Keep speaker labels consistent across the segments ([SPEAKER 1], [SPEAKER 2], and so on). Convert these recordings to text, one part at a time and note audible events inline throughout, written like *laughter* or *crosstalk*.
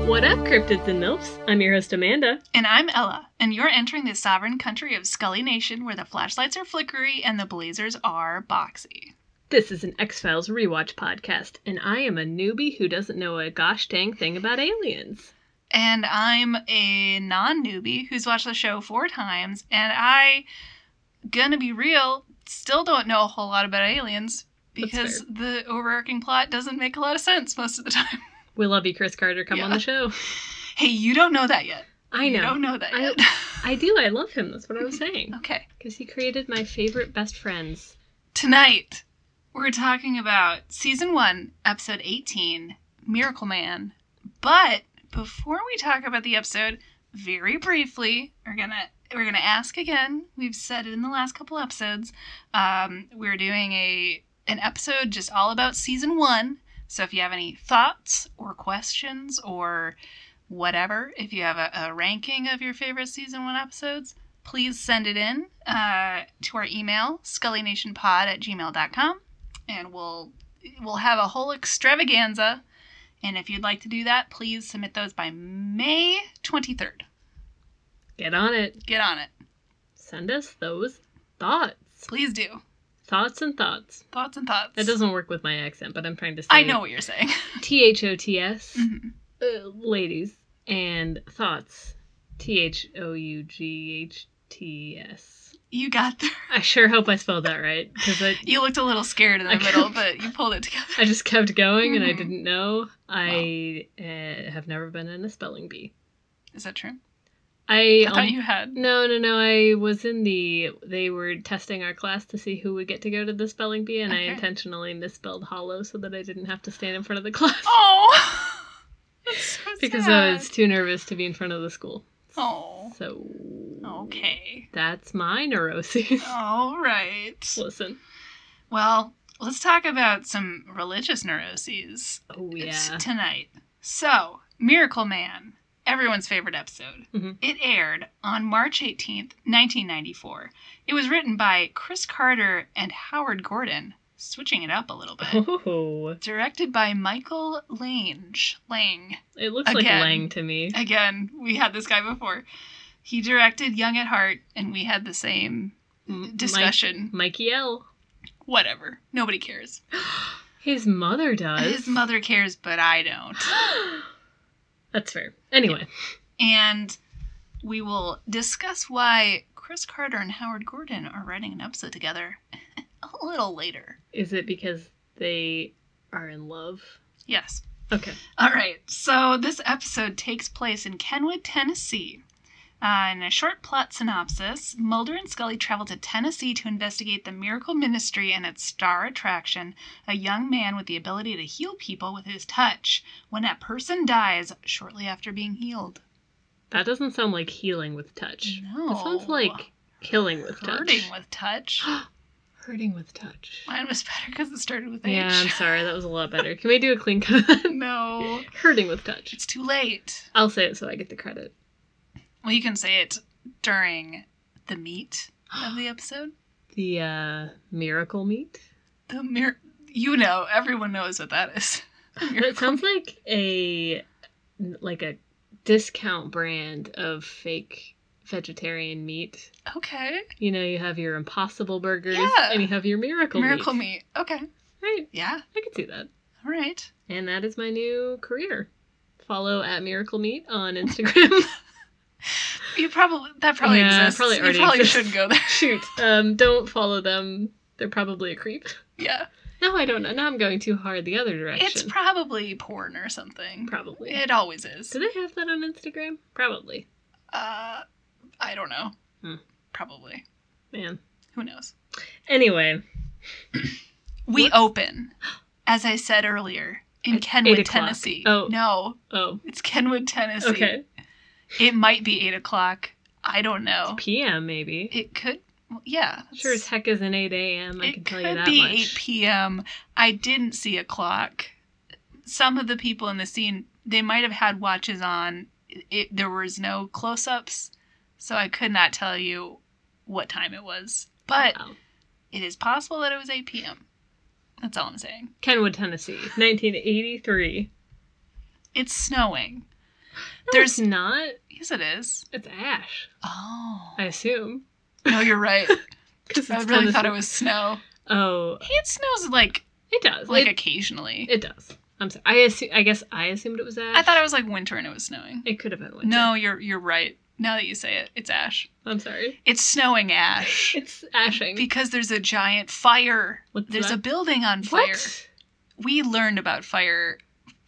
[SPEAKER 1] Cryptids and MILFs. I'm your host, Amanda.
[SPEAKER 2] And I'm Ella, and you're entering the sovereign country of Scully Nation where the flashlights are flickery and the blazers are boxy.
[SPEAKER 1] This is an X Files rewatch podcast, and I am a newbie who doesn't know a gosh dang thing about aliens.
[SPEAKER 2] And I'm a non newbie who's watched the show four times, and I, gonna be real, still don't know a whole lot about aliens
[SPEAKER 1] That's
[SPEAKER 2] because the overarching plot doesn't make a lot of sense most of the time. *laughs*
[SPEAKER 1] We love you, Chris Carter. Come on
[SPEAKER 2] Yeah.
[SPEAKER 1] the
[SPEAKER 2] *laughs*
[SPEAKER 1] show.
[SPEAKER 2] hey, you don't know that yet.
[SPEAKER 1] I
[SPEAKER 2] You
[SPEAKER 1] know.
[SPEAKER 2] don't know that
[SPEAKER 1] I-
[SPEAKER 2] yet.
[SPEAKER 1] I do. I love him. That's what I was saying.
[SPEAKER 2] *laughs* okay.
[SPEAKER 1] Because he created my favorite best friends.
[SPEAKER 2] Tonight, we're talking about season one, episode 18, Miracle Man. But before we talk about the episode, very briefly, we're gonna we're gonna ask again. We've said it in the last couple episodes. Um, we're doing a an episode just all about season one. So if you have any thoughts or questions or whatever, if you have a, a ranking of your favorite season one episodes, please send it in uh, to our email scullynationpod at gmail.com and we'll we'll have a whole extravaganza and if you'd like to do that please submit those by may 23rd
[SPEAKER 1] Get on it.
[SPEAKER 2] get on it
[SPEAKER 1] Send us those thoughts.
[SPEAKER 2] please do
[SPEAKER 1] Thoughts and thoughts.
[SPEAKER 2] thoughts and thoughts
[SPEAKER 1] That doesn't work with my accent, but I'm trying to say
[SPEAKER 2] i know what you're saying *laughs*
[SPEAKER 1] T H O T S.
[SPEAKER 2] Mhm.
[SPEAKER 1] uh, ladies and thoughts. T H O U G H T S.
[SPEAKER 2] you got there
[SPEAKER 1] I sure hope I spelled that right because I,
[SPEAKER 2] you looked a little scared in the
[SPEAKER 1] I
[SPEAKER 2] middle
[SPEAKER 1] can't-
[SPEAKER 2] but you pulled it together
[SPEAKER 1] I just kept going and I
[SPEAKER 2] Mhm.
[SPEAKER 1] didn't know. I uh, have never been in a spelling bee.
[SPEAKER 2] is that true
[SPEAKER 1] I,
[SPEAKER 2] i
[SPEAKER 1] um,
[SPEAKER 2] thought you
[SPEAKER 1] *laughs*
[SPEAKER 2] had
[SPEAKER 1] no no no. I was in the they were testing our class to see who would get to go to the spelling bee, and
[SPEAKER 2] Okay.
[SPEAKER 1] I intentionally misspelled hollow so that I didn't have to stand in front of the *laughs* class *laughs*
[SPEAKER 2] oh That's so
[SPEAKER 1] because I
[SPEAKER 2] sad.
[SPEAKER 1] was too nervous to be in front of the school.
[SPEAKER 2] oh
[SPEAKER 1] So
[SPEAKER 2] okay Oh.
[SPEAKER 1] that's my neuroses.
[SPEAKER 2] all right
[SPEAKER 1] *laughs* Listen.
[SPEAKER 2] Well, let's talk about some religious neuroses
[SPEAKER 1] Oh
[SPEAKER 2] tonight. So, Miracle Man, everyone's favorite episode.
[SPEAKER 1] Mhm.
[SPEAKER 2] It aired on March 18th, 1994. It was written by Chris Carter and Howard Gordon, switching it up a little bit.
[SPEAKER 1] Oh,
[SPEAKER 2] Directed by Michael Lange. Lang.
[SPEAKER 1] *laughs* it looks
[SPEAKER 2] Again.
[SPEAKER 1] like Lang to me.
[SPEAKER 2] Again, we had this guy before. He directed Young at Heart, and we had the same
[SPEAKER 1] M-
[SPEAKER 2] discussion.
[SPEAKER 1] Mike, Mikey L.
[SPEAKER 2] Whatever. Nobody cares.
[SPEAKER 1] His mother does.
[SPEAKER 2] His mother cares, but I don't.
[SPEAKER 1] *gasps* That's fair. Anyway,
[SPEAKER 2] And we will discuss why Chris Carter and Howard Gordon are writing an episode together *laughs* a little later.
[SPEAKER 1] is it because they are in love?
[SPEAKER 2] Yes.
[SPEAKER 1] Okay.
[SPEAKER 2] All right. So this episode takes place in Kenwood, Tennessee. Uh, in a short plot synopsis, Mulder and Scully travel to Tennessee to investigate the Miracle Ministry and its star attraction, a young man with the ability to heal people with his touch when that person dies shortly after being healed.
[SPEAKER 1] That doesn't sound like healing with touch.
[SPEAKER 2] No.
[SPEAKER 1] It sounds like killing with touch.
[SPEAKER 2] Hurting with
[SPEAKER 1] *gasps*
[SPEAKER 2] touch. *gasps*
[SPEAKER 1] Hurting with touch.
[SPEAKER 2] Mine was better because it started with H. *laughs*
[SPEAKER 1] Yeah, I'm sorry. That was a lot better. Can we do a clean cut? *laughs*
[SPEAKER 2] no,
[SPEAKER 1] Hurting with touch.
[SPEAKER 2] it's too late.
[SPEAKER 1] I'll say it so I get the credit.
[SPEAKER 2] Well, you can say it during the meat of the episode.
[SPEAKER 1] *gasps* The uh, miracle meat.
[SPEAKER 2] The mir- you know, everyone knows what
[SPEAKER 1] *laughs*
[SPEAKER 2] that is. *laughs* The
[SPEAKER 1] That
[SPEAKER 2] miracle-
[SPEAKER 1] sounds like a like a discount brand of fake vegetarian meat.
[SPEAKER 2] okay,
[SPEAKER 1] You know, you have your impossible burgers
[SPEAKER 2] Yeah.
[SPEAKER 1] and you have your miracle,
[SPEAKER 2] miracle meat. Okay,
[SPEAKER 1] Right.
[SPEAKER 2] yeah,
[SPEAKER 1] I can see that.
[SPEAKER 2] all right.
[SPEAKER 1] And that is my new career. Follow at Miracle Meat
[SPEAKER 2] *laughs*
[SPEAKER 1] on Instagram.
[SPEAKER 2] You probably that probably
[SPEAKER 1] Yeah,
[SPEAKER 2] exists.
[SPEAKER 1] probably
[SPEAKER 2] you
[SPEAKER 1] already
[SPEAKER 2] probably
[SPEAKER 1] exists.
[SPEAKER 2] shouldn't go there.
[SPEAKER 1] *laughs* Shoot. Um, don't follow them. They're probably a creep.
[SPEAKER 2] Yeah,
[SPEAKER 1] No, I don't know. Now I'm going too hard the other direction.
[SPEAKER 2] it's probably porn or something.
[SPEAKER 1] probably.
[SPEAKER 2] It always is.
[SPEAKER 1] Do they have that on Instagram? Probably.
[SPEAKER 2] Uh, I don't know.
[SPEAKER 1] Hmm.
[SPEAKER 2] Probably.
[SPEAKER 1] Man.
[SPEAKER 2] Who knows?
[SPEAKER 1] Anyway,
[SPEAKER 2] We
[SPEAKER 1] What's-
[SPEAKER 2] open, as I said earlier, in
[SPEAKER 1] At
[SPEAKER 2] Kenwood,
[SPEAKER 1] 8 o'clock.
[SPEAKER 2] Tennessee.
[SPEAKER 1] Oh.
[SPEAKER 2] No,
[SPEAKER 1] oh,
[SPEAKER 2] it's Kenwood, Tennessee.
[SPEAKER 1] okay.
[SPEAKER 2] It might be 8 o'clock. I don't know.
[SPEAKER 1] PM maybe.
[SPEAKER 2] It could, well, yeah.
[SPEAKER 1] Sure as
[SPEAKER 2] it's-
[SPEAKER 1] heck is an 8 a.m. I
[SPEAKER 2] It
[SPEAKER 1] can tell
[SPEAKER 2] could
[SPEAKER 1] you that
[SPEAKER 2] be 8
[SPEAKER 1] much.
[SPEAKER 2] p.m. I didn't see a clock. Some of the people in the scene, they might have had watches on. It, there was no close ups, so I could not tell you what time it was. But
[SPEAKER 1] Wow.
[SPEAKER 2] it is possible that it was 8 p.m. That's all I'm saying.
[SPEAKER 1] Kenwood, Tennessee, 1983.
[SPEAKER 2] It's snowing.
[SPEAKER 1] There's
[SPEAKER 2] There's-
[SPEAKER 1] not.
[SPEAKER 2] Yes, it is.
[SPEAKER 1] It's ash.
[SPEAKER 2] Oh.
[SPEAKER 1] I assume.
[SPEAKER 2] No,
[SPEAKER 1] *laughs*
[SPEAKER 2] you're right.
[SPEAKER 1] 'Cause
[SPEAKER 2] I
[SPEAKER 1] it's
[SPEAKER 2] really
[SPEAKER 1] kinda
[SPEAKER 2] thought it
[SPEAKER 1] sn- *laughs*
[SPEAKER 2] was snow.
[SPEAKER 1] Oh,
[SPEAKER 2] It snows like
[SPEAKER 1] it does.
[SPEAKER 2] like
[SPEAKER 1] it,
[SPEAKER 2] occasionally.
[SPEAKER 1] it does. I'm sorry. I assume. I guess I assumed it was ash.
[SPEAKER 2] I thought it was like winter and it was snowing.
[SPEAKER 1] It could have been winter.
[SPEAKER 2] No, you're you're right. Now that you say it, it's ash.
[SPEAKER 1] I'm sorry.
[SPEAKER 2] It's snowing
[SPEAKER 1] *laughs*
[SPEAKER 2] ash
[SPEAKER 1] It's ashing.
[SPEAKER 2] because there's a giant fire.
[SPEAKER 1] What's
[SPEAKER 2] There's a
[SPEAKER 1] that?
[SPEAKER 2] building on fire.
[SPEAKER 1] what?
[SPEAKER 2] We learned about fire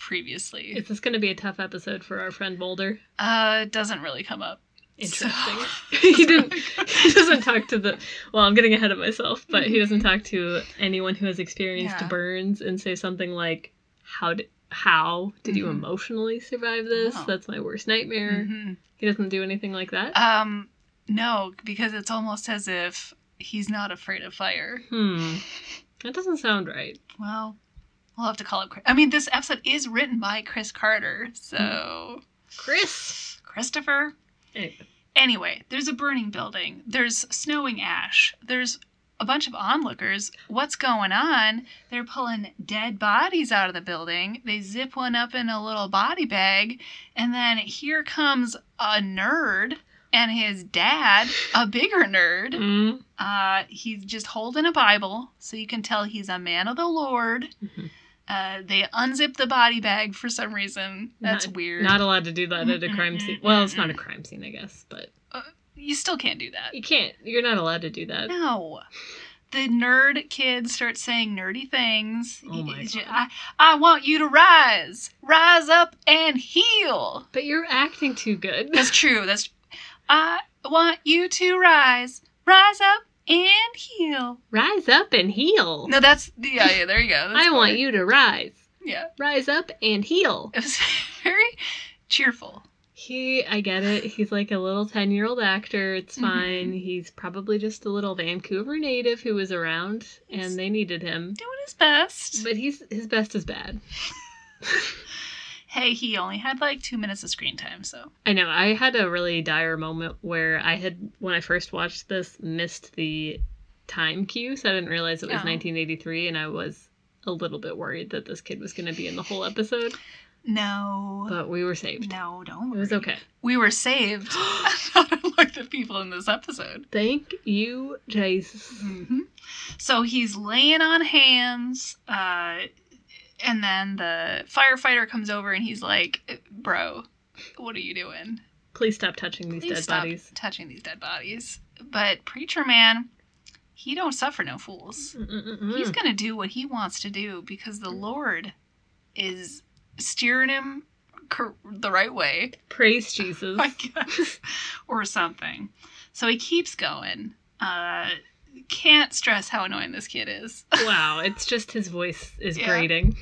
[SPEAKER 2] previously.
[SPEAKER 1] Is this going to be a tough episode for our friend Mulder?
[SPEAKER 2] Uh, it doesn't really come up.
[SPEAKER 1] Interesting.
[SPEAKER 2] *laughs*
[SPEAKER 1] *laughs*
[SPEAKER 2] So-
[SPEAKER 1] he didn't. *laughs* He doesn't talk to the. Well, I'm getting ahead of myself, but he doesn't talk to anyone who has experienced
[SPEAKER 2] Yeah.
[SPEAKER 1] burns and say something like, "How did how did you
[SPEAKER 2] Mhm.
[SPEAKER 1] emotionally survive this?
[SPEAKER 2] Oh.
[SPEAKER 1] That's my worst nightmare."
[SPEAKER 2] Mhm.
[SPEAKER 1] He doesn't do anything like that.
[SPEAKER 2] Um, no, because it's almost as if he's not afraid of fire.
[SPEAKER 1] hmm. That doesn't sound right.
[SPEAKER 2] Well, we'll have to call it. Chris- I mean, this episode is written by Chris Carter, so
[SPEAKER 1] Chris.
[SPEAKER 2] Christopher.
[SPEAKER 1] Anyway,
[SPEAKER 2] Anyway, there's a burning building. There's snowing ash. There's a bunch of onlookers. What's going on? They're pulling dead bodies out of the building. They zip one up in a little body bag. And then here comes a nerd and his dad, a bigger nerd.
[SPEAKER 1] Mm.
[SPEAKER 2] Uh, he's just holding a Bible, so you can tell he's a man of the Lord.
[SPEAKER 1] Mhm.
[SPEAKER 2] Uh, they unzip the body bag for some reason. That's weird.
[SPEAKER 1] Not allowed to do that at a crime scene. Well, it's not a crime scene, I guess, but
[SPEAKER 2] you still can't do that.
[SPEAKER 1] you can't. You're not allowed to do that.
[SPEAKER 2] No. The nerd kid starts saying nerdy things.
[SPEAKER 1] Oh my
[SPEAKER 2] He's ju-
[SPEAKER 1] God.
[SPEAKER 2] I, I want you to rise, rise up and heal.
[SPEAKER 1] But you're acting too good. *laughs*
[SPEAKER 2] That's true. That's. I want you to rise, rise up and heal.
[SPEAKER 1] Rise up and heal.
[SPEAKER 2] No, that's yeah, yeah. There you go. That's
[SPEAKER 1] I want
[SPEAKER 2] better.
[SPEAKER 1] you to rise.
[SPEAKER 2] Yeah.
[SPEAKER 1] Rise up and heal.
[SPEAKER 2] It was *laughs* very cheerful.
[SPEAKER 1] He, I get it. He's like a little 10 year old actor. It's
[SPEAKER 2] Mhm.
[SPEAKER 1] fine. He's probably just a little Vancouver native who was around
[SPEAKER 2] Yes.
[SPEAKER 1] and they needed him.
[SPEAKER 2] Doing his best.
[SPEAKER 1] But he's his best is bad.
[SPEAKER 2] hey, he only had like two minutes of screen time, so.
[SPEAKER 1] I know. I had a really dire moment where I had, when I first watched this, missed the time cue. So I didn't realize it was
[SPEAKER 2] Oh.
[SPEAKER 1] 1983 and I was a little bit worried that this kid was going to be in the whole
[SPEAKER 2] *laughs*
[SPEAKER 1] episode.
[SPEAKER 2] No.
[SPEAKER 1] But we were saved.
[SPEAKER 2] no, don't
[SPEAKER 1] It
[SPEAKER 2] worry.
[SPEAKER 1] was okay.
[SPEAKER 2] We
[SPEAKER 1] *gasps*
[SPEAKER 2] were saved. *laughs* Not unlike the people in this episode.
[SPEAKER 1] Thank you, Jesus.
[SPEAKER 2] hmm So he's laying on hands, uh, and then the firefighter comes over and he's like, Bro, what are you doing?
[SPEAKER 1] Please stop touching these
[SPEAKER 2] Please
[SPEAKER 1] dead
[SPEAKER 2] stop
[SPEAKER 1] bodies.
[SPEAKER 2] touching these dead bodies. But Preacher Man, he don't suffer no fools. He's
[SPEAKER 1] Mm-mm-mm.
[SPEAKER 2] gonna do what he wants to do because the Lord is steering him cor- the right way,
[SPEAKER 1] Praise
[SPEAKER 2] *laughs*
[SPEAKER 1] Jesus.
[SPEAKER 2] I guess, or something. So he keeps going. Uh, can't stress how annoying this kid is.
[SPEAKER 1] wow, it's just his voice is
[SPEAKER 2] Yeah.
[SPEAKER 1] grating.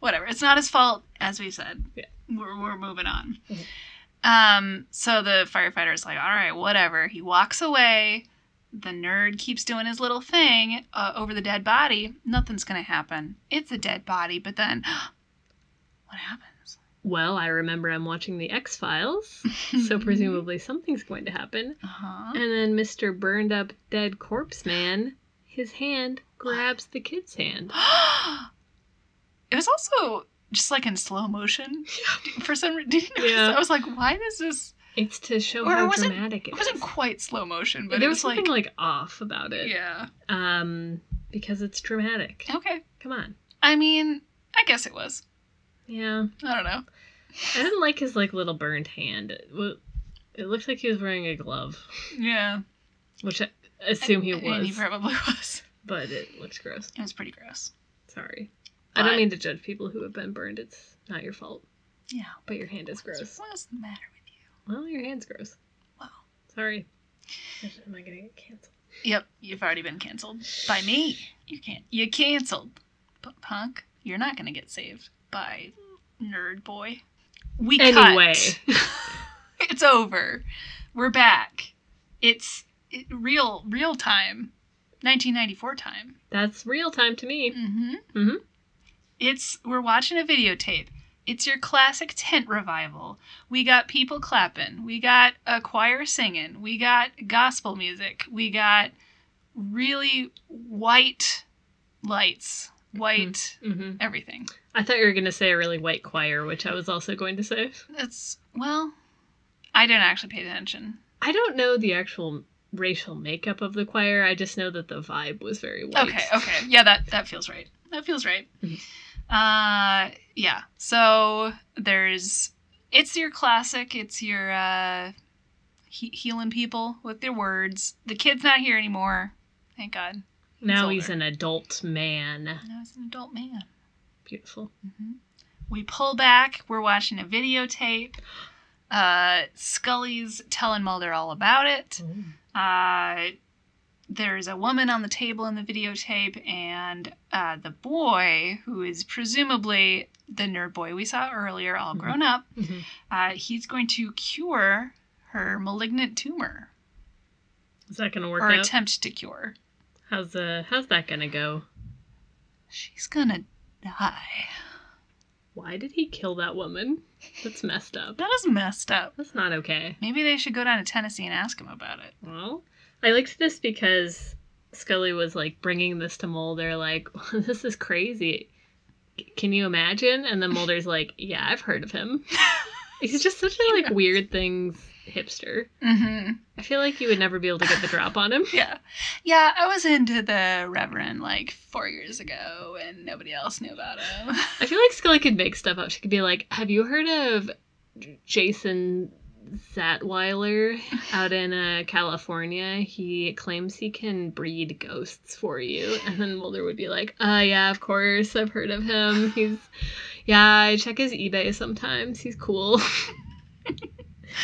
[SPEAKER 2] Whatever, it's not his fault, as we said.
[SPEAKER 1] Yeah.
[SPEAKER 2] We're we're moving on.
[SPEAKER 1] Mhm.
[SPEAKER 2] Um, so the firefighter's like, all right, whatever. He walks away. The nerd keeps doing his little thing uh, over the dead body. Nothing's gonna happen. It's a dead body. But then, *gasps* what happens?
[SPEAKER 1] Well, I remember I'm watching the X Files,
[SPEAKER 2] *laughs*
[SPEAKER 1] so presumably something's going to happen.
[SPEAKER 2] Uh-huh.
[SPEAKER 1] And then Mr. Burned Up Dead Corpse Man, his hand grabs the kid's hand.
[SPEAKER 2] *gasps* it was also just like in slow motion. For some reason, did you notice?
[SPEAKER 1] Yeah.
[SPEAKER 2] I was like, why does this?
[SPEAKER 1] It's to show
[SPEAKER 2] Or it
[SPEAKER 1] how
[SPEAKER 2] wasn't-
[SPEAKER 1] dramatic
[SPEAKER 2] It
[SPEAKER 1] it
[SPEAKER 2] wasn't
[SPEAKER 1] is.
[SPEAKER 2] quite slow motion, but
[SPEAKER 1] There
[SPEAKER 2] it
[SPEAKER 1] was
[SPEAKER 2] was like,
[SPEAKER 1] something like off about it.
[SPEAKER 2] yeah,
[SPEAKER 1] Um, because it's dramatic.
[SPEAKER 2] okay.
[SPEAKER 1] Come on.
[SPEAKER 2] I mean, I guess it was.
[SPEAKER 1] Yeah.
[SPEAKER 2] I don't know.
[SPEAKER 1] I didn't like his like little burned hand. It, w- it looked like he was wearing a glove,
[SPEAKER 2] Yeah,
[SPEAKER 1] which I assume he
[SPEAKER 2] I mean, he
[SPEAKER 1] was,
[SPEAKER 2] probably *laughs* was.
[SPEAKER 1] but it looked gross.
[SPEAKER 2] It was pretty gross.
[SPEAKER 1] Sorry, I don't
[SPEAKER 2] But-
[SPEAKER 1] mean to judge people who have been burned. It's not your fault,
[SPEAKER 2] Yeah,
[SPEAKER 1] but your hand is gross.
[SPEAKER 2] What's the matter with you?
[SPEAKER 1] Well, your hand's gross.
[SPEAKER 2] Wow.
[SPEAKER 1] Sorry. Am I gonna get canceled?
[SPEAKER 2] Yep, you've already been canceled by me. You can't. You canceled, P- punk. You're not gonna get saved by nerd boy. We
[SPEAKER 1] Anyway,
[SPEAKER 2] cut. *laughs* it's over. We're back. It's it, real real time. 1994 time.
[SPEAKER 1] that's real time to me.
[SPEAKER 2] Mm-hmm.
[SPEAKER 1] Mhm.
[SPEAKER 2] It's we're watching a videotape. It's your classic tent revival. We got people clapping. We got a choir singing. We got gospel music. We got really white lights white,
[SPEAKER 1] hmm
[SPEAKER 2] everything.
[SPEAKER 1] I thought you were going to say a really white choir, which I was also going to say.
[SPEAKER 2] That's, well, I didn't actually pay attention.
[SPEAKER 1] I don't know the actual racial makeup of the choir. I just know that the vibe was very white.
[SPEAKER 2] Okay, okay. Yeah, that that feels right. That feels right.
[SPEAKER 1] Mhm.
[SPEAKER 2] Uh yeah. So there's it's your classic, it's your uh he- healing people with their words. The kid's not here anymore. Thank God.
[SPEAKER 1] Now
[SPEAKER 2] It's
[SPEAKER 1] he's
[SPEAKER 2] older.
[SPEAKER 1] an adult man.
[SPEAKER 2] Now he's an adult man. Mm-hmm.
[SPEAKER 1] Beautiful.
[SPEAKER 2] We pull back. We're watching a videotape. Uh, Scully's telling Mulder all about it.
[SPEAKER 1] Mm.
[SPEAKER 2] Uh, there's a woman on the table in the videotape, and uh, the boy, who is presumably the nerd boy we saw earlier, all
[SPEAKER 1] Mhm.
[SPEAKER 2] grown up,
[SPEAKER 1] Mhm.
[SPEAKER 2] uh, he's going to cure her malignant tumor
[SPEAKER 1] Is that going to work
[SPEAKER 2] or
[SPEAKER 1] out?
[SPEAKER 2] attempt to cure.
[SPEAKER 1] how's uh how's that going to go?
[SPEAKER 2] She's gonna die.
[SPEAKER 1] Why did he kill that woman? That's messed up.
[SPEAKER 2] That is messed up.
[SPEAKER 1] That's not okay.
[SPEAKER 2] Maybe they should go down to Tennessee and ask him about it.
[SPEAKER 1] Well, I liked this because Scully was like bringing this to Mulder, like, *laughs* this is crazy. C- Can you imagine? And then Mulder's like, yeah, I've heard of him. He's just such a like weird things hipster.
[SPEAKER 2] Mm-hmm.
[SPEAKER 1] I feel like you would never be able to get the drop on him.
[SPEAKER 2] Yeah. Yeah, I was into the Reverend like four years ago and nobody else knew about him. *laughs*
[SPEAKER 1] I feel like Scully could make stuff up. She could be like, have you heard of J- Jason Zatweiler out in uh, California? He claims he can breed ghosts for you. And then Mulder would be like, uh, yeah, of course. I've heard of him. He's, yeah, I check his eBay sometimes. He's cool. *laughs*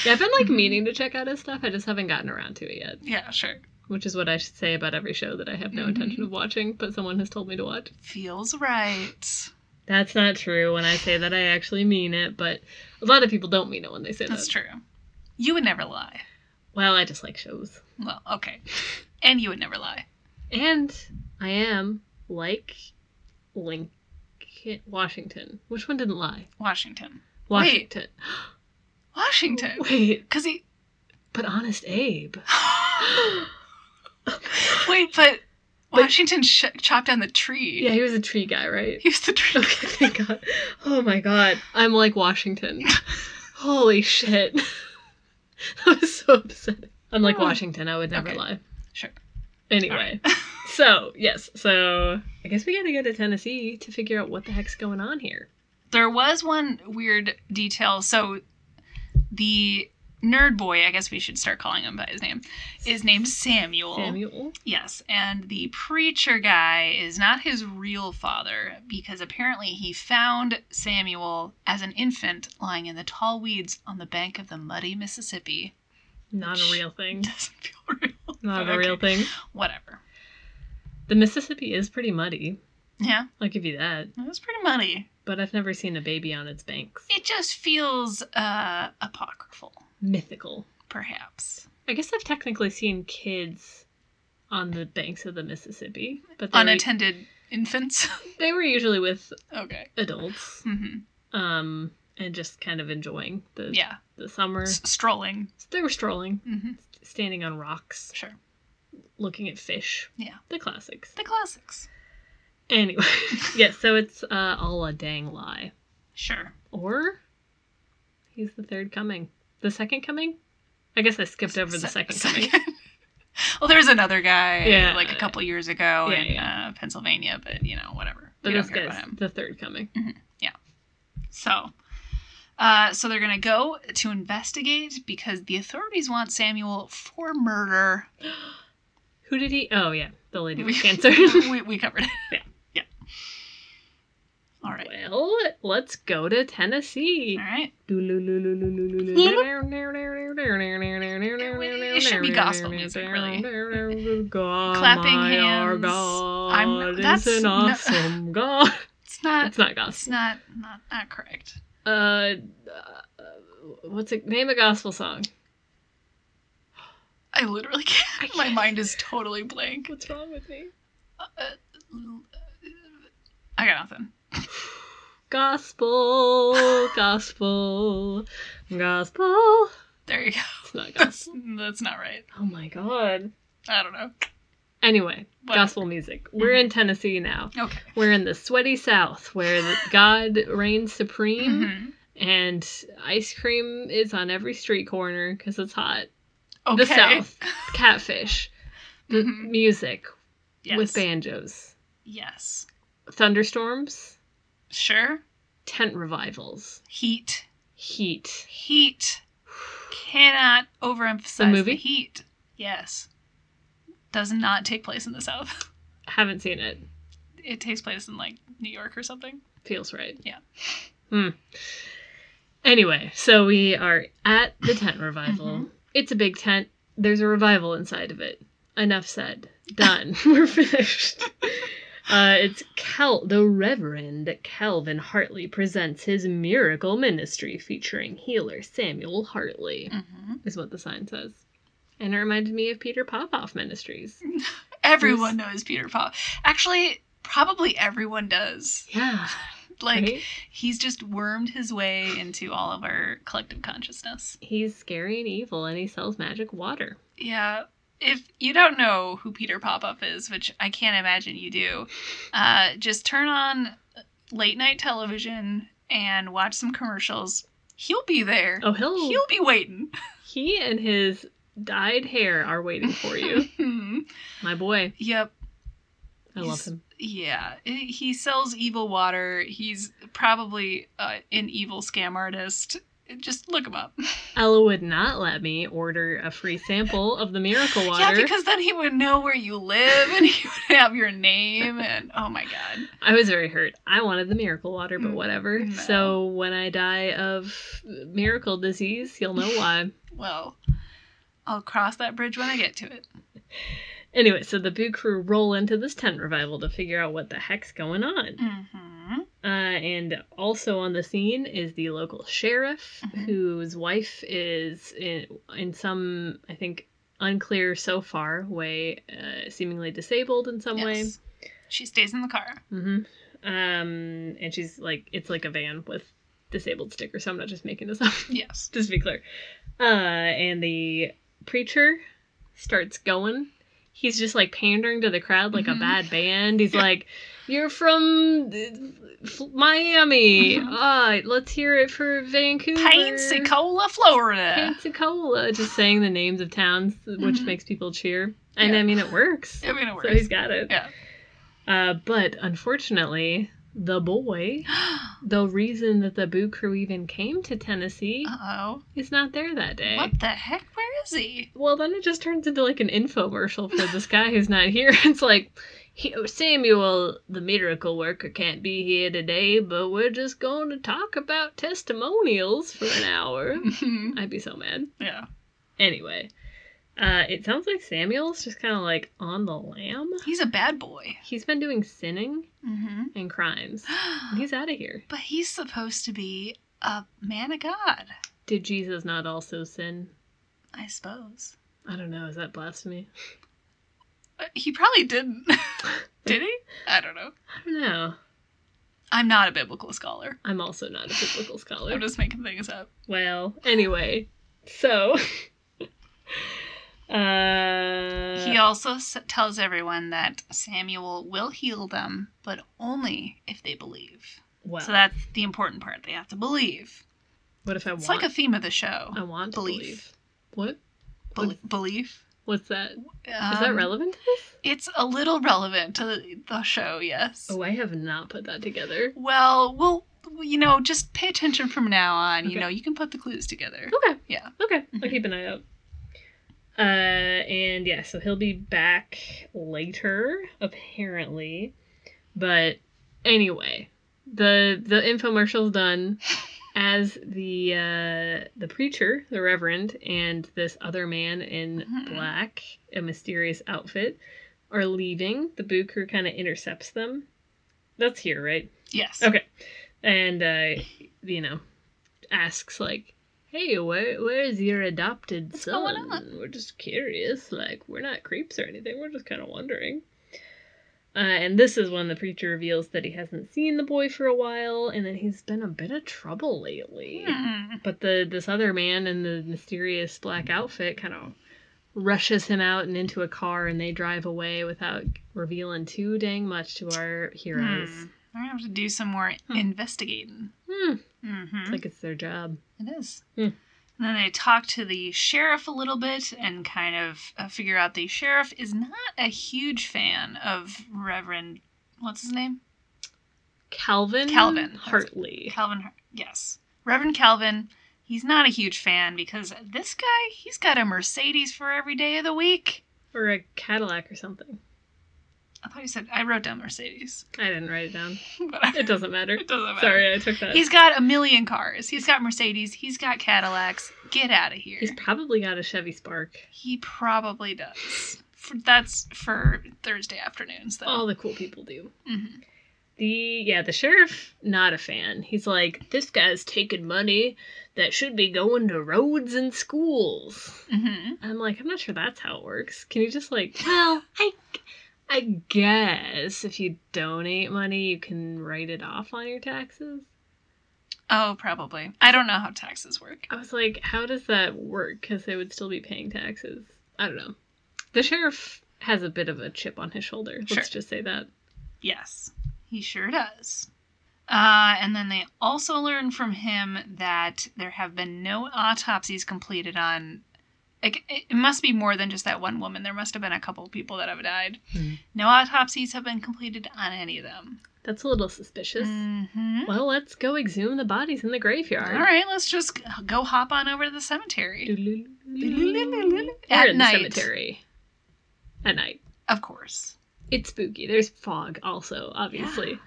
[SPEAKER 1] yeah, I've been like
[SPEAKER 2] Mhm.
[SPEAKER 1] meaning to check out his stuff. I just haven't gotten around to it yet,
[SPEAKER 2] Yeah, sure.
[SPEAKER 1] which is what I should say about every show that I have no
[SPEAKER 2] Mhm.
[SPEAKER 1] intention of watching, but someone has told me to watch.
[SPEAKER 2] Feels right.
[SPEAKER 1] That's not true. When I say that, I actually mean it, but a lot of people don't mean it when they say
[SPEAKER 2] That's
[SPEAKER 1] that.
[SPEAKER 2] true. You would never lie.
[SPEAKER 1] Well, I just like shows.
[SPEAKER 2] Well, okay. And you would never lie.
[SPEAKER 1] And I am like Lincoln, Washington. Which one didn't lie?
[SPEAKER 2] Washington. Wait.
[SPEAKER 1] Washington.
[SPEAKER 2] Washington.
[SPEAKER 1] *laughs* Wait,
[SPEAKER 2] Cuz he *gasps*
[SPEAKER 1] but Honest Abe. *gasps*
[SPEAKER 2] Wait, but
[SPEAKER 1] But-
[SPEAKER 2] Washington sh- chopped down the tree.
[SPEAKER 1] yeah, he was a tree guy,
[SPEAKER 2] *laughs*
[SPEAKER 1] right?
[SPEAKER 2] He's the
[SPEAKER 1] *laughs*
[SPEAKER 2] tree.
[SPEAKER 1] Okay, thank God. Oh my God. I'm like Washington. Holy shit. *laughs* that was so upsetting. I'm like
[SPEAKER 2] Hmm.
[SPEAKER 1] Washington. I would never
[SPEAKER 2] Okay.
[SPEAKER 1] lie.
[SPEAKER 2] Sure.
[SPEAKER 1] Anyway,
[SPEAKER 2] *laughs*
[SPEAKER 1] so yes, so I guess we got to go to Tennessee to figure out what the heck's going on here.
[SPEAKER 2] *laughs* There was one weird detail. So the nerd boy, I guess we should start calling him by his name, is named Samuel.
[SPEAKER 1] Samuel.
[SPEAKER 2] Yes, and the preacher guy is not his real father because apparently he found Samuel as an infant lying in the tall weeds on the bank of the muddy Mississippi.
[SPEAKER 1] Not a real thing.
[SPEAKER 2] Doesn't *laughs* feel real.
[SPEAKER 1] Not
[SPEAKER 2] Okay.
[SPEAKER 1] a real thing.
[SPEAKER 2] Whatever.
[SPEAKER 1] The Mississippi is pretty muddy.
[SPEAKER 2] Yeah,
[SPEAKER 1] I'll give you that.
[SPEAKER 2] it was pretty muddy.
[SPEAKER 1] But I've never seen a baby on its banks.
[SPEAKER 2] It just feels uh apocryphal,
[SPEAKER 1] Mythical.
[SPEAKER 2] perhaps.
[SPEAKER 1] I guess I've technically seen kids on the banks of the Mississippi, but they, were,
[SPEAKER 2] Unattended infants. *laughs*
[SPEAKER 1] they were usually with
[SPEAKER 2] okay.
[SPEAKER 1] adults,
[SPEAKER 2] hmm
[SPEAKER 1] um, and just kind of enjoying the
[SPEAKER 2] Yeah.
[SPEAKER 1] the summer.
[SPEAKER 2] S- strolling.
[SPEAKER 1] They were strolling,
[SPEAKER 2] hmm
[SPEAKER 1] standing on rocks,
[SPEAKER 2] Sure.
[SPEAKER 1] looking at fish.
[SPEAKER 2] Yeah.
[SPEAKER 1] The classics.
[SPEAKER 2] The classics.
[SPEAKER 1] Anyway, *laughs* yes, so it's uh, all a dang lie.
[SPEAKER 2] Sure.
[SPEAKER 1] Or he's the third coming. The second coming? I guess I skipped over the
[SPEAKER 2] Se-
[SPEAKER 1] second,
[SPEAKER 2] *laughs*
[SPEAKER 1] coming.
[SPEAKER 2] second. well, there was another guy
[SPEAKER 1] Yeah.
[SPEAKER 2] like a couple years ago
[SPEAKER 1] Yeah,
[SPEAKER 2] in Uh, Pennsylvania, but you know, whatever.
[SPEAKER 1] But
[SPEAKER 2] We don't
[SPEAKER 1] this
[SPEAKER 2] care about
[SPEAKER 1] guy's
[SPEAKER 2] him.
[SPEAKER 1] the third coming.
[SPEAKER 2] So, uh, so they're gonna go to investigate because the authorities want Samuel for murder.
[SPEAKER 1] Who did he? Oh, yeah, the
[SPEAKER 2] *laughs*
[SPEAKER 1] lady
[SPEAKER 2] We,
[SPEAKER 1] with cancer. *laughs*
[SPEAKER 2] we, we covered it.
[SPEAKER 1] Yeah.
[SPEAKER 2] yeah. *laughs* All right.
[SPEAKER 1] well, let's go to Tennessee.
[SPEAKER 2] All right.
[SPEAKER 1] It
[SPEAKER 2] It should be gospel music, really.
[SPEAKER 1] God,
[SPEAKER 2] Clapping
[SPEAKER 1] my, our
[SPEAKER 2] hands.
[SPEAKER 1] God
[SPEAKER 2] I'm- that's
[SPEAKER 1] is an
[SPEAKER 2] no-
[SPEAKER 1] awesome
[SPEAKER 2] *laughs*
[SPEAKER 1] God.
[SPEAKER 2] It's not.
[SPEAKER 1] It's not gospel.
[SPEAKER 2] It's not not not correct.
[SPEAKER 1] uh, uh, what's it? Name a gospel song.
[SPEAKER 2] I literally *laughs* can't. My
[SPEAKER 1] can't.
[SPEAKER 2] mind is totally blank. Uh,
[SPEAKER 1] What's wrong with me?
[SPEAKER 2] I got nothing.
[SPEAKER 1] Gospel, gospel, gospel.
[SPEAKER 2] There you go.
[SPEAKER 1] It's not
[SPEAKER 2] *laughs* That's
[SPEAKER 1] gospel.
[SPEAKER 2] that's not right.
[SPEAKER 1] Oh my god.
[SPEAKER 2] I don't know.
[SPEAKER 1] Anyway,
[SPEAKER 2] What? *laughs*
[SPEAKER 1] gospel music. We're in Tennessee now.
[SPEAKER 2] mm-hmm. Okay.
[SPEAKER 1] We're in the sweaty South where
[SPEAKER 2] *gasps*
[SPEAKER 1] the- God reigns supreme
[SPEAKER 2] Mhm.
[SPEAKER 1] and ice cream is on every street corner because it's hot.
[SPEAKER 2] Okay.
[SPEAKER 1] The South.
[SPEAKER 2] *laughs*
[SPEAKER 1] Catfish. The
[SPEAKER 2] Mhm.
[SPEAKER 1] music
[SPEAKER 2] Yes.
[SPEAKER 1] with banjos.
[SPEAKER 2] Yes.
[SPEAKER 1] Thunderstorms.
[SPEAKER 2] Sure.
[SPEAKER 1] Tent revivals.
[SPEAKER 2] Heat.
[SPEAKER 1] Heat.
[SPEAKER 2] Heat. Cannot overemphasize the,
[SPEAKER 1] movie?
[SPEAKER 2] heat. Yes. Does not take place in the South. *laughs*
[SPEAKER 1] Haven't seen it.
[SPEAKER 2] It takes place in like New York or something.
[SPEAKER 1] Feels right.
[SPEAKER 2] Yeah.
[SPEAKER 1] Hmm. Anyway, so we are at the tent
[SPEAKER 2] *laughs*
[SPEAKER 1] revival.
[SPEAKER 2] Mhm.
[SPEAKER 1] It's a big tent. There's a revival inside of it. Enough said. Done. *laughs* We're
[SPEAKER 2] *laughs*
[SPEAKER 1] finished. Uh, it's Cal. The Reverend Calvin Hartley presents his miracle ministry featuring healer Samuel Hartley,
[SPEAKER 2] Mm-hmm.
[SPEAKER 1] is what the sign says. And it reminded me of Peter Popoff Ministries.
[SPEAKER 2] Everyone knows Peter Paul. Actually, probably everyone does.
[SPEAKER 1] Yeah.
[SPEAKER 2] Like
[SPEAKER 1] right?
[SPEAKER 2] he's just wormed his way into all of our collective consciousness.
[SPEAKER 1] he's scary and evil, and he sells magic water.
[SPEAKER 2] Yeah. If you don't know who Peter Popoff is, which I can't imagine you do, uh, just turn on late night television and watch some commercials. He'll be there.
[SPEAKER 1] Oh, he'll
[SPEAKER 2] He'll be waiting. *laughs*
[SPEAKER 1] He and his dyed hair are waiting for
[SPEAKER 2] *laughs*
[SPEAKER 1] you. My boy.
[SPEAKER 2] yep.
[SPEAKER 1] I love
[SPEAKER 2] He's-
[SPEAKER 1] him.
[SPEAKER 2] Yeah. He sells evil water. He's probably uh, an evil scam artist. Just look him up.
[SPEAKER 1] Ella would not let me order a free sample of the miracle water.
[SPEAKER 2] Yeah, because then he would know where you live and he *laughs* would have your name. And oh my God.
[SPEAKER 1] I was very hurt. I wanted the miracle water, but
[SPEAKER 2] Mm,
[SPEAKER 1] whatever.
[SPEAKER 2] no.
[SPEAKER 1] So when I die of miracle disease, you'll know why.
[SPEAKER 2] Well, I'll cross that bridge when I get to it.
[SPEAKER 1] anyway, so the boo crew roll into this tent revival to figure out what the heck's going on.
[SPEAKER 2] Mm-hmm.
[SPEAKER 1] Uh, and also on the scene is the local sheriff,
[SPEAKER 2] Mhm.
[SPEAKER 1] whose wife is in, in some, I think, unclear so far way, uh, seemingly disabled in some way.
[SPEAKER 2] She stays in the car.
[SPEAKER 1] hmm Um, and she's like, it's like a van with disabled stickers, so I'm not just making this up,
[SPEAKER 2] Yes.
[SPEAKER 1] just to be clear. Uh, and the preacher starts going. He's just like pandering to the crowd like
[SPEAKER 2] Mhm.
[SPEAKER 1] a bad band. He's
[SPEAKER 2] Yeah.
[SPEAKER 1] like, "You're from uh, F- Miami.
[SPEAKER 2] Mhm.
[SPEAKER 1] Uh, let's hear it for Vancouver."
[SPEAKER 2] Pensacola, Florida.
[SPEAKER 1] Pensacola. Just saying the names of towns, which
[SPEAKER 2] Mhm.
[SPEAKER 1] makes people cheer. And
[SPEAKER 2] Yeah.
[SPEAKER 1] I mean, it works.
[SPEAKER 2] I mean, it works.
[SPEAKER 1] So he's
[SPEAKER 2] *gasps*
[SPEAKER 1] got it.
[SPEAKER 2] Yeah.
[SPEAKER 1] Uh, but unfortunately, the boy, the reason that the Boo Crew even came to Tennessee,
[SPEAKER 2] Uh-oh.
[SPEAKER 1] is not there that day.
[SPEAKER 2] Uh. What the heck? Where is he?
[SPEAKER 1] Well, then it just turns into like an infomercial for this guy who's not here. *laughs* It's like, he, Samuel, the miracle worker, can't be here today, but we're just going to talk about testimonials for an
[SPEAKER 2] *laughs*
[SPEAKER 1] hour.
[SPEAKER 2] Mhm.
[SPEAKER 1] I'd be so mad.
[SPEAKER 2] yeah.
[SPEAKER 1] Anyway, uh, it sounds like Samuel's just kind of like on the lam.
[SPEAKER 2] He's a bad boy.
[SPEAKER 1] He's been doing sinning
[SPEAKER 2] *gasps* Mm-hmm.
[SPEAKER 1] and crimes. He's out of here.
[SPEAKER 2] But he's supposed to be a man of God,
[SPEAKER 1] Did Jesus not also sin?
[SPEAKER 2] I suppose.
[SPEAKER 1] I don't know. Is that blasphemy?
[SPEAKER 2] Uh, He probably didn't. *laughs* Did he? I don't know.
[SPEAKER 1] I don't know.
[SPEAKER 2] I'm not a biblical scholar.
[SPEAKER 1] I'm also not a biblical scholar.
[SPEAKER 2] I'm just making things up.
[SPEAKER 1] Well, anyway, so. *laughs* uh,
[SPEAKER 2] He also s- tells everyone that Samuel will heal them, but only if they believe.
[SPEAKER 1] well,
[SPEAKER 2] So that's the important part. They have to believe.
[SPEAKER 1] what if I
[SPEAKER 2] It's
[SPEAKER 1] want?
[SPEAKER 2] like a theme of the show.
[SPEAKER 1] I want to
[SPEAKER 2] belief.
[SPEAKER 1] believe. What?
[SPEAKER 2] Bel- belief.
[SPEAKER 1] What's that? Is
[SPEAKER 2] Um,
[SPEAKER 1] that relevant to this?
[SPEAKER 2] It's a little relevant to the- the show, yes.
[SPEAKER 1] Oh, I have not put that together.
[SPEAKER 2] Well, well, you know, just pay attention from now on. You
[SPEAKER 1] Okay.
[SPEAKER 2] know, you can put the clues together.
[SPEAKER 1] Okay.
[SPEAKER 2] Yeah.
[SPEAKER 1] Okay. I'll
[SPEAKER 2] Mhm.
[SPEAKER 1] keep an eye out. Uh, and yeah, so he'll be back later, apparently. But anyway, the the infomercial's *laughs* done. As the uh, the preacher, the reverend, and this other man in
[SPEAKER 2] Mhm.
[SPEAKER 1] black, a mysterious outfit, are leaving, the boo crew kind of intercepts them. That's here, right?
[SPEAKER 2] Yes.
[SPEAKER 1] Okay. And uh you know, asks like, "Hey, where where's your adopted
[SPEAKER 2] What's
[SPEAKER 1] son?
[SPEAKER 2] going on?"
[SPEAKER 1] We're just curious. Like, we're not creeps or anything. We're just kind of wondering." Uh, and this is when the preacher reveals that he hasn't seen the boy for a while, and that he's been a bit of trouble lately.
[SPEAKER 2] Hmm.
[SPEAKER 1] But the this other man in the mysterious black outfit kind of rushes him out and into a car and they drive away without revealing too dang much to our heroes.
[SPEAKER 2] Hmm. I'm gonna have to do some more
[SPEAKER 1] Hmm.
[SPEAKER 2] investigating.
[SPEAKER 1] Hmm. It's
[SPEAKER 2] Mm-hmm.
[SPEAKER 1] like it's their job.
[SPEAKER 2] it is.
[SPEAKER 1] Hmm.
[SPEAKER 2] And then they talk to the sheriff a little bit and kind of uh, figure out the sheriff is not a huge fan of Reverend. What's his name?
[SPEAKER 1] Calvin
[SPEAKER 2] Calvin.
[SPEAKER 1] Hartley.
[SPEAKER 2] Calvin. Har- Yes, Reverend Calvin. He's not a huge fan because this guy, he's got a Mercedes for every day of the week.
[SPEAKER 1] Or a Cadillac or something.
[SPEAKER 2] I thought you said I wrote down Mercedes, *laughs*
[SPEAKER 1] I didn't write it down.
[SPEAKER 2] but I,
[SPEAKER 1] It doesn't matter.
[SPEAKER 2] it doesn't matter.
[SPEAKER 1] Sorry, I took that.
[SPEAKER 2] He's got a million cars. He's got Mercedes. He's got Cadillacs. Get out of here.
[SPEAKER 1] He's probably got a Chevy Spark.
[SPEAKER 2] he probably does. For, that's for Thursday afternoons, though.
[SPEAKER 1] All the cool people do.
[SPEAKER 2] Mhm.
[SPEAKER 1] The yeah, the sheriff not a fan. He's like, this guy's taking money that should be going to roads and schools.
[SPEAKER 2] Mhm.
[SPEAKER 1] I'm like, I'm not sure that's how it works. Can you just like, well, I, I guess if you donate money, you can write it off on your taxes.
[SPEAKER 2] Oh, probably. I don't know how taxes work.
[SPEAKER 1] I was like, how does that work? Because they would still be paying taxes. I don't know. The sheriff has a bit of a chip on his shoulder.
[SPEAKER 2] Sure.
[SPEAKER 1] Let's just say that.
[SPEAKER 2] Yes, he sure does. Uh, and then they also learn from him that there have been no autopsies completed on. Like, it it must be more than just that one woman. There must have been a couple people that have died.
[SPEAKER 1] Mhm.
[SPEAKER 2] No autopsies have been completed on any of them.
[SPEAKER 1] That's a little suspicious.
[SPEAKER 2] hmm
[SPEAKER 1] Well, let's go exhume the bodies in the graveyard.
[SPEAKER 2] All right, let's just go hop on over to the cemetery.
[SPEAKER 1] We're
[SPEAKER 2] At
[SPEAKER 1] in
[SPEAKER 2] night.
[SPEAKER 1] the cemetery. At night.
[SPEAKER 2] Of course.
[SPEAKER 1] It's spooky. There's fog also, obviously.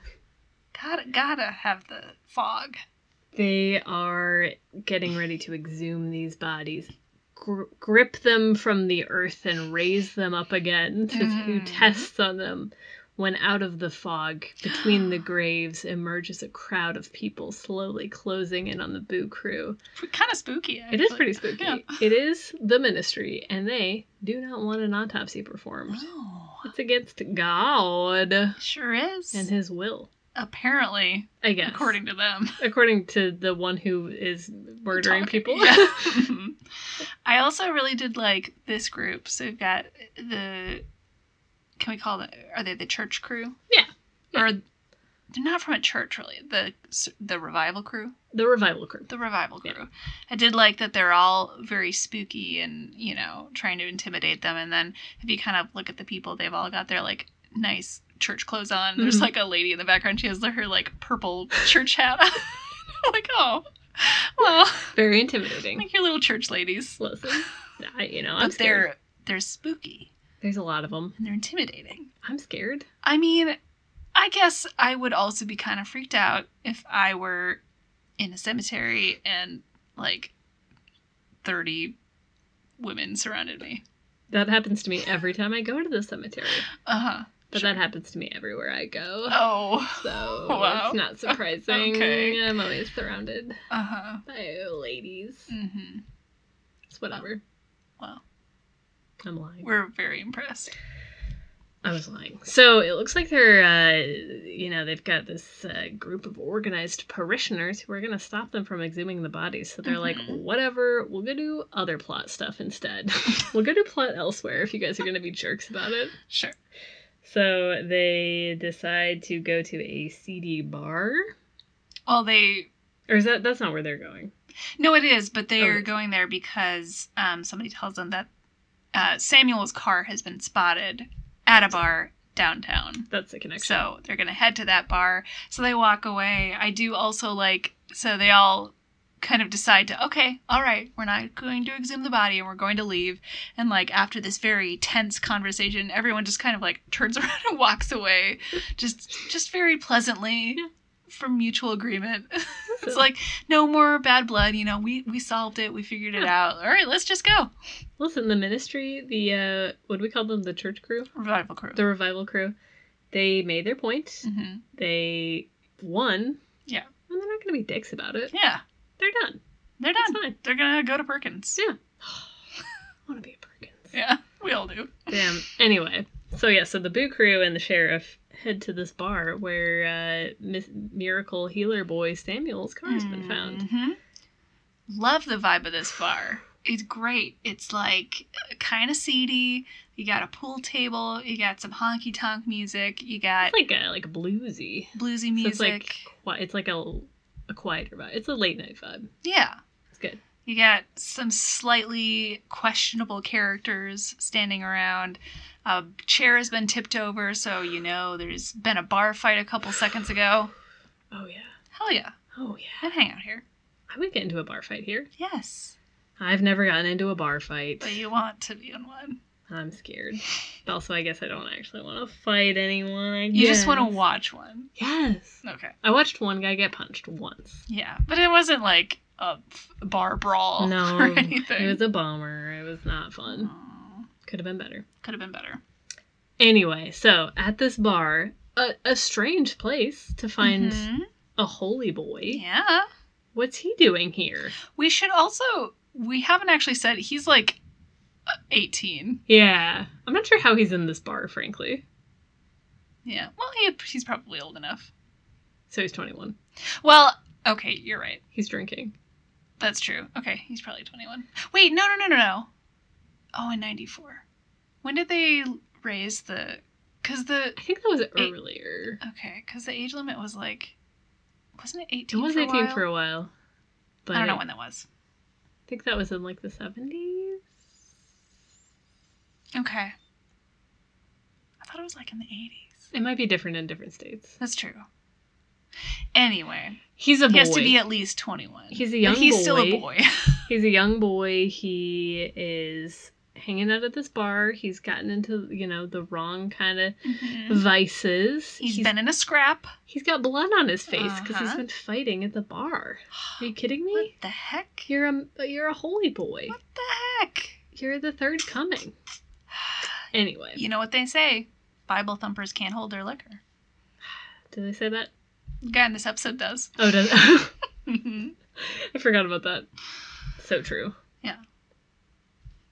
[SPEAKER 2] Gotta, gotta have the fog.
[SPEAKER 1] They are getting ready to exhume these bodies, gr- grip them from the earth, and raise them up again to do
[SPEAKER 2] Mm.
[SPEAKER 1] tests on them. When out of the fog between
[SPEAKER 2] *gasps*
[SPEAKER 1] the graves emerges a crowd of people slowly closing in on the Boo crew.
[SPEAKER 2] Kind of spooky.
[SPEAKER 1] It is
[SPEAKER 2] actually.
[SPEAKER 1] pretty spooky.
[SPEAKER 2] Yeah.
[SPEAKER 1] It is the ministry, and they do not want an autopsy
[SPEAKER 2] *gasps*
[SPEAKER 1] performed.
[SPEAKER 2] Oh,
[SPEAKER 1] It's against God and
[SPEAKER 2] sure is.
[SPEAKER 1] his will.
[SPEAKER 2] Apparently,
[SPEAKER 1] I guess.
[SPEAKER 2] according to them.
[SPEAKER 1] according to the one who is murdering
[SPEAKER 2] Talking-
[SPEAKER 1] people. *laughs*
[SPEAKER 2] yeah. Mhm. *laughs* I also really did like this group. So we've got the. Can we call them? Are they the church crew?
[SPEAKER 1] Yeah.
[SPEAKER 2] Or they're not from a church, really. The the revival crew.
[SPEAKER 1] The revival crew.
[SPEAKER 2] The revival crew.
[SPEAKER 1] Yeah.
[SPEAKER 2] I did like that they're all very spooky and you know trying to intimidate them. And then if you kind of look at the people, they've all got their like nice church clothes on. There's
[SPEAKER 1] Mhm.
[SPEAKER 2] like a lady in the background. She has her like purple church hat. on. *laughs* I'm like oh,
[SPEAKER 1] *laughs*
[SPEAKER 2] well.
[SPEAKER 1] Very intimidating.
[SPEAKER 2] Like your little church ladies.
[SPEAKER 1] Listen,
[SPEAKER 2] *laughs*
[SPEAKER 1] I, you know, I'm
[SPEAKER 2] But
[SPEAKER 1] scared.
[SPEAKER 2] they're they're spooky
[SPEAKER 1] There's a lot of them.
[SPEAKER 2] and they're intimidating.
[SPEAKER 1] I'm scared.
[SPEAKER 2] I mean, I guess I would also be kind of freaked out if I were in a cemetery and like thirty women surrounded me.
[SPEAKER 1] That happens to me every time I go to the cemetery.
[SPEAKER 2] Uh-huh.
[SPEAKER 1] But
[SPEAKER 2] Sure.
[SPEAKER 1] that happens to me everywhere I go.
[SPEAKER 2] Oh. *laughs*
[SPEAKER 1] So
[SPEAKER 2] Wow.
[SPEAKER 1] it's not surprising.
[SPEAKER 2] Okay.
[SPEAKER 1] I'm always surrounded
[SPEAKER 2] Uh-huh.
[SPEAKER 1] by ladies.
[SPEAKER 2] hmm
[SPEAKER 1] It's whatever.
[SPEAKER 2] Wow.
[SPEAKER 1] I'm lying.
[SPEAKER 2] We're very impressed.
[SPEAKER 1] I was lying. So it looks like they're, uh, you know, they've got this uh, group of organized parishioners who are going to stop them from exhuming the bodies. So they're like,
[SPEAKER 2] Mhm.
[SPEAKER 1] whatever, we'll go do other plot stuff instead. *laughs* we'll go do plot elsewhere if you guys are going to be jerks about it.
[SPEAKER 2] Sure.
[SPEAKER 1] So they decide to go to a CD bar.
[SPEAKER 2] Well, they
[SPEAKER 1] Or is that, that's not where they're going.
[SPEAKER 2] No, it is, but they
[SPEAKER 1] Oh, it
[SPEAKER 2] are
[SPEAKER 1] is.
[SPEAKER 2] going there because um, somebody tells them that uh, Samuel's car has been spotted at a bar downtown.
[SPEAKER 1] That's the connection.
[SPEAKER 2] So they're going to head to that bar. So they walk away. I do also like, so they all kind of decide to, okay, all right, we're not going to exhume the body and we're going to leave. And like after this very tense conversation, everyone just kind of like turns *laughs* around and walks away, just just very pleasantly
[SPEAKER 1] Yeah.
[SPEAKER 2] from mutual agreement. *laughs* It's
[SPEAKER 1] So-
[SPEAKER 2] like no more bad blood. You know, we we solved it. We figured it out. All right, let's just go.
[SPEAKER 1] listen, the ministry, the, uh, what do we call them? The church crew?
[SPEAKER 2] Revival crew.
[SPEAKER 1] The revival crew. They made their point.
[SPEAKER 2] hmm
[SPEAKER 1] they won.
[SPEAKER 2] Yeah.
[SPEAKER 1] And they're not going to be dicks about it.
[SPEAKER 2] Yeah,
[SPEAKER 1] They're done.
[SPEAKER 2] they're
[SPEAKER 1] It's
[SPEAKER 2] done.
[SPEAKER 1] fine. *gasps*
[SPEAKER 2] They're gonna go to Perkins.
[SPEAKER 1] Yeah. I want to be a Perkins.
[SPEAKER 2] Yeah, we all do.
[SPEAKER 1] Damn. Anyway, so yeah, so the Boo crew and the sheriff head to this bar where uh, Miss Miracle
[SPEAKER 2] Hmm.
[SPEAKER 1] Healer Boy Samuel's car has been found.
[SPEAKER 2] Mhm. Love the Mm-hmm. vibe of this bar. it's great. It's like kind of seedy. You got a pool table. You got some honky tonk music. You got
[SPEAKER 1] It's like a like a bluesy.
[SPEAKER 2] bluesy
[SPEAKER 1] So
[SPEAKER 2] music.
[SPEAKER 1] it's like qui- it's like a a quieter vibe. It's a late night vibe.
[SPEAKER 2] yeah.
[SPEAKER 1] It's good.
[SPEAKER 2] You got some slightly questionable characters standing around. A chair has been tipped over, so you know there's been a bar fight a couple seconds ago.
[SPEAKER 1] Oh yeah.
[SPEAKER 2] Hell yeah,
[SPEAKER 1] Oh yeah.
[SPEAKER 2] I'd hang out here.
[SPEAKER 1] I would get into a bar fight here.
[SPEAKER 2] Yes,
[SPEAKER 1] I've never gotten into a bar fight.
[SPEAKER 2] but you want to be in one.
[SPEAKER 1] I'm scared. But also, I guess I don't actually want to fight anyone. I
[SPEAKER 2] You just want to
[SPEAKER 1] guess.
[SPEAKER 2] watch one.
[SPEAKER 1] Yes.
[SPEAKER 2] Okay.
[SPEAKER 1] I watched one guy get punched once.
[SPEAKER 2] Yeah, but it wasn't like a f- bar brawl
[SPEAKER 1] no,
[SPEAKER 2] *laughs* or anything.
[SPEAKER 1] it was a bummer. It was not fun. Could have been better.
[SPEAKER 2] Could have been better.
[SPEAKER 1] Anyway, so at this bar, a, a strange place to find
[SPEAKER 2] Mhm.
[SPEAKER 1] a holy boy.
[SPEAKER 2] Yeah.
[SPEAKER 1] What's he doing here?
[SPEAKER 2] We should also. We haven't actually said he's like uh, 18.
[SPEAKER 1] Yeah, I'm not sure how he's in this bar, frankly.
[SPEAKER 2] Yeah. Well, he, he's probably old enough.
[SPEAKER 1] So he's 21.
[SPEAKER 2] Well, okay, you're right.
[SPEAKER 1] He's drinking.
[SPEAKER 2] That's true. Okay, he's probably 21. Wait, no, no, no, no, no. Oh, in 94. When did they raise the. Because the.
[SPEAKER 1] I think that was earlier.
[SPEAKER 2] Okay, because the age limit was like. Wasn't it
[SPEAKER 1] It
[SPEAKER 2] 18?
[SPEAKER 1] was
[SPEAKER 2] for a
[SPEAKER 1] 18
[SPEAKER 2] while?
[SPEAKER 1] for a while. But
[SPEAKER 2] I don't know when that was.
[SPEAKER 1] I think that was in like the 70s.
[SPEAKER 2] Okay. I thought it was like in the 80s.
[SPEAKER 1] It might be different in different states.
[SPEAKER 2] That's true. Anyway,
[SPEAKER 1] He's a boy.
[SPEAKER 2] he has to be at least 21.
[SPEAKER 1] He's a
[SPEAKER 2] But
[SPEAKER 1] young
[SPEAKER 2] he's still a
[SPEAKER 1] boy.
[SPEAKER 2] boy. *laughs*
[SPEAKER 1] He's a young boy. He is hanging out at this bar. He's gotten into, you know, the wrong kind of Mm-hmm. vices.
[SPEAKER 2] he's been in
[SPEAKER 1] *gasps*
[SPEAKER 2] a scrap.
[SPEAKER 1] he's got blood on his face because he's
[SPEAKER 2] Uh-huh.
[SPEAKER 1] been fighting at the bar. Are
[SPEAKER 2] *gasps*
[SPEAKER 1] you kidding
[SPEAKER 2] What
[SPEAKER 1] me?
[SPEAKER 2] the heck?
[SPEAKER 1] You're a you're a holy boy.
[SPEAKER 2] What the heck?
[SPEAKER 1] You're the third
[SPEAKER 2] *sighs*
[SPEAKER 1] coming. Anyway,
[SPEAKER 2] You know what they say Bible thumpers can't hold their liquor.
[SPEAKER 1] did I say that?
[SPEAKER 2] The guy in this episode does.
[SPEAKER 1] Oh, does *laughs* I Mm-hmm.
[SPEAKER 2] Mhm.
[SPEAKER 1] forgot about that. So true.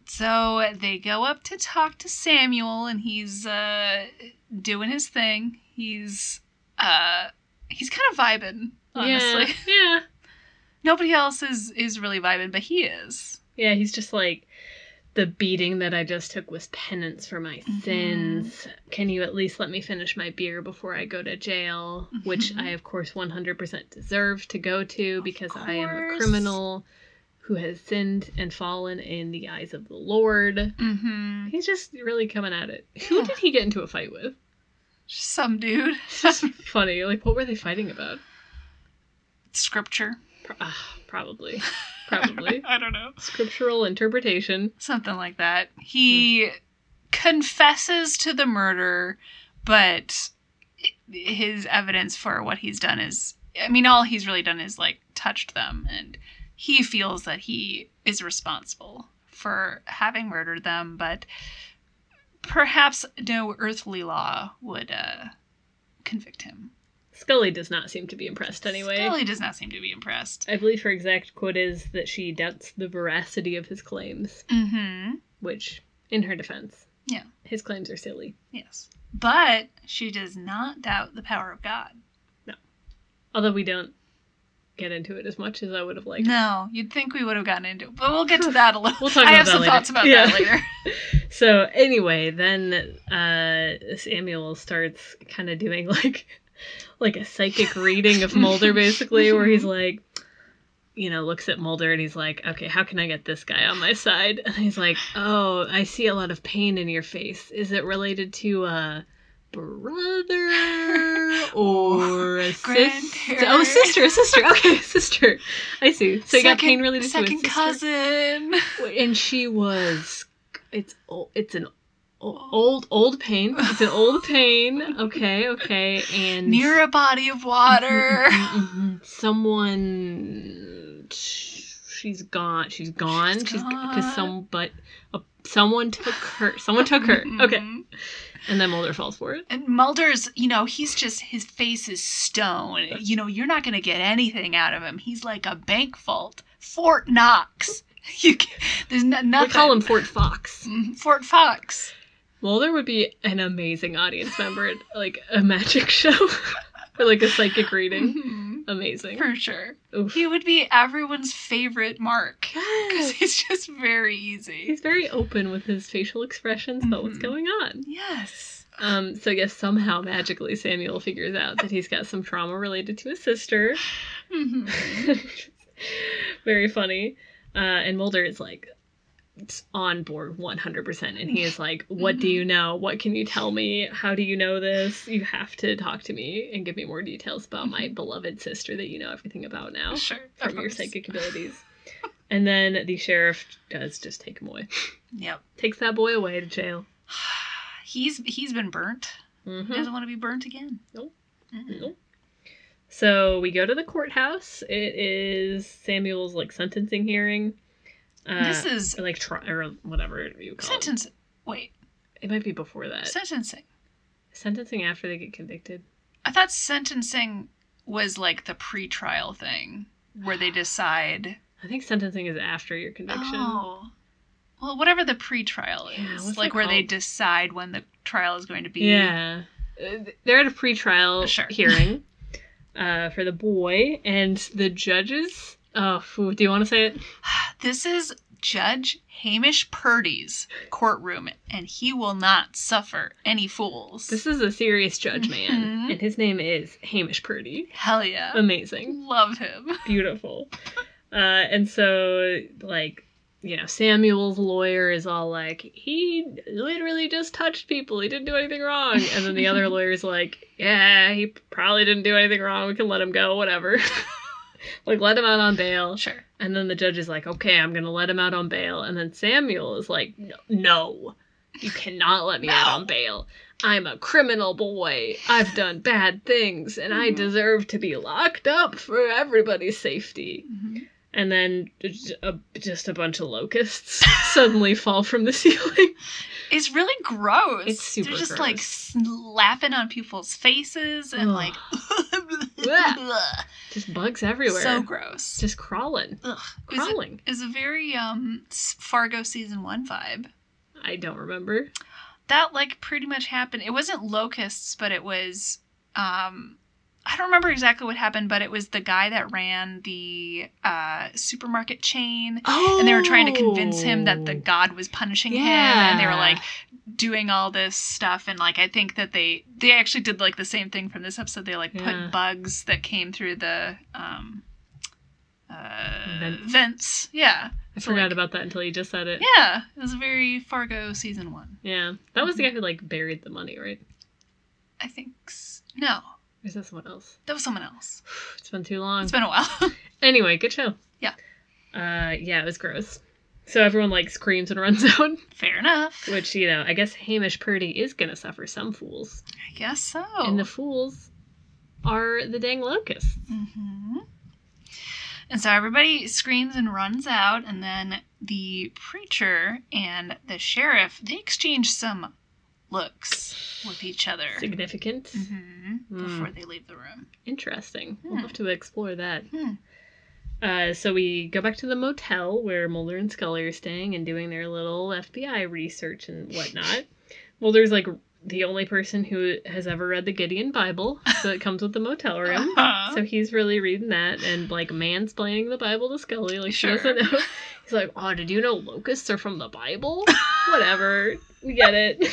[SPEAKER 2] so they go up to talk to Samuel, and he's uh, doing his thing. He's uh, he's kind of vibing, honestly.
[SPEAKER 1] Yeah. Yeah.
[SPEAKER 2] Nobody else is is really vibing, but he is.
[SPEAKER 1] Yeah, he's just like, the beating that I just took was penance for my
[SPEAKER 2] Mhm.
[SPEAKER 1] sins. Can you at least let me finish my beer before I go to jail? Which
[SPEAKER 2] Mhm.
[SPEAKER 1] I, of course, 100% deserve to go to
[SPEAKER 2] Of
[SPEAKER 1] because I am a
[SPEAKER 2] course.
[SPEAKER 1] criminal who has sinned and fallen in the eyes of the Lord.
[SPEAKER 2] Mm-hmm.
[SPEAKER 1] He's just really coming at it. Who
[SPEAKER 2] Yeah.
[SPEAKER 1] did he get into a fight with?
[SPEAKER 2] Some dude.
[SPEAKER 1] It's
[SPEAKER 2] *laughs*
[SPEAKER 1] just funny. Like, what were they fighting about?
[SPEAKER 2] Scripture.
[SPEAKER 1] Pro- uh, probably. Probably.
[SPEAKER 2] *laughs* I don't know.
[SPEAKER 1] Scriptural interpretation.
[SPEAKER 2] Something like that. He confesses to the murder, but his evidence for what he's done is I mean, all he's really done is like touched them, and he feels that he is responsible for having murdered them, but perhaps no earthly law would uh, convict him.
[SPEAKER 1] Scully does not seem to be impressed anyway.
[SPEAKER 2] Scully does not seem to be impressed.
[SPEAKER 1] I believe her exact quote is that she doubts the veracity of his claims,
[SPEAKER 2] Mm-hmm.
[SPEAKER 1] which, in her defense,
[SPEAKER 2] Yeah.
[SPEAKER 1] his claims are silly.
[SPEAKER 2] Yes. But she does not doubt the power of God.
[SPEAKER 1] Although we don't get into it as much as I would have liked.
[SPEAKER 2] no, you'd think we would have gotten into it, but we'll get to that a little.
[SPEAKER 1] We'll talk
[SPEAKER 2] I
[SPEAKER 1] about
[SPEAKER 2] have
[SPEAKER 1] that
[SPEAKER 2] some
[SPEAKER 1] later.
[SPEAKER 2] thoughts about
[SPEAKER 1] Yeah.
[SPEAKER 2] that later.
[SPEAKER 1] So anyway, then uh, Samuel starts kind of doing *laughs* like, like a psychic reading of Mulder, basically, where he's like, you know, looks at Mulder and he's like, okay, how can I get this guy on my side? *laughs* And he's like, oh, I see a lot of pain in your face. Is it related to uh,
[SPEAKER 2] *laughs*
[SPEAKER 1] brother or a sister?
[SPEAKER 2] Grandparent.
[SPEAKER 1] Oh, sister, sister. Okay, sister. I see. *laughs* So you got
[SPEAKER 2] Second-
[SPEAKER 1] pain related to a
[SPEAKER 2] second
[SPEAKER 1] sister? Mm-hmm.
[SPEAKER 2] cousin.
[SPEAKER 1] and she was it's old it's an o- old old pain it's an old pain okay okay and
[SPEAKER 2] Near a body of water.
[SPEAKER 1] Mhm. someone she's gone she's gone
[SPEAKER 2] She's
[SPEAKER 1] she's because
[SPEAKER 2] gone.
[SPEAKER 1] some but uh, someone took her someone took her okay
[SPEAKER 2] Mhm.
[SPEAKER 1] and then mulder falls for it
[SPEAKER 2] And Mulder's, you know, he's just, his face is stone. You know, you're not going to get anything out of him. He's like a bank vault. Fort Knox. *laughs* You, ca- there's no,
[SPEAKER 1] we
[SPEAKER 2] nothing.
[SPEAKER 1] call him fort fox
[SPEAKER 2] Mhm. Fort Fox.
[SPEAKER 1] mulder would be an amazing audience member at like a magic *laughs* show for like a psychic reading.
[SPEAKER 2] Mhm.
[SPEAKER 1] Amazing.
[SPEAKER 2] For sure.
[SPEAKER 1] Oof.
[SPEAKER 2] He would be everyone's favorite mark. Because
[SPEAKER 1] Yes.
[SPEAKER 2] he's just very easy.
[SPEAKER 1] He's very open with his facial expressions about what's
[SPEAKER 2] Mhm.
[SPEAKER 1] going on.
[SPEAKER 2] Yes.
[SPEAKER 1] Um, so I guess somehow magically Samuel figures out that he's got some trauma related to his sister. *laughs*
[SPEAKER 2] hmm
[SPEAKER 1] very funny. Uh, and Mulder is like it's on board 100%. And he is like, What do
[SPEAKER 2] Mhm.
[SPEAKER 1] you know? What can you tell me? How do you know this? You have to talk to me and give me more details about my beloved sister that you know everything about now
[SPEAKER 2] Sure. Mm-hmm. of
[SPEAKER 1] from your
[SPEAKER 2] course. *laughs*
[SPEAKER 1] psychic abilities. and then the sheriff does just take him away,
[SPEAKER 2] Yep. *sighs*
[SPEAKER 1] takes that boy away to jail.
[SPEAKER 2] He's he's been burnt.
[SPEAKER 1] Mhm.
[SPEAKER 2] He doesn't want to be burnt again.
[SPEAKER 1] Nope.
[SPEAKER 2] Mm-mm.
[SPEAKER 1] Nope. So we go to the courthouse. It is Samuel's like sentencing hearing. Uh,
[SPEAKER 2] This is
[SPEAKER 1] or, like tri- or whatever you call
[SPEAKER 2] sentence. Wait,
[SPEAKER 1] it. It might be before that.
[SPEAKER 2] sentencing.
[SPEAKER 1] Sentencing after they get convicted.
[SPEAKER 2] I thought sentencing was like the pre-trial thing where they decide.
[SPEAKER 1] I think sentencing is after your conviction.
[SPEAKER 2] Oh. Well, whatever the pre-trial is,
[SPEAKER 1] Yeah, what's
[SPEAKER 2] like
[SPEAKER 1] that
[SPEAKER 2] where they
[SPEAKER 1] called?
[SPEAKER 2] decide when the trial is going to be.
[SPEAKER 1] Yeah. Uh, They're at a pretrial
[SPEAKER 2] Sure. *laughs*
[SPEAKER 1] hearing uh, for the boy, and the judges. Oh, phew, do you want to say it?
[SPEAKER 2] This is Judge Hamish Purdy's courtroom, and he will not suffer any fools.
[SPEAKER 1] This is a serious judge man,
[SPEAKER 2] Mhm.
[SPEAKER 1] and his name is Hamish Purdy.
[SPEAKER 2] Hell yeah.
[SPEAKER 1] Amazing. *laughs*
[SPEAKER 2] Love him.
[SPEAKER 1] beautiful. Uh, and so, like, you know, Samuel's lawyer is all like, he literally just touched people. He didn't do anything wrong. And then the other lawyer's like, yeah, he probably didn't do anything wrong. We can let him go, whatever. *laughs* like, let him out on bail.
[SPEAKER 2] Sure.
[SPEAKER 1] And then the judge is like, okay, I'm going to let him out on bail. And then Samuel is like, "No, no, you cannot let me out
[SPEAKER 2] No.
[SPEAKER 1] on bail. I'm a criminal boy. I've done bad things and I
[SPEAKER 2] Mhm.
[SPEAKER 1] deserve to be locked up for everybody's safety.
[SPEAKER 2] Mhm.
[SPEAKER 1] And then j- a, just a bunch of locusts *laughs* suddenly fall from the *laughs* ceiling.
[SPEAKER 2] It's really gross.
[SPEAKER 1] It's super
[SPEAKER 2] They're just like
[SPEAKER 1] gross.
[SPEAKER 2] slapping on people's faces and
[SPEAKER 1] Ugh.
[SPEAKER 2] like. *laughs*
[SPEAKER 1] Just bugs everywhere.
[SPEAKER 2] So gross.
[SPEAKER 1] Just crawling.
[SPEAKER 2] Ugh. It was, a,
[SPEAKER 1] Crawling.
[SPEAKER 2] it was a very um s- Fargo season one vibe.
[SPEAKER 1] I don't remember.
[SPEAKER 2] That like pretty much happened. It wasn't locusts, but it was um I don't remember exactly what happened, but it was the guy that ran the uh supermarket chain
[SPEAKER 1] Oh.
[SPEAKER 2] and they were trying to convince him that the god was punishing him and they were
[SPEAKER 1] Yeah.
[SPEAKER 2] like doing all this stuff and like i think that they they actually did like the same thing from this episode they like
[SPEAKER 1] Yeah.
[SPEAKER 2] put bugs that came through the um uh,
[SPEAKER 1] Vents.
[SPEAKER 2] vents. yeah
[SPEAKER 1] I
[SPEAKER 2] so,
[SPEAKER 1] forgot
[SPEAKER 2] like-
[SPEAKER 1] about that until you just said it.
[SPEAKER 2] yeah it was very fargo season one
[SPEAKER 1] Yeah. That
[SPEAKER 2] Mm-hmm.
[SPEAKER 1] was the guy who, like, buried the money, right?
[SPEAKER 2] i think s- no
[SPEAKER 1] Or is that someone else? *sighs*
[SPEAKER 2] that was someone else
[SPEAKER 1] It's been too long.
[SPEAKER 2] it's been a while *laughs*
[SPEAKER 1] Anyway, good show.
[SPEAKER 2] Yeah.
[SPEAKER 1] Uh, yeah, it was gross. So everyone like screams and *laughs* runs out,
[SPEAKER 2] fair enough
[SPEAKER 1] which you know, I guess Hamish Purdy is gonna suffer some fools,
[SPEAKER 2] i guess so
[SPEAKER 1] and the fools are the dang locusts.
[SPEAKER 2] hmm And so everybody screams and runs out, and then the preacher and the sheriff they exchange some looks with each other
[SPEAKER 1] Significant,
[SPEAKER 2] hmm
[SPEAKER 1] Mm.
[SPEAKER 2] before they leave the room.
[SPEAKER 1] interesting.
[SPEAKER 2] Hmm.
[SPEAKER 1] We'll have to explore that.
[SPEAKER 2] Hmm.
[SPEAKER 1] Uh, so we go back to the motel where Mulder and Scully are staying and doing their little FBI research and
[SPEAKER 2] *laughs*
[SPEAKER 1] whatnot. Mulder's like the only person who has ever read the Gideon Bible, so it comes with the motel room.
[SPEAKER 2] *laughs* Uh-huh.
[SPEAKER 1] So he's really reading that and like mansplaining the Bible to Scully, like
[SPEAKER 2] Sure.
[SPEAKER 1] she doesn't know. He's like, "Oh, did you know locusts are from the
[SPEAKER 2] *laughs*
[SPEAKER 1] Bible? Whatever, we get it.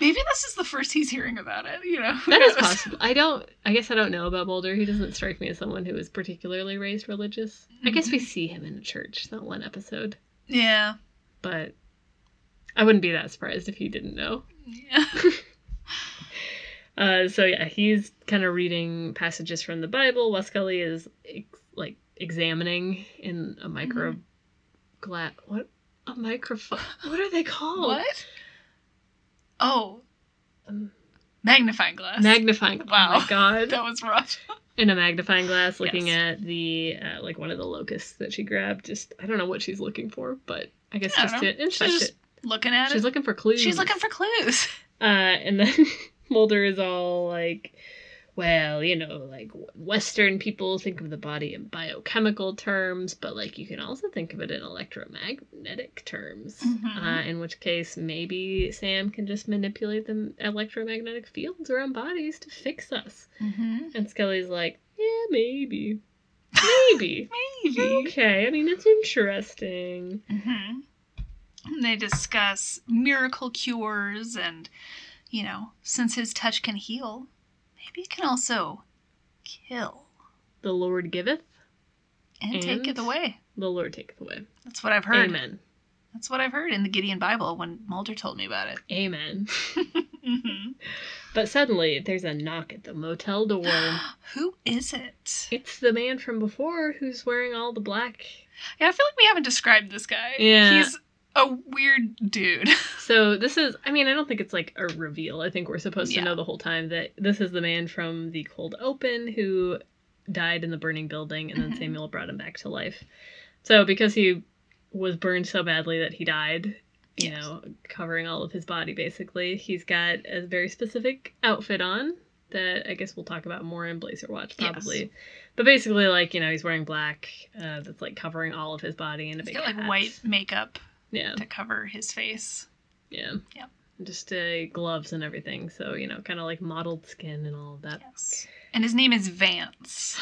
[SPEAKER 2] Maybe this is the first he's hearing about it. You know, who
[SPEAKER 1] That is
[SPEAKER 2] knows?
[SPEAKER 1] possible. I don't. I guess I don't know about Mulder. He doesn't strike me as someone who is particularly raised religious. I guess we
[SPEAKER 2] Mm-hmm.
[SPEAKER 1] see him in a church that one episode,
[SPEAKER 2] *laughs* Yeah.
[SPEAKER 1] but I wouldn't be that surprised if he didn't know.
[SPEAKER 2] Yeah.
[SPEAKER 1] Uh, so yeah, he's kind of reading passages from the Bible. while Scully is ex- like examining in a
[SPEAKER 2] Mm-hmm.
[SPEAKER 1] micro gla- what a microphone. What are they called?
[SPEAKER 2] What? Oh,
[SPEAKER 1] Um,
[SPEAKER 2] magnifying glass.
[SPEAKER 1] magnifying.
[SPEAKER 2] Wow.
[SPEAKER 1] Oh my god.
[SPEAKER 2] that was rough.
[SPEAKER 1] In a magnifying glass, looking
[SPEAKER 2] Yes.
[SPEAKER 1] at the uh, like one of the locusts that she grabbed. Just I don't know what she's looking for, but I guess
[SPEAKER 2] I don't
[SPEAKER 1] just
[SPEAKER 2] know.
[SPEAKER 1] to inspect
[SPEAKER 2] She's just
[SPEAKER 1] it.
[SPEAKER 2] looking at
[SPEAKER 1] She's
[SPEAKER 2] it.
[SPEAKER 1] looking for clues. *laughs*
[SPEAKER 2] She's looking for clues.
[SPEAKER 1] Uh, and then Mulder is all like, well, you know, like Western people think of the body in biochemical terms, but like you can also think of it in electromagnetic terms.
[SPEAKER 2] Mhm.
[SPEAKER 1] Uh, in which case, maybe Sam can just manipulate the electromagnetic fields around bodies to fix us.
[SPEAKER 2] Mm-hmm.
[SPEAKER 1] And Skelly's like, yeah, maybe. Maybe.
[SPEAKER 2] Maybe.
[SPEAKER 1] okay, I mean, it's interesting.
[SPEAKER 2] hmm And they discuss miracle cures and, you know, since his touch can heal, maybe it can also kill
[SPEAKER 1] The Lord giveth,
[SPEAKER 2] and, take it
[SPEAKER 1] And?
[SPEAKER 2] away.
[SPEAKER 1] the Lord taketh away.
[SPEAKER 2] That's what I've heard.
[SPEAKER 1] Amen.
[SPEAKER 2] That's what I've heard in the Gideon Bible when Mulder told me about it.
[SPEAKER 1] Amen.
[SPEAKER 2] Mm-hmm.
[SPEAKER 1] But suddenly, there's a knock at the motel door.
[SPEAKER 2] *gasps* Who is it?
[SPEAKER 1] It's the man from before who's wearing all the black.
[SPEAKER 2] Yeah, I feel like we haven't described this guy.
[SPEAKER 1] Yeah.
[SPEAKER 2] He's a weird dude.
[SPEAKER 1] So this is I mean, I don't think it's like a reveal. I think we're supposed
[SPEAKER 2] Yeah.
[SPEAKER 1] to know the whole time that this is the man from the cold open who died in the burning building and then
[SPEAKER 2] Mhm.
[SPEAKER 1] Samuel brought him back to life. So because he was burned so badly that he died, you
[SPEAKER 2] Yes.
[SPEAKER 1] know, covering all of his body basically, he's got a very specific outfit on that I guess we'll talk about more in Blazer Watch
[SPEAKER 2] Yes.
[SPEAKER 1] probably. But basically like, you know, he's wearing black uh, that's like covering all of his body and a
[SPEAKER 2] He's
[SPEAKER 1] big
[SPEAKER 2] got like
[SPEAKER 1] hat.
[SPEAKER 2] white makeup
[SPEAKER 1] Yeah.
[SPEAKER 2] to cover his face.
[SPEAKER 1] Yeah.
[SPEAKER 2] Yep.
[SPEAKER 1] Just uh, gloves and everything. So, you know, kind of like mottled skin and all of that.
[SPEAKER 2] Yes. And his name is Vance.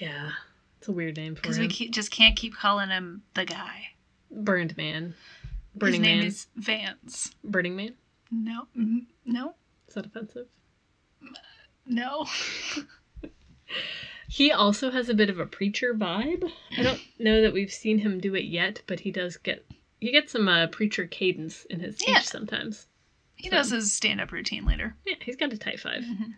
[SPEAKER 1] Yeah. It's a weird name for
[SPEAKER 2] Because we
[SPEAKER 1] him.
[SPEAKER 2] keep, just can't keep calling him the guy.
[SPEAKER 1] Burned Man. Burning
[SPEAKER 2] His name
[SPEAKER 1] Man.
[SPEAKER 2] is Vance.
[SPEAKER 1] Burning Man.
[SPEAKER 2] No, mm, no,
[SPEAKER 1] Is that offensive?
[SPEAKER 2] no. *laughs*
[SPEAKER 1] He also has a bit of a preacher vibe. I
[SPEAKER 2] *laughs*
[SPEAKER 1] don't know that we've seen him do it yet, but he does get he gets some uh, preacher cadence in his speech
[SPEAKER 2] Yeah.
[SPEAKER 1] sometimes.
[SPEAKER 2] He
[SPEAKER 1] So-
[SPEAKER 2] does his stand-up routine
[SPEAKER 1] *laughs*
[SPEAKER 2] later.
[SPEAKER 1] Yeah, he's got a tight 5
[SPEAKER 2] Mhm.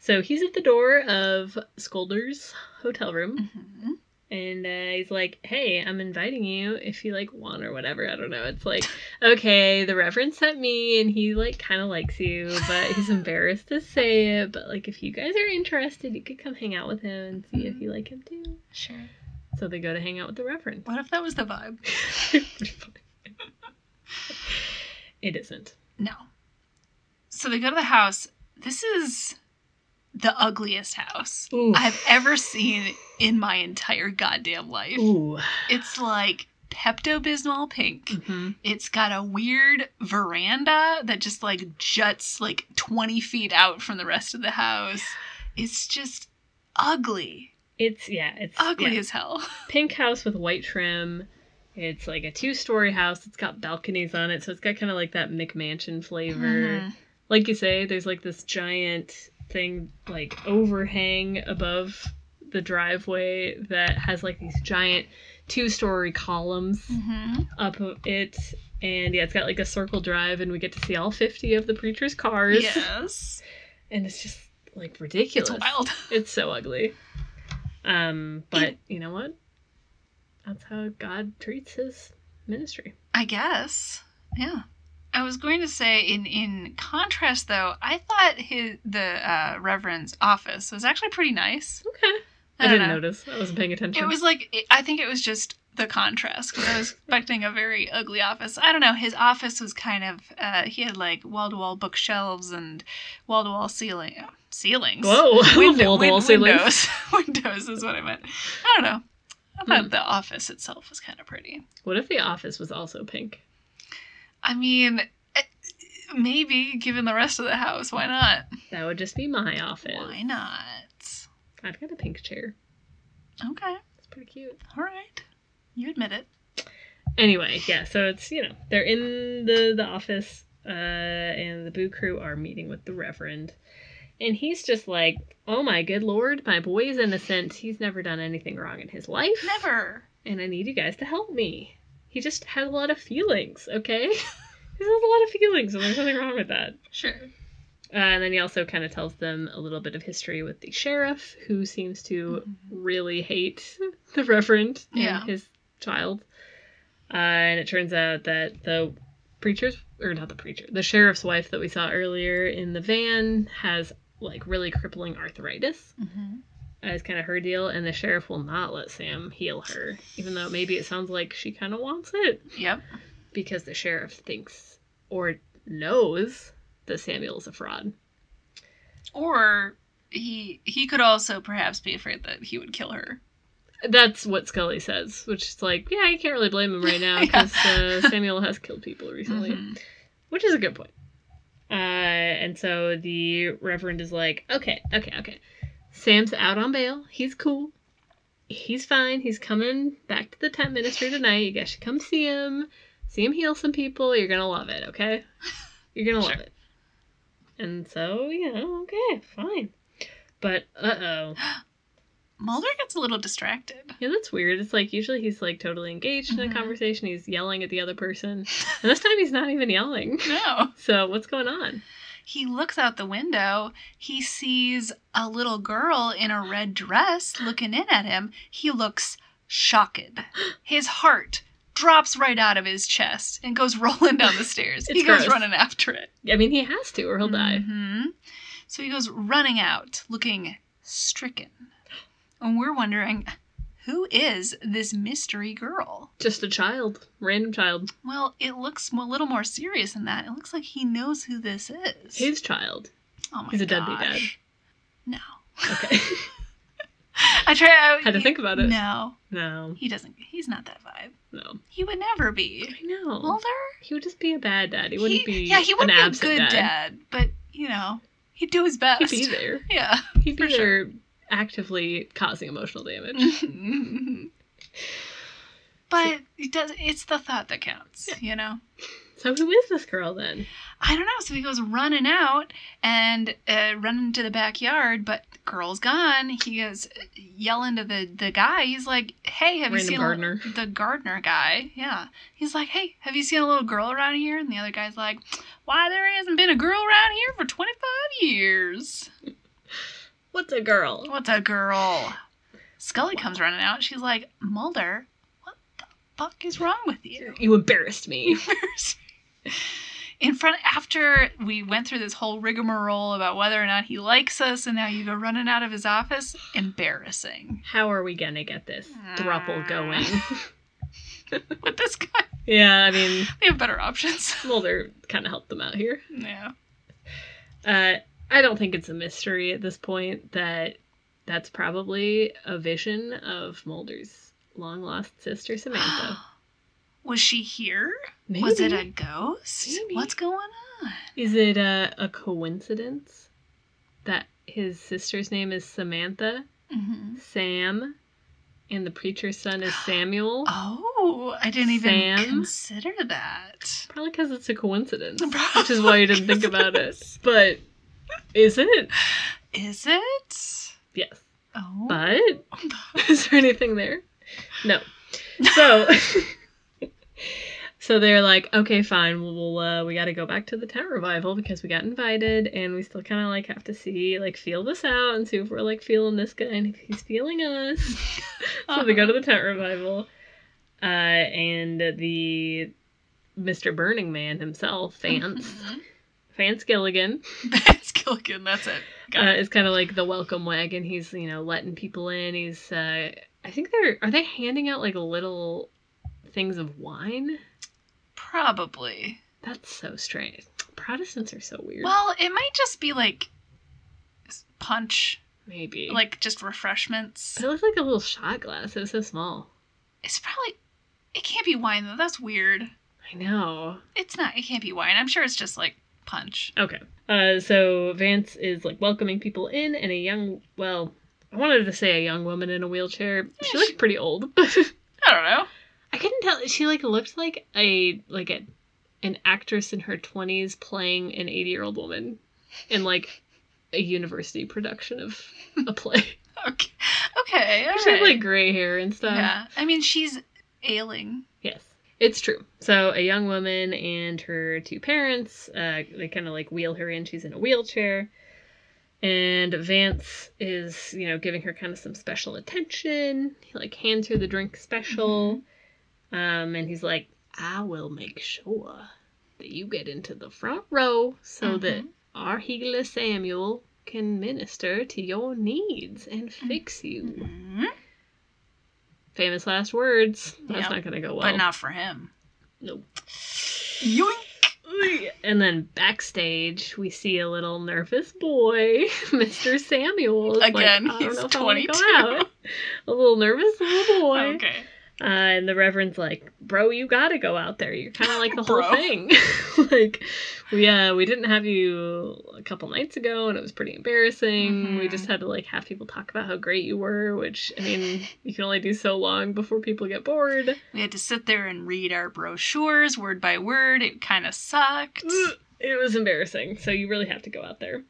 [SPEAKER 1] So he's at the door of Scolder's hotel room.
[SPEAKER 2] Mhm.
[SPEAKER 1] And uh, he's like, "Hey, I'm inviting you if you like want or whatever. I don't know. It's like, okay, the reverend sent me, and he like kind of likes you, but he's embarrassed to say it. But like, if you guys are interested, you could come hang out with him and see if you like him too.
[SPEAKER 2] Sure.
[SPEAKER 1] So they go to hang out with the reverend. *laughs*
[SPEAKER 2] What if that was the vibe?
[SPEAKER 1] it isn't.
[SPEAKER 2] No. So they go to the house. This is the ugliest house
[SPEAKER 1] Ooh. *laughs*
[SPEAKER 2] I've ever seen in my entire goddamn life.
[SPEAKER 1] Ooh.
[SPEAKER 2] It's like Pepto Bismol pink.
[SPEAKER 1] hmm
[SPEAKER 2] It's got a weird veranda that just like juts like 20 feet out from the rest of the house. It's just ugly.
[SPEAKER 1] It's yeah. It's
[SPEAKER 2] Ugly
[SPEAKER 1] yeah.
[SPEAKER 2] as hell.
[SPEAKER 1] pink house with white trim. It's like a two-story house. It's got balconies on it, so it's got kind of like that McMansion flavor.
[SPEAKER 2] Mm-hmm.
[SPEAKER 1] Like you say, there's like this giant thing like overhang above the driveway that has like these giant two-story columns
[SPEAKER 2] Mhm.
[SPEAKER 1] up of it. And yeah, it's got like a circle drive, and we get to see all 50 of the preacher's cars.
[SPEAKER 2] Yes.
[SPEAKER 1] And it's just like
[SPEAKER 2] It's
[SPEAKER 1] ridiculous.
[SPEAKER 2] wild.
[SPEAKER 1] It's so ugly. Um, but you know what? That's how God treats his ministry.
[SPEAKER 2] I guess. Yeah. I was going to say in in contrast though, I thought his the uh, reverend's office was actually pretty nice.
[SPEAKER 1] Okay. I,
[SPEAKER 2] don't
[SPEAKER 1] didn't
[SPEAKER 2] know.
[SPEAKER 1] notice. I wasn't paying attention.
[SPEAKER 2] Uh, It was like it, I think it was just the contrast because I was expecting a very ugly office. I don't know. His office was kind of uh, he had like wall to wall bookshelves and wall to wall ceiling ceilings.
[SPEAKER 1] Whoa. *laughs*
[SPEAKER 2] Window-
[SPEAKER 1] Wall to wall
[SPEAKER 2] win-
[SPEAKER 1] ceilings.
[SPEAKER 2] windows. *laughs* windows is what I meant. I don't know. I thought the office itself was kind of pretty.
[SPEAKER 1] What if the office was also pink?
[SPEAKER 2] I mean, eh, maybe given the rest of the house, why not?
[SPEAKER 1] That would just be my office.
[SPEAKER 2] Why not?
[SPEAKER 1] I've got a pink chair.
[SPEAKER 2] Okay,
[SPEAKER 1] It's pretty cute.
[SPEAKER 2] all right. You admit it.
[SPEAKER 1] Anyway, yeah, so it's, you know, they're in the, the office, uh, and the boo crew are meeting with the Reverend. And he's just like, oh my good lord, my boy is innocent. He's never done anything wrong in his life.
[SPEAKER 2] Never.
[SPEAKER 1] and I need you guys to help me. He just has a lot of feelings, okay? *laughs* he just has a lot of feelings, and there's nothing wrong with that.
[SPEAKER 2] Sure.
[SPEAKER 1] Uh, and then he also kind of tells them a little bit of history with the sheriff, who seems to
[SPEAKER 2] Mm-hmm.
[SPEAKER 1] really hate the Reverend and
[SPEAKER 2] Yeah.
[SPEAKER 1] his child. Uh, and it turns out that the preacher's, or not the preacher, the sheriff's wife that we saw earlier in the van has like really crippling arthritis
[SPEAKER 2] Mm-hmm.
[SPEAKER 1] as kind of her deal, and the sheriff will not let Sam heal her, even though maybe it sounds like she kind of wants it
[SPEAKER 2] Yep.
[SPEAKER 1] because the sheriff thinks or knows that Samuel's a fraud.
[SPEAKER 2] Or he he could also perhaps be afraid that he would kill her.
[SPEAKER 1] That's what Scully says, which is like, yeah, I can't really blame him right now because uh, Samuel has killed people recently,
[SPEAKER 2] Mhm.
[SPEAKER 1] which is a good point. Uh, and so the Reverend is like, okay, okay, okay. Sam's out on bail. He's cool. He's fine. He's coming back to the tent ministry tonight. You guys should come see him. See him heal some people. You're going to love it, okay? You're going to
[SPEAKER 2] Sure.
[SPEAKER 1] love it. And so, yeah, okay, fine. But, uh oh.
[SPEAKER 2] Mulder gets a
[SPEAKER 1] *laughs*
[SPEAKER 2] little distracted.
[SPEAKER 1] Yeah, that's weird. It's like usually he's like totally engaged in
[SPEAKER 2] Mhm.
[SPEAKER 1] a conversation. He's yelling at the other person, and this time he's not even yelling.
[SPEAKER 2] No.
[SPEAKER 1] So what's going on?
[SPEAKER 2] He looks out the window. He sees a little girl in a red dress looking in at him. He looks shocked. His heart drops right out of his chest and goes *laughs* rolling down the stairs.
[SPEAKER 1] It's
[SPEAKER 2] he goes
[SPEAKER 1] gross.
[SPEAKER 2] running after it.
[SPEAKER 1] I mean, he has to, or he'll die.
[SPEAKER 2] Mhm. So he goes running out, looking stricken. And we're wondering who is this mystery girl?
[SPEAKER 1] Just a child, random child,
[SPEAKER 2] Well, it looks a little more serious than that. It looks like he knows who this is.
[SPEAKER 1] his child.
[SPEAKER 2] oh my
[SPEAKER 1] he's a deadbeat dad.
[SPEAKER 2] gosh. No. *laughs*
[SPEAKER 1] Okay, *laughs*
[SPEAKER 2] I try. I,
[SPEAKER 1] had to think about it.
[SPEAKER 2] No,
[SPEAKER 1] No,
[SPEAKER 2] he doesn't. He's not that vibe.
[SPEAKER 1] no,
[SPEAKER 2] He would never be.
[SPEAKER 1] I know.
[SPEAKER 2] Mulder?
[SPEAKER 1] he would just be a bad dad. He wouldn't be.
[SPEAKER 2] Yeah, he wouldn't
[SPEAKER 1] an
[SPEAKER 2] be a
[SPEAKER 1] absent
[SPEAKER 2] good dad. but you know, he'd do his best.
[SPEAKER 1] He'd be there.
[SPEAKER 2] *laughs* Yeah.
[SPEAKER 1] He'd be
[SPEAKER 2] For sure. Mm.
[SPEAKER 1] there, actively causing emotional
[SPEAKER 2] *laughs*
[SPEAKER 1] damage.
[SPEAKER 2] but it does. It's the thought that counts. You know.
[SPEAKER 1] so who is this girl then?
[SPEAKER 2] I don't know. So he goes running out and uh, running to the backyard, but the girl's gone. He goes yelling to the, the guy. He's like, "Hey, have
[SPEAKER 1] Random
[SPEAKER 2] you seen a-
[SPEAKER 1] gardener.
[SPEAKER 2] the gardener guy?" Yeah. He's like, "Hey, have you seen a little girl around here?" And the other guy's like, "Why there hasn't been a girl around here for twenty five years?
[SPEAKER 1] What's a girl?
[SPEAKER 2] What's a girl?" Scully comes running out. She's like, "Mulder, what the fuck is wrong with you?"
[SPEAKER 1] You embarrassed me. *laughs*
[SPEAKER 2] first. In front, after we went through this whole rigmarole about whether or not he likes us, and now you go running out of his office, embarrassing.
[SPEAKER 1] How are we gonna get this thruple going? *laughs*
[SPEAKER 2] With this guy, *laughs*
[SPEAKER 1] yeah, I mean,
[SPEAKER 2] they have better options. *laughs*
[SPEAKER 1] Mulder kind of helped them out here.
[SPEAKER 2] Yeah.
[SPEAKER 1] Uh, I don't think it's a mystery at this point that that's probably a vision of Mulder's long lost sister
[SPEAKER 2] *gasps*
[SPEAKER 1] Samantha.
[SPEAKER 2] Was she here?
[SPEAKER 1] Maybe.
[SPEAKER 2] Was it a ghost?
[SPEAKER 1] Maybe.
[SPEAKER 2] What's going on?
[SPEAKER 1] Is it a, a coincidence that his sister's name is Samantha,
[SPEAKER 2] Mm-hmm.
[SPEAKER 1] Sam, and the preacher's son
[SPEAKER 2] *gasps*
[SPEAKER 1] is Samuel?
[SPEAKER 2] Oh, I didn't even
[SPEAKER 1] Sam?
[SPEAKER 2] consider that.
[SPEAKER 1] Probably because it's a coincidence,
[SPEAKER 2] Probably
[SPEAKER 1] which is why you didn't think
[SPEAKER 2] 'cause
[SPEAKER 1] about it.
[SPEAKER 2] *laughs*
[SPEAKER 1] But is it?
[SPEAKER 2] Is it?
[SPEAKER 1] Yes.
[SPEAKER 2] Oh.
[SPEAKER 1] But *laughs* is there anything there? No. So *laughs* So they're like, okay, fine. We'll, we'll uh, we got to go back to the tent revival because we got invited, and we still kind of like have to see, like, feel this out and see if we're like feeling this guy and if he's feeling us. *laughs* so they go to the tent revival, uh, and the Mr. Burning Man himself, Vance,
[SPEAKER 2] Mhm.
[SPEAKER 1] Vance Gilligan,
[SPEAKER 2] *laughs* That's Gilligan. That's it. Got
[SPEAKER 1] uh, is kind of like the welcome wagon. He's you know letting people in. He's uh, I think they're are they handing out like little things of wine.
[SPEAKER 2] Probably.
[SPEAKER 1] That's so strange. Protestants are so weird.
[SPEAKER 2] Well, it might just be like s- punch,
[SPEAKER 1] Maybe
[SPEAKER 2] like just refreshments.
[SPEAKER 1] but it looked like a little shot glass. It was so small.
[SPEAKER 2] It's probably it can't be wine though. That's weird.
[SPEAKER 1] I know.
[SPEAKER 2] It's not. It can't be wine. I'm sure it's just like punch.
[SPEAKER 1] Okay. Uh, so Vance is like welcoming people in, and a young well, I wanted to say a young woman in a wheelchair. She
[SPEAKER 2] Yeah, she-
[SPEAKER 1] looked pretty old, but
[SPEAKER 2] I don't know.
[SPEAKER 1] I couldn't tell. She like looked like a like a, an actress in her twenties playing an eighty year old woman in like a university production of a play. *laughs*
[SPEAKER 2] Okay. Okay. all
[SPEAKER 1] she had
[SPEAKER 2] right.
[SPEAKER 1] like gray hair and stuff.
[SPEAKER 2] yeah. I mean, she's ailing.
[SPEAKER 1] Yes, it's true. So a young woman and her two parents, uh, they kind of like wheel her in. She's in a wheelchair, and Vance is you know giving her kind of some special attention. He like hands her the drink special, um, and he's like, "I will make sure that you get into the front row so that our healer Samuel." Can minister to your needs and fix you. Mm-hmm.
[SPEAKER 2] Mhm.
[SPEAKER 1] Famous last words. That's
[SPEAKER 2] Yep.
[SPEAKER 1] not going to go well.
[SPEAKER 2] But not for him.
[SPEAKER 1] Nope.
[SPEAKER 2] Yoink.
[SPEAKER 1] Oy. And then backstage, we see a little nervous boy, *laughs* Mr. Samuel.
[SPEAKER 2] Again,
[SPEAKER 1] I don't
[SPEAKER 2] he's
[SPEAKER 1] know if I wanna go
[SPEAKER 2] 22.
[SPEAKER 1] out. A little nervous
[SPEAKER 2] *laughs*
[SPEAKER 1] little boy.
[SPEAKER 2] Okay.
[SPEAKER 1] Uh, and the Reverend's like, "Bro, you gotta go out there. You're kind of
[SPEAKER 2] *laughs*
[SPEAKER 1] like the whole
[SPEAKER 2] Bro.
[SPEAKER 1] thing. *laughs* like, we uh, we didn't have you a couple nights ago, and it was pretty embarrassing. We
[SPEAKER 2] Mhm.
[SPEAKER 1] just had to like have people talk about how great you were, which I mean, you can only do so long before people get bored.
[SPEAKER 2] We had to sit there and read our brochures word by word. It kind of sucked.
[SPEAKER 1] *laughs* it was embarrassing. So you really have to go out there.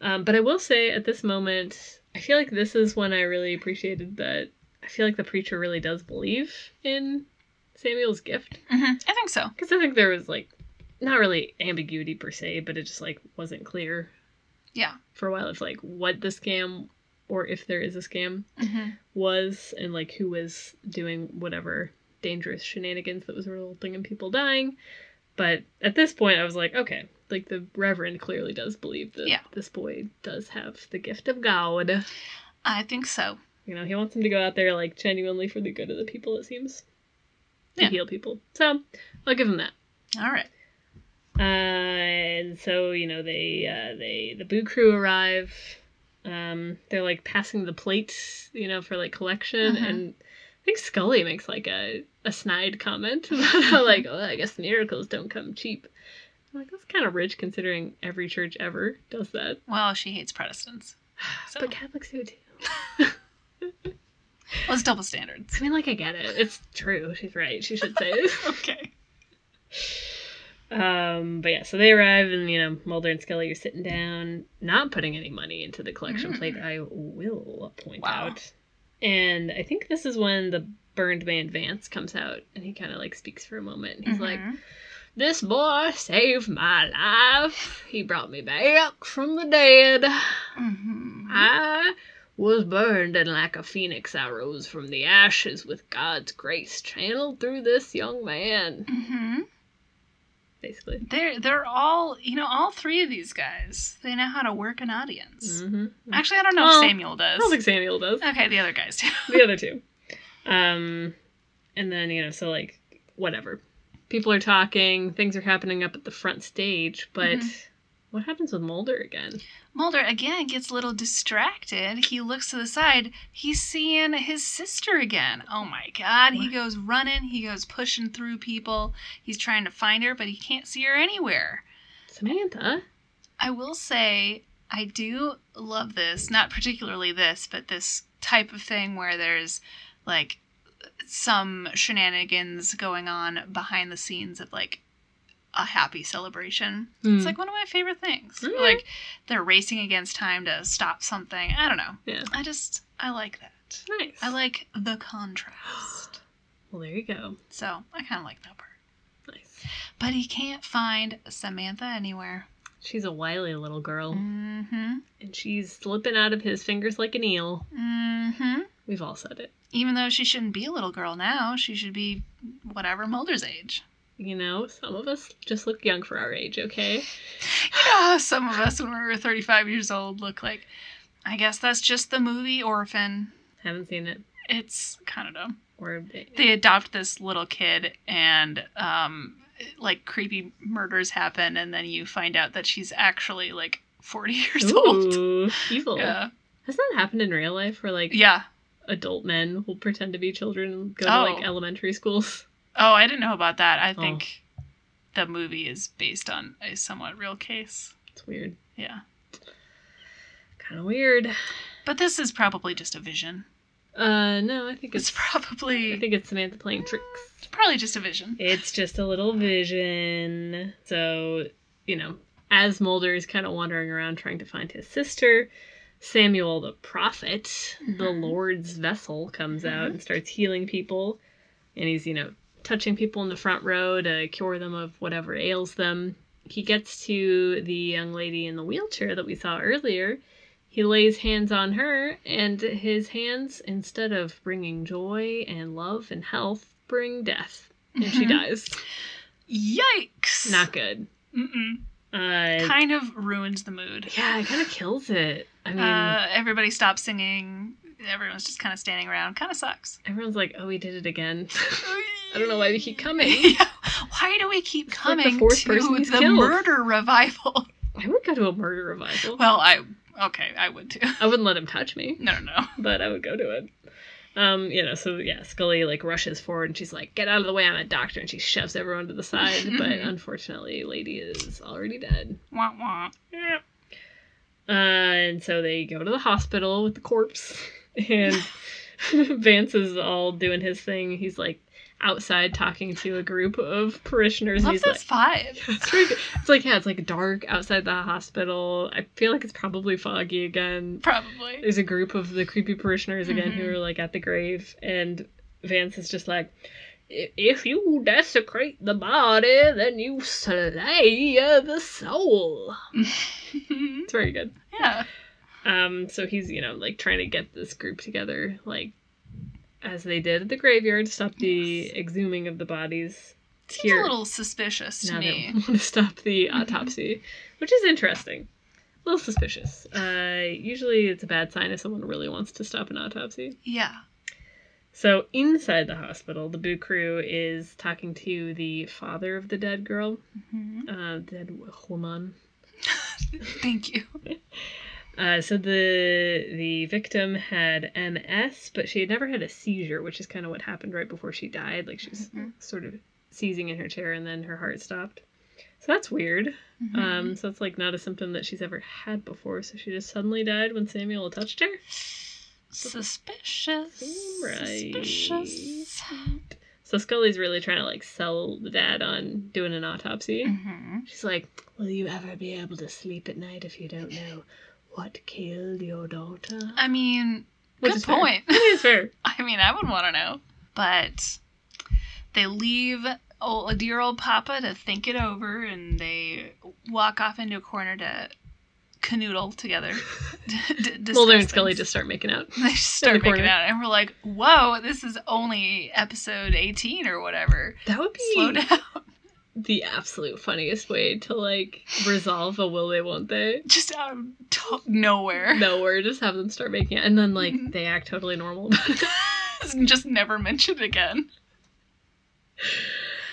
[SPEAKER 1] Um, but I will say, at this moment, I feel like this is when I really appreciated that. I feel like the preacher really does believe in Samuel's gift.
[SPEAKER 2] Mhm, I think so.
[SPEAKER 1] Because I think there was like not really ambiguity per se, but it just like wasn't clear
[SPEAKER 2] Yeah.
[SPEAKER 1] for a while if like what the scam or if there is a scam
[SPEAKER 2] hmm
[SPEAKER 1] was and like who was doing whatever dangerous shenanigans that was resulting in people dying. But at this point, I was like, okay, like the Reverend clearly does believe that
[SPEAKER 2] Yeah.
[SPEAKER 1] this boy does have the gift of God.
[SPEAKER 2] I think so.
[SPEAKER 1] You know, he wants him to go out there like genuinely for the good of the people, it seems, to
[SPEAKER 2] Yeah.
[SPEAKER 1] heal people. So I'll give him that.
[SPEAKER 2] All right.
[SPEAKER 1] Uh, and so you know they uh, they the boo crew arrive. Um, they're like passing the plates, you know, for like collection,
[SPEAKER 2] Mhm.
[SPEAKER 1] and I think Scully makes like a, a snide comment *laughs* about how like oh I guess miracles don't come cheap. I'm like that's kind of rich considering every church ever does that,
[SPEAKER 2] Well, she hates Protestants. So
[SPEAKER 1] but *laughs* Catholics do too.
[SPEAKER 2] well, it's double standards.
[SPEAKER 1] *laughs* I mean, like I get it. It's true. She's right. She should say it.
[SPEAKER 2] Okay.
[SPEAKER 1] Um, but yeah, so they arrive, and you know Mulder and Scully are sitting down, not putting any money into the collection
[SPEAKER 2] Mm.
[SPEAKER 1] plate. I will point
[SPEAKER 2] Wow.
[SPEAKER 1] out, and I think this is when the burned man Vance comes out, and he kind of like speaks for a moment. and He's like,
[SPEAKER 2] Mhm.
[SPEAKER 1] "This boy saved my life. He brought me back from the dead. mm-hmm.
[SPEAKER 2] Mhm.
[SPEAKER 1] I." Was burned, and like a phoenix, I rose from the ashes with God's grace channeled through this young man.
[SPEAKER 2] Mhm.
[SPEAKER 1] Basically.
[SPEAKER 2] They're they're all you know all three of these guys. They know how to work an audience.
[SPEAKER 1] Mm-hmm.
[SPEAKER 2] Actually, I don't know
[SPEAKER 1] Well,
[SPEAKER 2] if Samuel
[SPEAKER 1] I
[SPEAKER 2] does.
[SPEAKER 1] don't think Samuel does.
[SPEAKER 2] Okay, the other guys do. *laughs*
[SPEAKER 1] the other two. Um, and then you know, so like whatever. People are talking, things are happening up at the front stage, but
[SPEAKER 2] Mm-hmm.
[SPEAKER 1] what happens with Mulder again?
[SPEAKER 2] Mulder again gets a little distracted. He looks to the side. He's seeing his sister again. Oh my god. He
[SPEAKER 1] What?
[SPEAKER 2] goes running. He goes pushing through people. He's trying to find her, but he can't see her anywhere.
[SPEAKER 1] Samantha.
[SPEAKER 2] I will say, I do love this. Not particularly this, but this type of thing where there's like some shenanigans going on behind the scenes of like a happy celebration. It's
[SPEAKER 1] Hmm.
[SPEAKER 2] like one of my favorite things.
[SPEAKER 1] Mm.
[SPEAKER 2] Like they're racing against time to stop something. I don't know.
[SPEAKER 1] Yeah.
[SPEAKER 2] I just I like that.
[SPEAKER 1] nice.
[SPEAKER 2] I like the contrast.
[SPEAKER 1] Well, there you go.
[SPEAKER 2] So I kind of like that part.
[SPEAKER 1] Nice.
[SPEAKER 2] But he can't find Samantha anywhere.
[SPEAKER 1] She's a wily little girl,
[SPEAKER 2] Mm-hmm.
[SPEAKER 1] and she's slipping out of his fingers like an eel.
[SPEAKER 2] Mm-hmm.
[SPEAKER 1] We've all said it.
[SPEAKER 2] Even though she shouldn't be a little girl now, she should be whatever Mulder's age.
[SPEAKER 1] You know, some of us just look young for our age, okay?
[SPEAKER 2] *laughs* You know how some of us when we were 35 years old look like. I guess that's just the movie Orphan.
[SPEAKER 1] Haven't seen it.
[SPEAKER 2] It's kind of dumb.
[SPEAKER 1] Or
[SPEAKER 2] they adopt this little kid and um like creepy murders happen and then you find out that she's actually like 40 *laughs* years old
[SPEAKER 1] Ooh, evil.
[SPEAKER 2] yeah
[SPEAKER 1] Has that happened in real life? Where like
[SPEAKER 2] yeah
[SPEAKER 1] adult men will pretend to be children and go
[SPEAKER 2] Oh.
[SPEAKER 1] to like elementary schools. *laughs*
[SPEAKER 2] oh i didn't know about that i
[SPEAKER 1] Oh.
[SPEAKER 2] think the movie is based on a somewhat real case
[SPEAKER 1] It's weird.
[SPEAKER 2] yeah
[SPEAKER 1] Kind of weird.
[SPEAKER 2] but this is probably just a vision
[SPEAKER 1] Uh, no, I think
[SPEAKER 2] it's
[SPEAKER 1] it's
[SPEAKER 2] probably
[SPEAKER 1] I think it's Samantha playing tricks.
[SPEAKER 2] it's probably just a vision
[SPEAKER 1] It's just a little vision. So, you know, as Mulder is kind of wandering around trying to find his sister, Samuel the prophet, the
[SPEAKER 2] Mhm.
[SPEAKER 1] Lord's vessel, comes out
[SPEAKER 2] Mhm.
[SPEAKER 1] and starts healing people. And he's, you know, touching people in the front row to cure them of whatever ails them. He gets to the young lady in the wheelchair that we saw earlier. He lays hands on her, and his hands, instead of bringing joy and love and health, bring death and she
[SPEAKER 2] Mhm.
[SPEAKER 1] dies.
[SPEAKER 2] yikes
[SPEAKER 1] Not good.
[SPEAKER 2] Mm-mm.
[SPEAKER 1] Uh,
[SPEAKER 2] kind of ruins the mood
[SPEAKER 1] yeah, it kind of kills it. I mean,
[SPEAKER 2] uh, everybody stops singing. Everyone's just kind of standing around. Kind of sucks.
[SPEAKER 1] everyone's like, "Oh, we did it again." *laughs*
[SPEAKER 2] I
[SPEAKER 1] don't know why we keep coming.
[SPEAKER 2] *laughs* yeah. Why do we keep
[SPEAKER 1] It's like the
[SPEAKER 2] coming
[SPEAKER 1] fourth
[SPEAKER 2] to
[SPEAKER 1] person he's
[SPEAKER 2] the
[SPEAKER 1] killed.
[SPEAKER 2] murder revival? *laughs*
[SPEAKER 1] I would go to a murder revival.
[SPEAKER 2] Well, I okay, I would too. *laughs*
[SPEAKER 1] I wouldn't let him touch me,
[SPEAKER 2] No, no, no.
[SPEAKER 1] but I would go to it. Um, you know, so yeah, Scully like rushes forward and she's like, "Get out of the way! I'm a doctor!" And she shoves everyone to the side. *laughs* but
[SPEAKER 2] Mhm.
[SPEAKER 1] unfortunately, Lady is already dead.
[SPEAKER 2] Wah, wah.
[SPEAKER 1] Yep. Uh, and so they go to the hospital with the corpse, *laughs* and Vance is all doing his thing. He's like outside talking to a group of parishioners. and
[SPEAKER 2] Love
[SPEAKER 1] he's
[SPEAKER 2] this vibe.
[SPEAKER 1] like, it's, really good. it's like yeah, it's like dark outside the hospital. I feel like it's probably foggy again.
[SPEAKER 2] Probably.
[SPEAKER 1] There's a group of the creepy parishioners again who
[SPEAKER 2] Mhm.
[SPEAKER 1] are like at the grave, and Vance is just like. "I- If you desecrate the body, then you slay the soul. It's very good.
[SPEAKER 2] *laughs* yeah.
[SPEAKER 1] Um, so he's, you know, like trying to get this group together, like as they did at the graveyard, stop the
[SPEAKER 2] Yes.
[SPEAKER 1] exhuming of the bodies.
[SPEAKER 2] Seems
[SPEAKER 1] Here.
[SPEAKER 2] a little suspicious to
[SPEAKER 1] now
[SPEAKER 2] me.
[SPEAKER 1] they want to stop
[SPEAKER 2] *laughs*
[SPEAKER 1] the
[SPEAKER 2] Mhm.
[SPEAKER 1] autopsy, which is interesting. A little suspicious. Uh, usually it's a bad sign if someone really wants to stop an autopsy.
[SPEAKER 2] Yeah.
[SPEAKER 1] So inside the hospital, the Boo crew is talking to the father of the dead girl,
[SPEAKER 2] Mhm.
[SPEAKER 1] uh, dead woman.
[SPEAKER 2] Thank you.
[SPEAKER 1] Uh, so the the victim had MS, but she had never had a seizure, which is kind of what happened right before she died. Like she was
[SPEAKER 2] Mhm.
[SPEAKER 1] sort of seizing in her chair, and then her heart stopped. So that's weird.
[SPEAKER 2] Mhm.
[SPEAKER 1] Um, so it's like not a symptom that she's ever had before. So she just suddenly died when Samuel touched her.
[SPEAKER 2] suspicious.
[SPEAKER 1] Right.
[SPEAKER 2] Suspicious.
[SPEAKER 1] So Scully's really trying to like sell the dad on doing an autopsy.
[SPEAKER 2] hmm
[SPEAKER 1] She's like, "Will you ever be able to sleep at night if you don't know what killed your daughter?"
[SPEAKER 2] I mean, *laughs*
[SPEAKER 1] Which
[SPEAKER 2] Uh, good
[SPEAKER 1] is fair.
[SPEAKER 2] point.
[SPEAKER 1] It is
[SPEAKER 2] *laughs*
[SPEAKER 1] fair.
[SPEAKER 2] I mean, I would want to know, but they leave old, dear old Papa to think it over, and they walk off into a corner to canoodle together. D- d-
[SPEAKER 1] Mulder and
[SPEAKER 2] discuss
[SPEAKER 1] Scully
[SPEAKER 2] things.
[SPEAKER 1] just start making out.
[SPEAKER 2] *laughs* they just start making
[SPEAKER 1] corner.
[SPEAKER 2] out, and we're like, "Whoa, this is only episode eighteen or whatever."
[SPEAKER 1] That would
[SPEAKER 2] Slow
[SPEAKER 1] be
[SPEAKER 2] down. *laughs*
[SPEAKER 1] the absolute funniest way to like resolve a will they won't they.
[SPEAKER 2] Just out of to- nowhere.
[SPEAKER 1] No, or just have them start making it, and then like
[SPEAKER 2] Mhm.
[SPEAKER 1] they act totally normal.
[SPEAKER 2] *laughs*
[SPEAKER 1] *laughs*
[SPEAKER 2] just never mentioned again.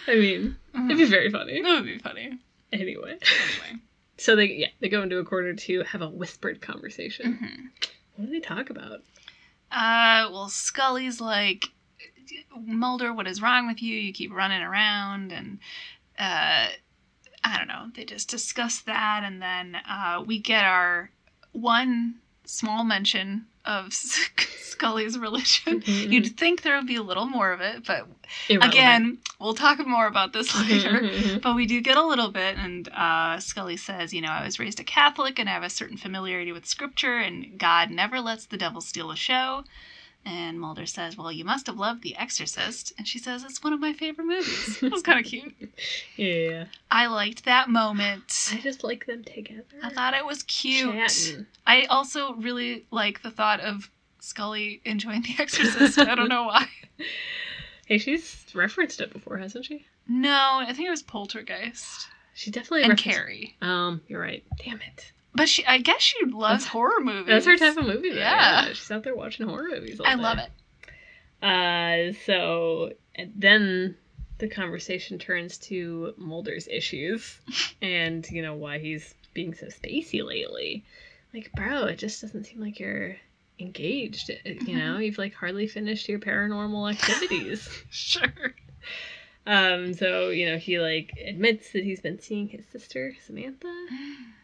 [SPEAKER 1] I mean, it'd be
[SPEAKER 2] That
[SPEAKER 1] very funny.
[SPEAKER 2] would be funny.
[SPEAKER 1] Anyway,
[SPEAKER 2] Mm. Anyway.
[SPEAKER 1] so they yeah they go into a corner to have a whispered conversation.
[SPEAKER 2] Mhm.
[SPEAKER 1] What do they talk about?
[SPEAKER 2] Uh, well, Scully's like, Mulder, what is wrong with you? You keep running around, and uh, I don't know. They just discuss that, and then uh, we get our one small mention of *laughs* Scully's religion. You'd think there would be a little more of it, but
[SPEAKER 1] Mm-hmm. Irrelevant.
[SPEAKER 2] *laughs* again, we'll talk more about this *laughs*
[SPEAKER 1] Mhm,
[SPEAKER 2] later.
[SPEAKER 1] mhm.
[SPEAKER 2] But we do get a little bit, and uh, Scully says, you know, I was raised a Catholic and I have a certain familiarity with scripture, and God never lets the devil steal a show. And Mulder says, well, you must have loved The Exorcist. And she says, it's one of my
[SPEAKER 1] *laughs*
[SPEAKER 2] favorite movies. It was kind of cute.
[SPEAKER 1] yeah,
[SPEAKER 2] I liked that moment.
[SPEAKER 1] I just like them together.
[SPEAKER 2] I thought it was cute.
[SPEAKER 1] Chatting.
[SPEAKER 2] I also really like the thought of Scully enjoying The Exorcist. I don't
[SPEAKER 1] *laughs*
[SPEAKER 2] know why.
[SPEAKER 1] Hey, she's referenced it before, hasn't she?
[SPEAKER 2] No, I think it was Poltergeist
[SPEAKER 1] She definitely
[SPEAKER 2] and
[SPEAKER 1] referenced.
[SPEAKER 2] Carrie.
[SPEAKER 1] Um, you're right. Damn it.
[SPEAKER 2] But she, I guess she loves
[SPEAKER 1] That's-
[SPEAKER 2] horror movies.
[SPEAKER 1] That's her type of movie. Though. Yeah.
[SPEAKER 2] Yeah.
[SPEAKER 1] she's out there watching horror movies. All
[SPEAKER 2] I love it.
[SPEAKER 1] it. Uh, so and then the conversation turns to Mulder's
[SPEAKER 2] *laughs*
[SPEAKER 1] issues, and you know why he's being so spacey lately. Like, bro, it just doesn't seem like you're engaged. Uh, You
[SPEAKER 2] Mm-hmm.
[SPEAKER 1] know, you've like hardly finished your paranormal activities.
[SPEAKER 2] *laughs* Sure.
[SPEAKER 1] um, so you know he like admits that he's been seeing his sister Samantha.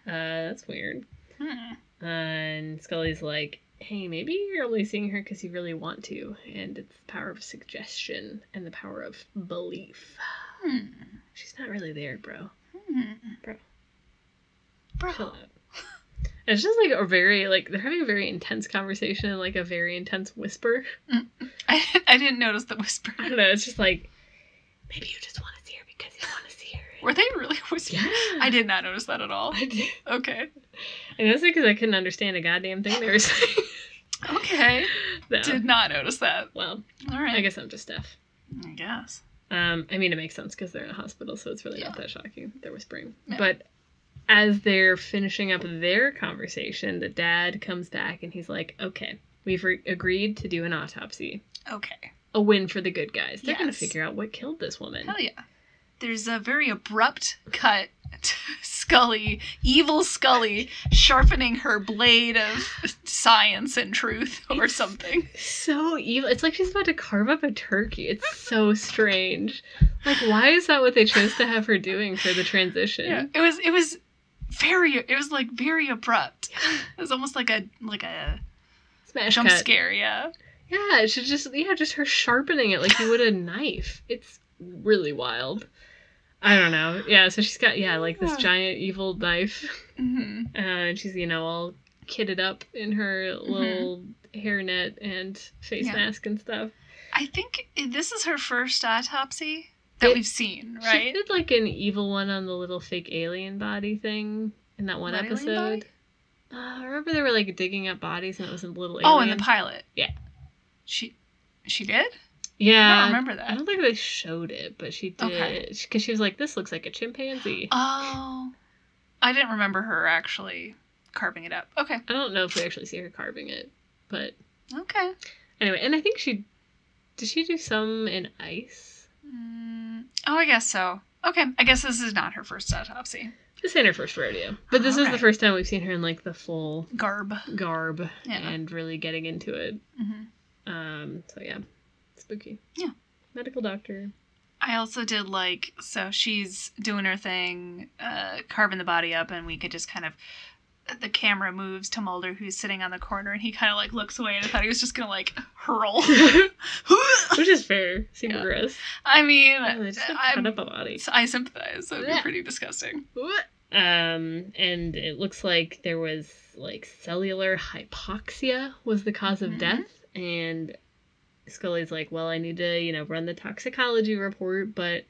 [SPEAKER 1] Uh, that's weird.
[SPEAKER 2] Hmm.
[SPEAKER 1] Uh, and Scully's like, hey, maybe you're only seeing her because you really want to. And it's the power of suggestion and the power of belief.
[SPEAKER 2] Hmm.
[SPEAKER 1] She's not really there, bro.
[SPEAKER 2] Hmm.
[SPEAKER 1] Bro. Chill
[SPEAKER 2] Bro.
[SPEAKER 1] out.
[SPEAKER 2] *laughs*
[SPEAKER 1] And It's just like a very, like, they're having a very intense conversation and like a very intense whisper.
[SPEAKER 2] I, I didn't notice the whisper.
[SPEAKER 1] I don't know. It's just like, maybe you just want to see her because you want to see her.
[SPEAKER 2] Were they really whispering?
[SPEAKER 1] *laughs* Yeah.
[SPEAKER 2] I did not notice that at all.
[SPEAKER 1] I did.
[SPEAKER 2] Okay.
[SPEAKER 1] And that's because I couldn't understand a goddamn thing they were *laughs* saying.
[SPEAKER 2] Okay.
[SPEAKER 1] No.
[SPEAKER 2] Did not notice that.
[SPEAKER 1] Well,
[SPEAKER 2] All right.
[SPEAKER 1] I guess I'm just deaf.
[SPEAKER 2] I guess.
[SPEAKER 1] Um, I mean, it makes sense because they're in a hospital, so it's really not that shocking. that They're whispering.
[SPEAKER 2] Yeah.
[SPEAKER 1] But as they're finishing up their conversation, the dad comes back and he's like, okay, we've re- agreed to do an autopsy.
[SPEAKER 2] Okay.
[SPEAKER 1] A win for the good guys. They're going to
[SPEAKER 2] Yes.
[SPEAKER 1] figure out what killed this woman.
[SPEAKER 2] Hell yeah. there's a very abrupt cut *laughs* to Scully, evil Scully, sharpening her blade of *laughs* science and truth or something.
[SPEAKER 1] So evil. It's like she's about to carve up a turkey. It's so strange. Like, why is that what they chose to have her doing for the transition?
[SPEAKER 2] Yeah, it was it was very it was like very abrupt. It was almost like a like a
[SPEAKER 1] Smash
[SPEAKER 2] jump
[SPEAKER 1] cut.
[SPEAKER 2] scare, yeah.
[SPEAKER 1] Yeah, it's just yeah, just her sharpening it like you
[SPEAKER 2] *sighs*
[SPEAKER 1] would a knife. It's really wild. I don't know. Yeah, so she's got yeah, like this
[SPEAKER 2] Yeah.
[SPEAKER 1] giant evil knife.
[SPEAKER 2] hmm
[SPEAKER 1] Uh, and she's, you know, all kitted up in her little hairnet and face
[SPEAKER 2] Mm-hmm. Yeah.
[SPEAKER 1] mask and stuff.
[SPEAKER 2] I think this is her first autopsy that
[SPEAKER 1] It-
[SPEAKER 2] we've seen,
[SPEAKER 1] She
[SPEAKER 2] right?
[SPEAKER 1] did like an evil one on the little fake alien body thing in that one
[SPEAKER 2] What alien
[SPEAKER 1] episode.
[SPEAKER 2] body?
[SPEAKER 1] Uh, remember they were like digging up bodies and it was a little alien.
[SPEAKER 2] Oh, in the pilot.
[SPEAKER 1] Yeah.
[SPEAKER 2] She she did? I don't
[SPEAKER 1] Yeah.
[SPEAKER 2] remember
[SPEAKER 1] I
[SPEAKER 2] that.
[SPEAKER 1] don't think they showed it, but she did.
[SPEAKER 2] Okay.
[SPEAKER 1] Because she was like, this looks like a chimpanzee.
[SPEAKER 2] Oh. I didn't remember her actually carving it up. Okay.
[SPEAKER 1] I don't know if we actually see her carving it, but
[SPEAKER 2] Okay.
[SPEAKER 1] anyway, and I think she did she do some in ice?
[SPEAKER 2] Mm, oh, I guess so. Okay. I guess this is not her first autopsy.
[SPEAKER 1] This ain't her first rodeo, but this is
[SPEAKER 2] Okay.
[SPEAKER 1] the first time we've seen her in like the full
[SPEAKER 2] Garb.
[SPEAKER 1] garb
[SPEAKER 2] Yeah.
[SPEAKER 1] and really getting into it.
[SPEAKER 2] hmm
[SPEAKER 1] Um, so yeah, spooky.
[SPEAKER 2] Yeah.
[SPEAKER 1] medical doctor.
[SPEAKER 2] I also did like so she's doing her thing, uh, carving the body up, and we could just kind of the camera moves to Mulder who's sitting on the corner, and he kind of like looks away, and I thought he was just gonna like
[SPEAKER 1] *laughs*
[SPEAKER 2] hurl.
[SPEAKER 1] Which is fair. Super
[SPEAKER 2] Yeah.
[SPEAKER 1] gross.
[SPEAKER 2] I mean,
[SPEAKER 1] Oh, they just like, cut
[SPEAKER 2] I'm-
[SPEAKER 1] up a body.
[SPEAKER 2] I sympathize. That'd be
[SPEAKER 1] Yeah.
[SPEAKER 2] pretty disgusting.
[SPEAKER 1] Um, and it looks like there was like cellular hypoxia was the because of
[SPEAKER 2] Mhm.
[SPEAKER 1] death, and Scully's like, "Well, I need to, you know, run the toxicology report, but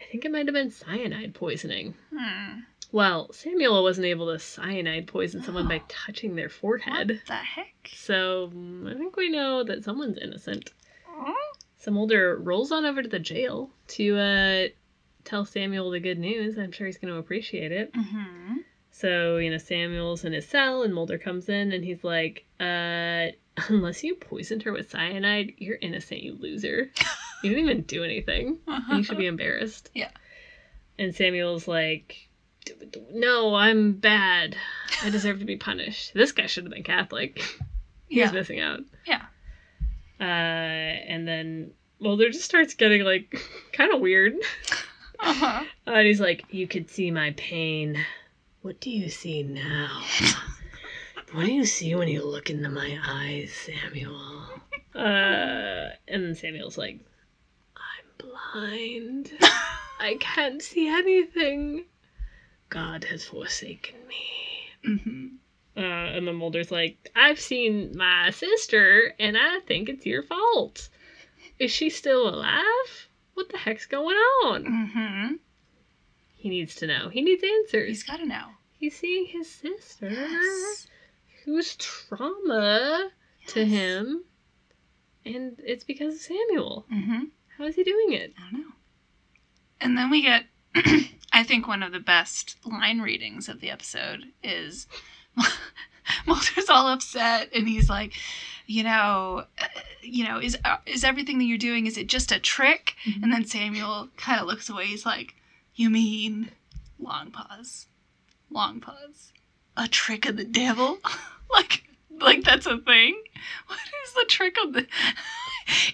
[SPEAKER 1] I think it might have been cyanide poisoning."
[SPEAKER 2] Hmm.
[SPEAKER 1] Well, Samuel wasn't able to cyanide poison someone by
[SPEAKER 2] Oh.
[SPEAKER 1] touching their
[SPEAKER 2] What
[SPEAKER 1] forehead,
[SPEAKER 2] the heck?
[SPEAKER 1] so mm, I think we know that someone's innocent.
[SPEAKER 2] Hmm?
[SPEAKER 1] So Mulder rolls on over to the jail to uh, tell Samuel the good news. I'm sure he's going to appreciate it.
[SPEAKER 2] Mm-hmm.
[SPEAKER 1] So, you know, Samuel's in his cell and Mulder comes in and he's like, uh, *laughs* unless you poisoned her with cyanide, you're innocent, you loser. You didn't even do anything.
[SPEAKER 2] Mm-hmm.
[SPEAKER 1] And you should
[SPEAKER 2] *laughs*
[SPEAKER 1] be embarrassed.
[SPEAKER 2] Yeah.
[SPEAKER 1] And Samuel's like, "D- d- no, I'm bad. I deserve to be punished. This guy should have been Catholic. *laughs* He was
[SPEAKER 2] yeah.
[SPEAKER 1] missing out.
[SPEAKER 2] Yeah.
[SPEAKER 1] Uh, and then Mulder just starts getting like *laughs* kind of weird.
[SPEAKER 2] Uh-huh.
[SPEAKER 1] Uh, and he's like, You could see my pain. What do you see now? what do you see when you look into my eyes, Samuel? Uh, and then Samuel's like, I'm blind. I can't see anything. God has forsaken me.
[SPEAKER 2] Mm-hmm.
[SPEAKER 1] Uh, and then Mulder's like, I've seen my sister, and I think it's your fault. Is she still alive? What the heck's going on?
[SPEAKER 2] Mm-hmm.
[SPEAKER 1] He needs to know. He needs answers.
[SPEAKER 2] He's got to know.
[SPEAKER 1] He's seeing his sister,
[SPEAKER 2] Yes.
[SPEAKER 1] who's trauma to
[SPEAKER 2] Yes.
[SPEAKER 1] him, and it's because of Samuel.
[SPEAKER 2] Mm-hmm.
[SPEAKER 1] How is he doing it?
[SPEAKER 2] I don't know. And then we get, *clears throat* I think, one of the best line readings of the episode is *laughs* Mulder's all upset, and he's like, you know, uh, you know, is uh, is everything that you're doing is it just a trick? And then Samuel kind of looks away. He's like, you mean? Long pause. Long pause. A trick of the devil? *laughs* like, like that's a thing? *laughs* What is the trick of the? *laughs*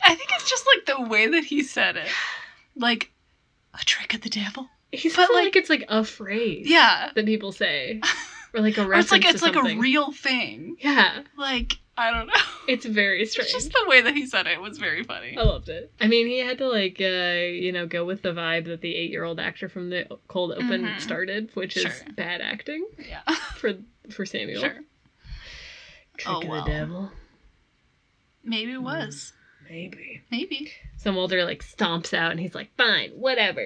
[SPEAKER 2] I think it's just like the way that he said it. Like, a trick of the devil?
[SPEAKER 1] He's
[SPEAKER 2] But,
[SPEAKER 1] but like,
[SPEAKER 2] like-
[SPEAKER 1] it's like a phrase.
[SPEAKER 2] Yeah.
[SPEAKER 1] That people say, or like a
[SPEAKER 2] *laughs* Or
[SPEAKER 1] reference.
[SPEAKER 2] it's like
[SPEAKER 1] to
[SPEAKER 2] it's like a
[SPEAKER 1] something.
[SPEAKER 2] real thing.
[SPEAKER 1] Yeah,
[SPEAKER 2] Like I don't know.
[SPEAKER 1] *laughs* it's very strange. Oh.
[SPEAKER 2] It's just the way that he said it was very funny.
[SPEAKER 1] I loved it. I mean, he had to like uh, you know go with the vibe that the eight-year-old actor from the Cold Open
[SPEAKER 2] Mhm.
[SPEAKER 1] started, which is
[SPEAKER 2] Sure.
[SPEAKER 1] bad acting
[SPEAKER 2] Yeah.
[SPEAKER 1] for for Samuel.
[SPEAKER 2] Sure.
[SPEAKER 1] Trick
[SPEAKER 2] Oh,
[SPEAKER 1] of
[SPEAKER 2] well.
[SPEAKER 1] the devil,
[SPEAKER 2] *laughs* Maybe it was.
[SPEAKER 1] maybe.
[SPEAKER 2] Maybe.
[SPEAKER 1] So Mulder like stomps out and he's like, fine, whatever.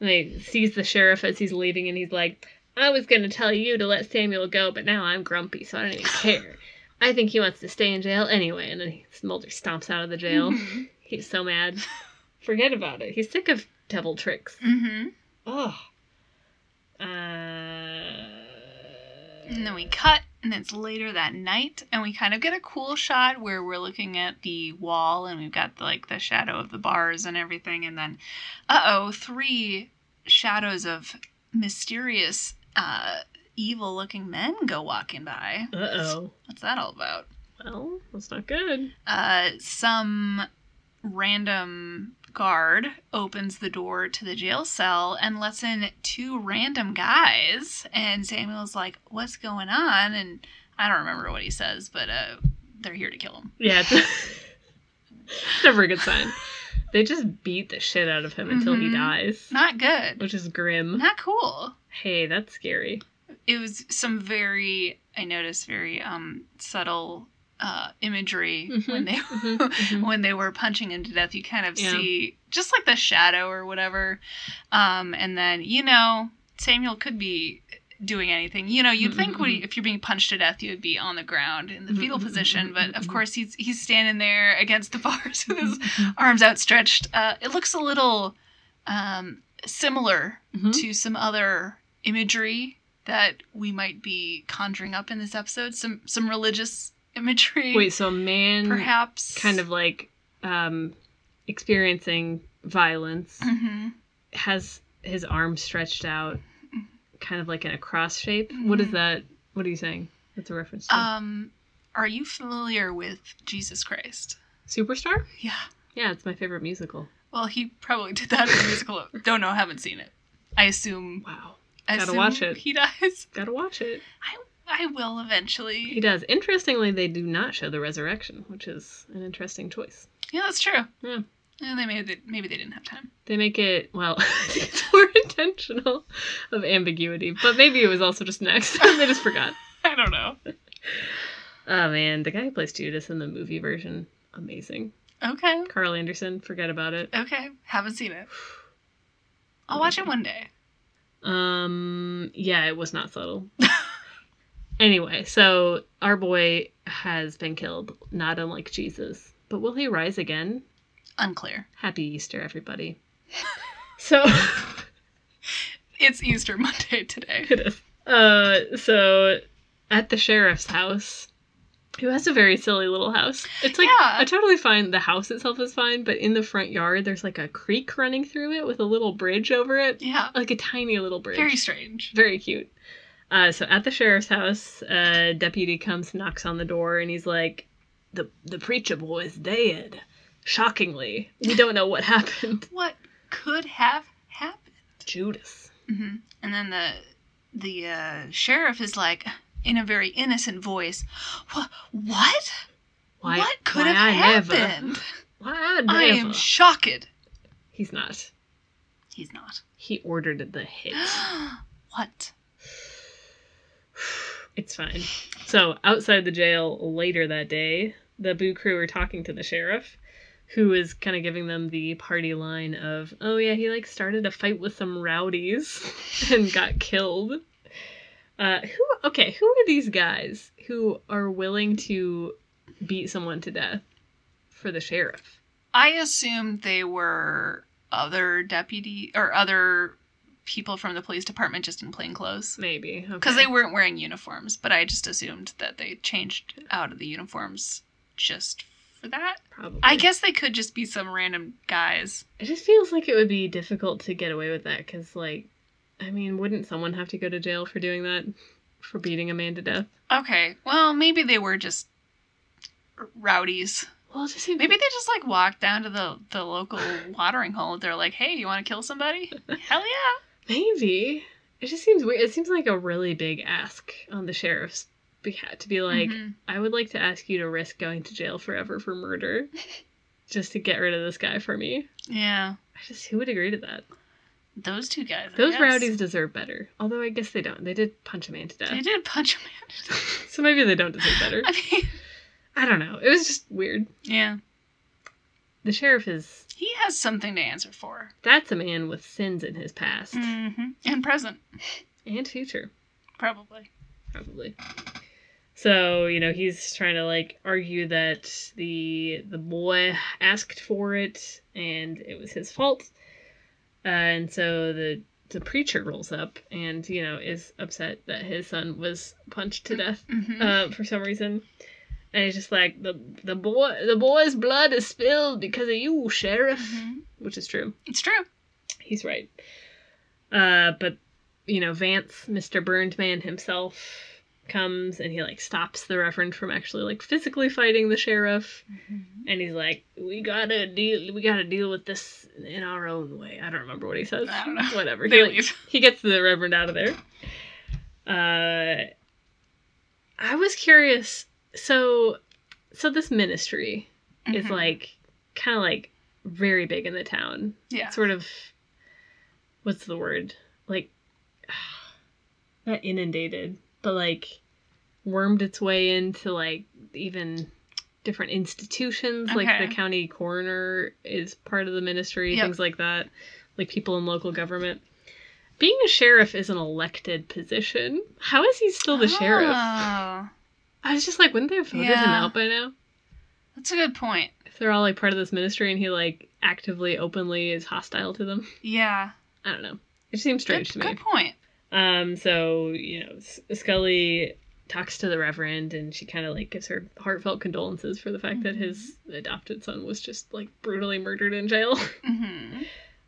[SPEAKER 1] And they sees the sheriff as he's leaving and he's like, I was gonna tell you to let Samuel go, but now I'm grumpy, so I don't even care. I think he wants to stay in jail anyway. And then he, Mulder stomps out of the
[SPEAKER 2] *laughs*
[SPEAKER 1] jail.
[SPEAKER 2] Mhm.
[SPEAKER 1] He's so mad. Forget about it. He's sick of devil tricks.
[SPEAKER 2] Mhm.
[SPEAKER 1] Oh. Uh,
[SPEAKER 2] And then we cut And it's later that night, and we kind of get a cool shot where we're looking at the wall and we've got like the shadow of the bars and everything. And then, uh oh, three shadows of mysterious, uh, evil looking men go walking by.
[SPEAKER 1] Uh oh.
[SPEAKER 2] What's that all about?
[SPEAKER 1] Well, that's not good.
[SPEAKER 2] Uh, some random guard opens the door to the jail cell and lets in two random guys. And Samuel's like, What's going on? And I don't remember what he says, but uh, they're here to kill him.
[SPEAKER 1] Yeah, it's, *laughs* it's never a good sign. They just beat the shit out of him until he
[SPEAKER 2] Mhm.
[SPEAKER 1] dies,
[SPEAKER 2] Not good.
[SPEAKER 1] which is grim.
[SPEAKER 2] Not cool.
[SPEAKER 1] Hey, that's
[SPEAKER 2] *laughs*
[SPEAKER 1] scary.
[SPEAKER 2] It was some very, I noticed, very um, subtle uh, imagery
[SPEAKER 1] Mhm.
[SPEAKER 2] when they
[SPEAKER 1] Mhm, mhm.
[SPEAKER 2] when they were punching him to death, you kind of
[SPEAKER 1] Yeah.
[SPEAKER 2] see just like the shadow or whatever. Um, and then you know Samuel could be doing anything. You know, you'd
[SPEAKER 1] Mhm,
[SPEAKER 2] think when
[SPEAKER 1] mhm.
[SPEAKER 2] if you're being punched to death, you would be on the ground in the
[SPEAKER 1] Mhm,
[SPEAKER 2] fetal
[SPEAKER 1] mhm,
[SPEAKER 2] position.
[SPEAKER 1] mhm,
[SPEAKER 2] But
[SPEAKER 1] mhm,
[SPEAKER 2] of
[SPEAKER 1] mhm.
[SPEAKER 2] course, he's he's standing there against the *laughs* bars with his
[SPEAKER 1] Mm-hmm.
[SPEAKER 2] arms outstretched. Uh, it looks a little um, similar
[SPEAKER 1] Mhm.
[SPEAKER 2] to some other imagery that we might be conjuring up in this episode. Some some religious imagery,
[SPEAKER 1] Wait, so a man
[SPEAKER 2] perhaps
[SPEAKER 1] kind of like um, experiencing violence
[SPEAKER 2] Mhm.
[SPEAKER 1] has his arm stretched out,
[SPEAKER 2] Mm-hmm.
[SPEAKER 1] kind of like in a cross shape. What is
[SPEAKER 2] Mhm.
[SPEAKER 1] that? What are you saying? What's a reference to?
[SPEAKER 2] Um, are you familiar with Jesus Christ?
[SPEAKER 1] Superstar?
[SPEAKER 2] Yeah.
[SPEAKER 1] Yeah, it's my favorite musical.
[SPEAKER 2] Well, he probably did that in the
[SPEAKER 1] *laughs*
[SPEAKER 2] musical. Don't know. Haven't seen it. I assume.
[SPEAKER 1] Wow.
[SPEAKER 2] I
[SPEAKER 1] Gotta
[SPEAKER 2] assume
[SPEAKER 1] watch it.
[SPEAKER 2] He *laughs* dies.
[SPEAKER 1] Gotta watch it.
[SPEAKER 2] I will eventually.
[SPEAKER 1] He does. Interestingly, they do not show the resurrection, which is an interesting choice.
[SPEAKER 2] yeah, that's true.
[SPEAKER 1] Yeah.
[SPEAKER 2] And they maybe they, maybe they didn't have time.
[SPEAKER 1] They make it, well, *laughs* it's more intentional of ambiguity, but maybe it was also just an accident. *laughs* they just forgot.
[SPEAKER 2] I don't know.
[SPEAKER 1] Oh man, the guy who plays Judas in the movie version, amazing.
[SPEAKER 2] Okay.
[SPEAKER 1] Carl Anderson, forget about it.
[SPEAKER 2] Okay. Haven't seen it. I'll watch it one day.
[SPEAKER 1] Um, yeah, it was not *laughs* subtle. anyway, so our boy has been killed, not unlike Jesus. But will he rise again?
[SPEAKER 2] Unclear.
[SPEAKER 1] Happy Easter, *laughs* everybody. So *laughs*
[SPEAKER 2] It's Easter *laughs* Monday today.
[SPEAKER 1] it is. *laughs* Uh, so at the sheriff's house, who has a very silly little house. It's like
[SPEAKER 2] Yeah.
[SPEAKER 1] I totally fine. The house itself is fine, but in the front yard, there's like a creek running through it with a little bridge over it,
[SPEAKER 2] Yeah.
[SPEAKER 1] like a tiny little bridge.
[SPEAKER 2] Very strange.
[SPEAKER 1] very cute. Uh, so at the sheriff's house, a deputy comes, knocks on the door, and he's like, "the The preacher boy is dead. Shockingly, we don't know what *laughs*
[SPEAKER 2] *laughs*
[SPEAKER 1] happened.
[SPEAKER 2] What could have happened?
[SPEAKER 1] Judas.
[SPEAKER 2] hmm And then the the uh, sheriff is like, in a very innocent voice, "What? What?
[SPEAKER 1] Why?
[SPEAKER 2] what could
[SPEAKER 1] why
[SPEAKER 2] have
[SPEAKER 1] I never-
[SPEAKER 2] happened?
[SPEAKER 1] Why I never?
[SPEAKER 2] I am shocked."
[SPEAKER 1] he's not.
[SPEAKER 2] He's not.
[SPEAKER 1] He ordered the
[SPEAKER 2] *gasps*
[SPEAKER 1] hit.
[SPEAKER 2] what?
[SPEAKER 1] it's fine. So outside the jail later that day, the Boo crew are talking to the sheriff, who is kind of giving them the party line of, "Oh yeah, he like started a fight with some rowdies *laughs* and got killed." Uh, who? Okay, who are these guys who are willing to beat someone to death for the sheriff?
[SPEAKER 2] I assumed they were other deputy or other people from the police department just in plain clothes
[SPEAKER 1] Maybe
[SPEAKER 2] because
[SPEAKER 1] okay.
[SPEAKER 2] they weren't wearing uniforms. But I just assumed that they changed out of the uniforms just for that.
[SPEAKER 1] probably.
[SPEAKER 2] I guess they could just be some random guys.
[SPEAKER 1] It just feels like it would be difficult to get away with that because, like, I mean, wouldn't someone have to go to jail for doing that? For beating a man to death?
[SPEAKER 2] Okay. Well, maybe they were just r- rowdies.
[SPEAKER 1] Well, it just seems.
[SPEAKER 2] Maybe they just like walked down to the the local watering hole. They're like, "Hey, you want to
[SPEAKER 1] *laughs*
[SPEAKER 2] kill somebody? Hell yeah!"
[SPEAKER 1] Maybe. It just seems weird. It seems like a really big ask on the sheriff's behalf to be like,
[SPEAKER 2] Mhm.
[SPEAKER 1] I would like to ask you to risk going to jail forever for
[SPEAKER 2] *laughs*
[SPEAKER 1] murder just to get rid of this guy for me.
[SPEAKER 2] yeah,
[SPEAKER 1] I just, who would agree to that?
[SPEAKER 2] those two guys. I
[SPEAKER 1] Those
[SPEAKER 2] guess.
[SPEAKER 1] rowdies deserve better. Although I guess they don't. They did punch a man to
[SPEAKER 2] They
[SPEAKER 1] death.
[SPEAKER 2] did punch a man.
[SPEAKER 1] *laughs* so maybe they don't deserve better.
[SPEAKER 2] *laughs* I mean,
[SPEAKER 1] I don't know. It was just weird.
[SPEAKER 2] yeah,
[SPEAKER 1] The sheriff is
[SPEAKER 2] he has something to answer for.
[SPEAKER 1] That's a man with sins in his past
[SPEAKER 2] Mm-hmm. And present,
[SPEAKER 1] and future,
[SPEAKER 2] probably.
[SPEAKER 1] probably. So, you know, he's trying to like argue that the the boy asked for it and it was his fault. Uh, and so the the preacher rolls up and you know is upset that his son was punched to death
[SPEAKER 2] Mhm.
[SPEAKER 1] uh, for some reason. And he's just like the the boy the boy's blood is spilled because of you, sheriff,
[SPEAKER 2] Mhm.
[SPEAKER 1] which is true.
[SPEAKER 2] It's true.
[SPEAKER 1] He's right. Uh, but you know, Vance, Mr. Burned Man himself, comes and he like stops the Reverend from actually like physically fighting the sheriff, and he's like, "We gotta deal. We gotta deal with this in our own way." I don't remember what he says.
[SPEAKER 2] I don't know.
[SPEAKER 1] Whatever.
[SPEAKER 2] They
[SPEAKER 1] he, like,
[SPEAKER 2] leave.
[SPEAKER 1] he gets the Reverend out of there. Uh, I was curious. So, so this ministry is
[SPEAKER 2] Mhm.
[SPEAKER 1] like kind of like very big in the town
[SPEAKER 2] yeah.
[SPEAKER 1] sort of what's the word like *sighs* not inundated but like wormed its way into like even different institutions like
[SPEAKER 2] Okay.
[SPEAKER 1] the county coroner is part of the ministry
[SPEAKER 2] Yep.
[SPEAKER 1] things like that like people in local government being a sheriff is an elected position how is he still the sheriff
[SPEAKER 2] Oh,
[SPEAKER 1] i was just like wouldn't they have voted him
[SPEAKER 2] Yeah.
[SPEAKER 1] out by now
[SPEAKER 2] that's a good point.
[SPEAKER 1] if they're all like part of this ministry and he like actively openly is hostile to them
[SPEAKER 2] Yeah.
[SPEAKER 1] I don't know. It seems strange
[SPEAKER 2] Good,
[SPEAKER 1] to me.
[SPEAKER 2] good point.
[SPEAKER 1] Um, so you know, S- Scully talks to the Reverend, and she kind of like gives her heartfelt condolences for the fact that
[SPEAKER 2] Mhm.
[SPEAKER 1] his adopted son was just like brutally murdered in jail. *laughs*
[SPEAKER 2] hmm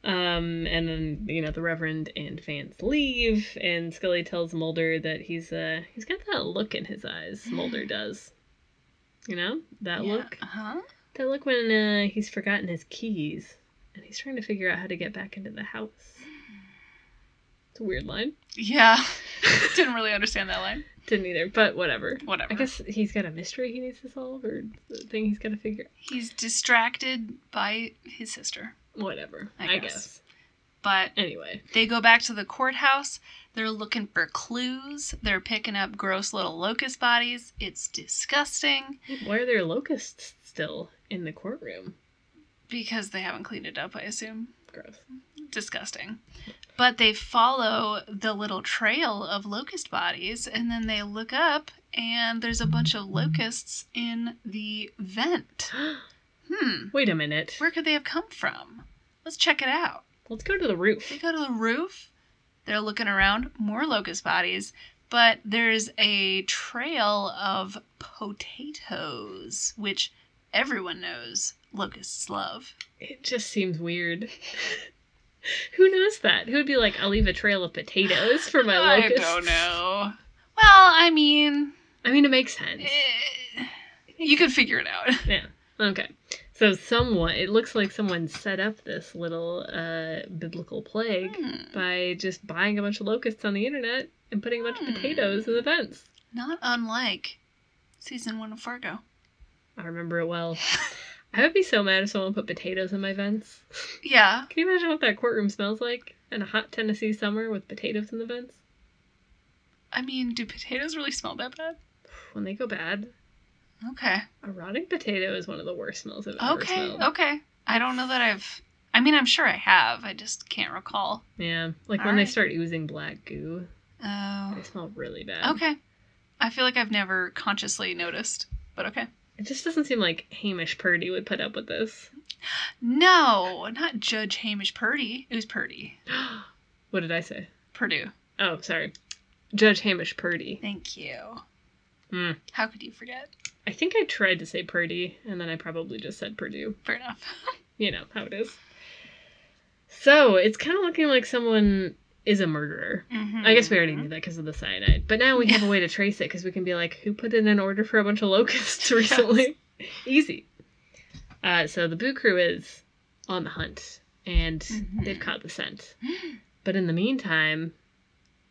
[SPEAKER 1] Um, and then you know the Reverend and Vance leave, and Scully tells Mulder that he's uh he's got that look in his eyes. Mulder does. You know that look.
[SPEAKER 2] Huh?
[SPEAKER 1] That look when uh, he's forgotten his keys, and he's trying to figure out how to get back into the house. It's a weird line. *laughs*
[SPEAKER 2] Yeah. Didn't really understand that line.
[SPEAKER 1] Didn't either, but whatever.
[SPEAKER 2] Whatever.
[SPEAKER 1] I guess he's got a mystery he needs to solve or the thing he's got to figure
[SPEAKER 2] he's distracted by his sister.
[SPEAKER 1] Whatever.
[SPEAKER 2] I
[SPEAKER 1] I,
[SPEAKER 2] guess.
[SPEAKER 1] guess.
[SPEAKER 2] But
[SPEAKER 1] Anyway.
[SPEAKER 2] they go back to the courthouse. They're looking for clues. They're picking up gross little locust bodies. It's disgusting
[SPEAKER 1] Why are there locusts still in the courtroom?
[SPEAKER 2] because they haven't cleaned it up, I assume.
[SPEAKER 1] Gross. *gasps*
[SPEAKER 2] Disgusting. But they follow the little trail of locust bodies and then they look up and there's a bunch of locusts in the vent. Hmm.
[SPEAKER 1] Wait a minute.
[SPEAKER 2] Where could they have come from? Let's check it out.
[SPEAKER 1] Let's go to the
[SPEAKER 2] They
[SPEAKER 1] roof.
[SPEAKER 2] go to the roof. They're looking around, more locust bodies, but there's a trail of potatoes, which everyone knows locusts love.
[SPEAKER 1] It just seems weird. *laughs* Who knows that? Who would be like, I'll leave a trail of potatoes for my
[SPEAKER 2] *laughs* I
[SPEAKER 1] locusts?
[SPEAKER 2] don't know. Well, I mean,
[SPEAKER 1] I mean, it makes sense.
[SPEAKER 2] eh, you could figure
[SPEAKER 1] *laughs*
[SPEAKER 2] it out.
[SPEAKER 1] Okay. So someone, it looks like someone set up this little uh, biblical plague
[SPEAKER 2] Hmm,
[SPEAKER 1] by just buying a bunch of locusts on the internet and putting a bunch
[SPEAKER 2] Hmm.
[SPEAKER 1] of potatoes in the vents.
[SPEAKER 2] Not unlike season one of Fargo.
[SPEAKER 1] I remember it
[SPEAKER 2] *laughs*
[SPEAKER 1] well. I would be so mad if someone put potatoes in my vents.
[SPEAKER 2] Yeah,
[SPEAKER 1] Can you imagine what that courtroom smells like in a hot Tennessee summer with potatoes in the vents?
[SPEAKER 2] I mean, do potatoes really smell that bad?
[SPEAKER 1] When they go bad,
[SPEAKER 2] Okay.
[SPEAKER 1] a rotting potato is one of the worst smells I've ever
[SPEAKER 2] Okay,
[SPEAKER 1] smelled.
[SPEAKER 2] okay. I don't know that I've. I mean, I'm sure I have. I just can't recall.
[SPEAKER 1] Yeah, like
[SPEAKER 2] All
[SPEAKER 1] when
[SPEAKER 2] right.
[SPEAKER 1] they start oozing black goo,
[SPEAKER 2] Oh.
[SPEAKER 1] they smell really bad.
[SPEAKER 2] Okay. I feel like I've never consciously noticed, but okay.
[SPEAKER 1] It just doesn't seem like Hamish Purdy would put up with this. *gasps*
[SPEAKER 2] No, not Judge Hamish Purdy. It was Purdy.
[SPEAKER 1] what did I say?
[SPEAKER 2] Purdue.
[SPEAKER 1] Oh, sorry. Judge Hamish Purdy.
[SPEAKER 2] Thank you.
[SPEAKER 1] Hmm.
[SPEAKER 2] How could you forget?
[SPEAKER 1] I think I tried to say Purdy, and then I probably just said Purdue.
[SPEAKER 2] Fair *laughs* enough.
[SPEAKER 1] you know how it is. So it's kind of looking like someone is a murderer.
[SPEAKER 2] Mm-hmm.
[SPEAKER 1] I guess we already knew that because of the cyanide, but now we have a way to trace it because we can be like, who put in an order for a bunch of locusts *laughs* recently? Easy. Uh, so the Boo Crew is on the hunt, and they've
[SPEAKER 2] Mhm.
[SPEAKER 1] caught the scent. But in the meantime,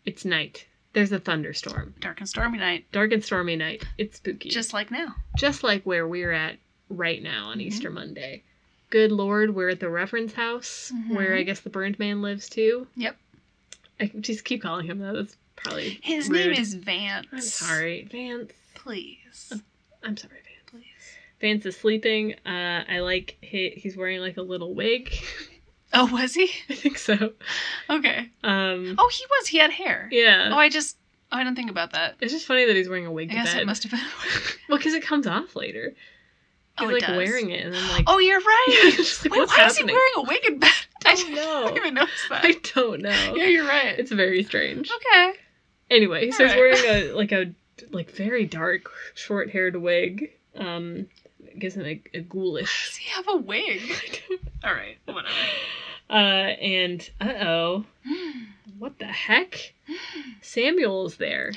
[SPEAKER 1] it's night. There's a thunderstorm,
[SPEAKER 2] *gasps* Dark and stormy night,
[SPEAKER 1] dark and stormy night. It's spooky
[SPEAKER 2] just like now.
[SPEAKER 1] just like where we're at right now on
[SPEAKER 2] Mhm.
[SPEAKER 1] Easter Monday. Good Lord, we're at the Reverend's house, where I guess the burned man lives too.
[SPEAKER 2] Mm-hmm. Yep.
[SPEAKER 1] I can just keep calling him that. That's probably
[SPEAKER 2] His
[SPEAKER 1] rude.
[SPEAKER 2] name is Vance.
[SPEAKER 1] I'm sorry, Vance.
[SPEAKER 2] *laughs* Please.
[SPEAKER 1] I'm sorry, Vance.
[SPEAKER 2] Please.
[SPEAKER 1] Vance is sleeping. Uh, I like he, he's wearing like a little wig. *laughs*
[SPEAKER 2] Oh, was he?
[SPEAKER 1] I think so.
[SPEAKER 2] Okay.
[SPEAKER 1] Um,
[SPEAKER 2] Oh, he was. He had hair.
[SPEAKER 1] yeah.
[SPEAKER 2] Oh, I just. Oh, I didn't think about that.
[SPEAKER 1] it's just funny that he's wearing a wig
[SPEAKER 2] I
[SPEAKER 1] to
[SPEAKER 2] guess it
[SPEAKER 1] bed.
[SPEAKER 2] must *laughs* have been.
[SPEAKER 1] well, because it comes off later. He's
[SPEAKER 2] oh, it
[SPEAKER 1] like
[SPEAKER 2] does.
[SPEAKER 1] wearing it and then like *laughs*
[SPEAKER 2] Oh, you're right.
[SPEAKER 1] Just like,
[SPEAKER 2] Wait,
[SPEAKER 1] what's
[SPEAKER 2] why is he
[SPEAKER 1] happening?
[SPEAKER 2] wearing a wig in bed? *laughs* I I
[SPEAKER 1] don't
[SPEAKER 2] didn't
[SPEAKER 1] know.
[SPEAKER 2] even notice *laughs*
[SPEAKER 1] *laughs*
[SPEAKER 2] that.
[SPEAKER 1] I don't know.
[SPEAKER 2] Oh, yeah, you're right.
[SPEAKER 1] It's very strange.
[SPEAKER 2] okay.
[SPEAKER 1] Anyway, so he's
[SPEAKER 2] Alright.
[SPEAKER 1] wearing a like a like very dark short haired wig. Um I guess in a, a
[SPEAKER 2] Does
[SPEAKER 1] ghoulish *laughs*
[SPEAKER 2] he have a wig? All right, whatever.
[SPEAKER 1] uh and uh oh.
[SPEAKER 2] Hmm,
[SPEAKER 1] What the heck? Samuel's there.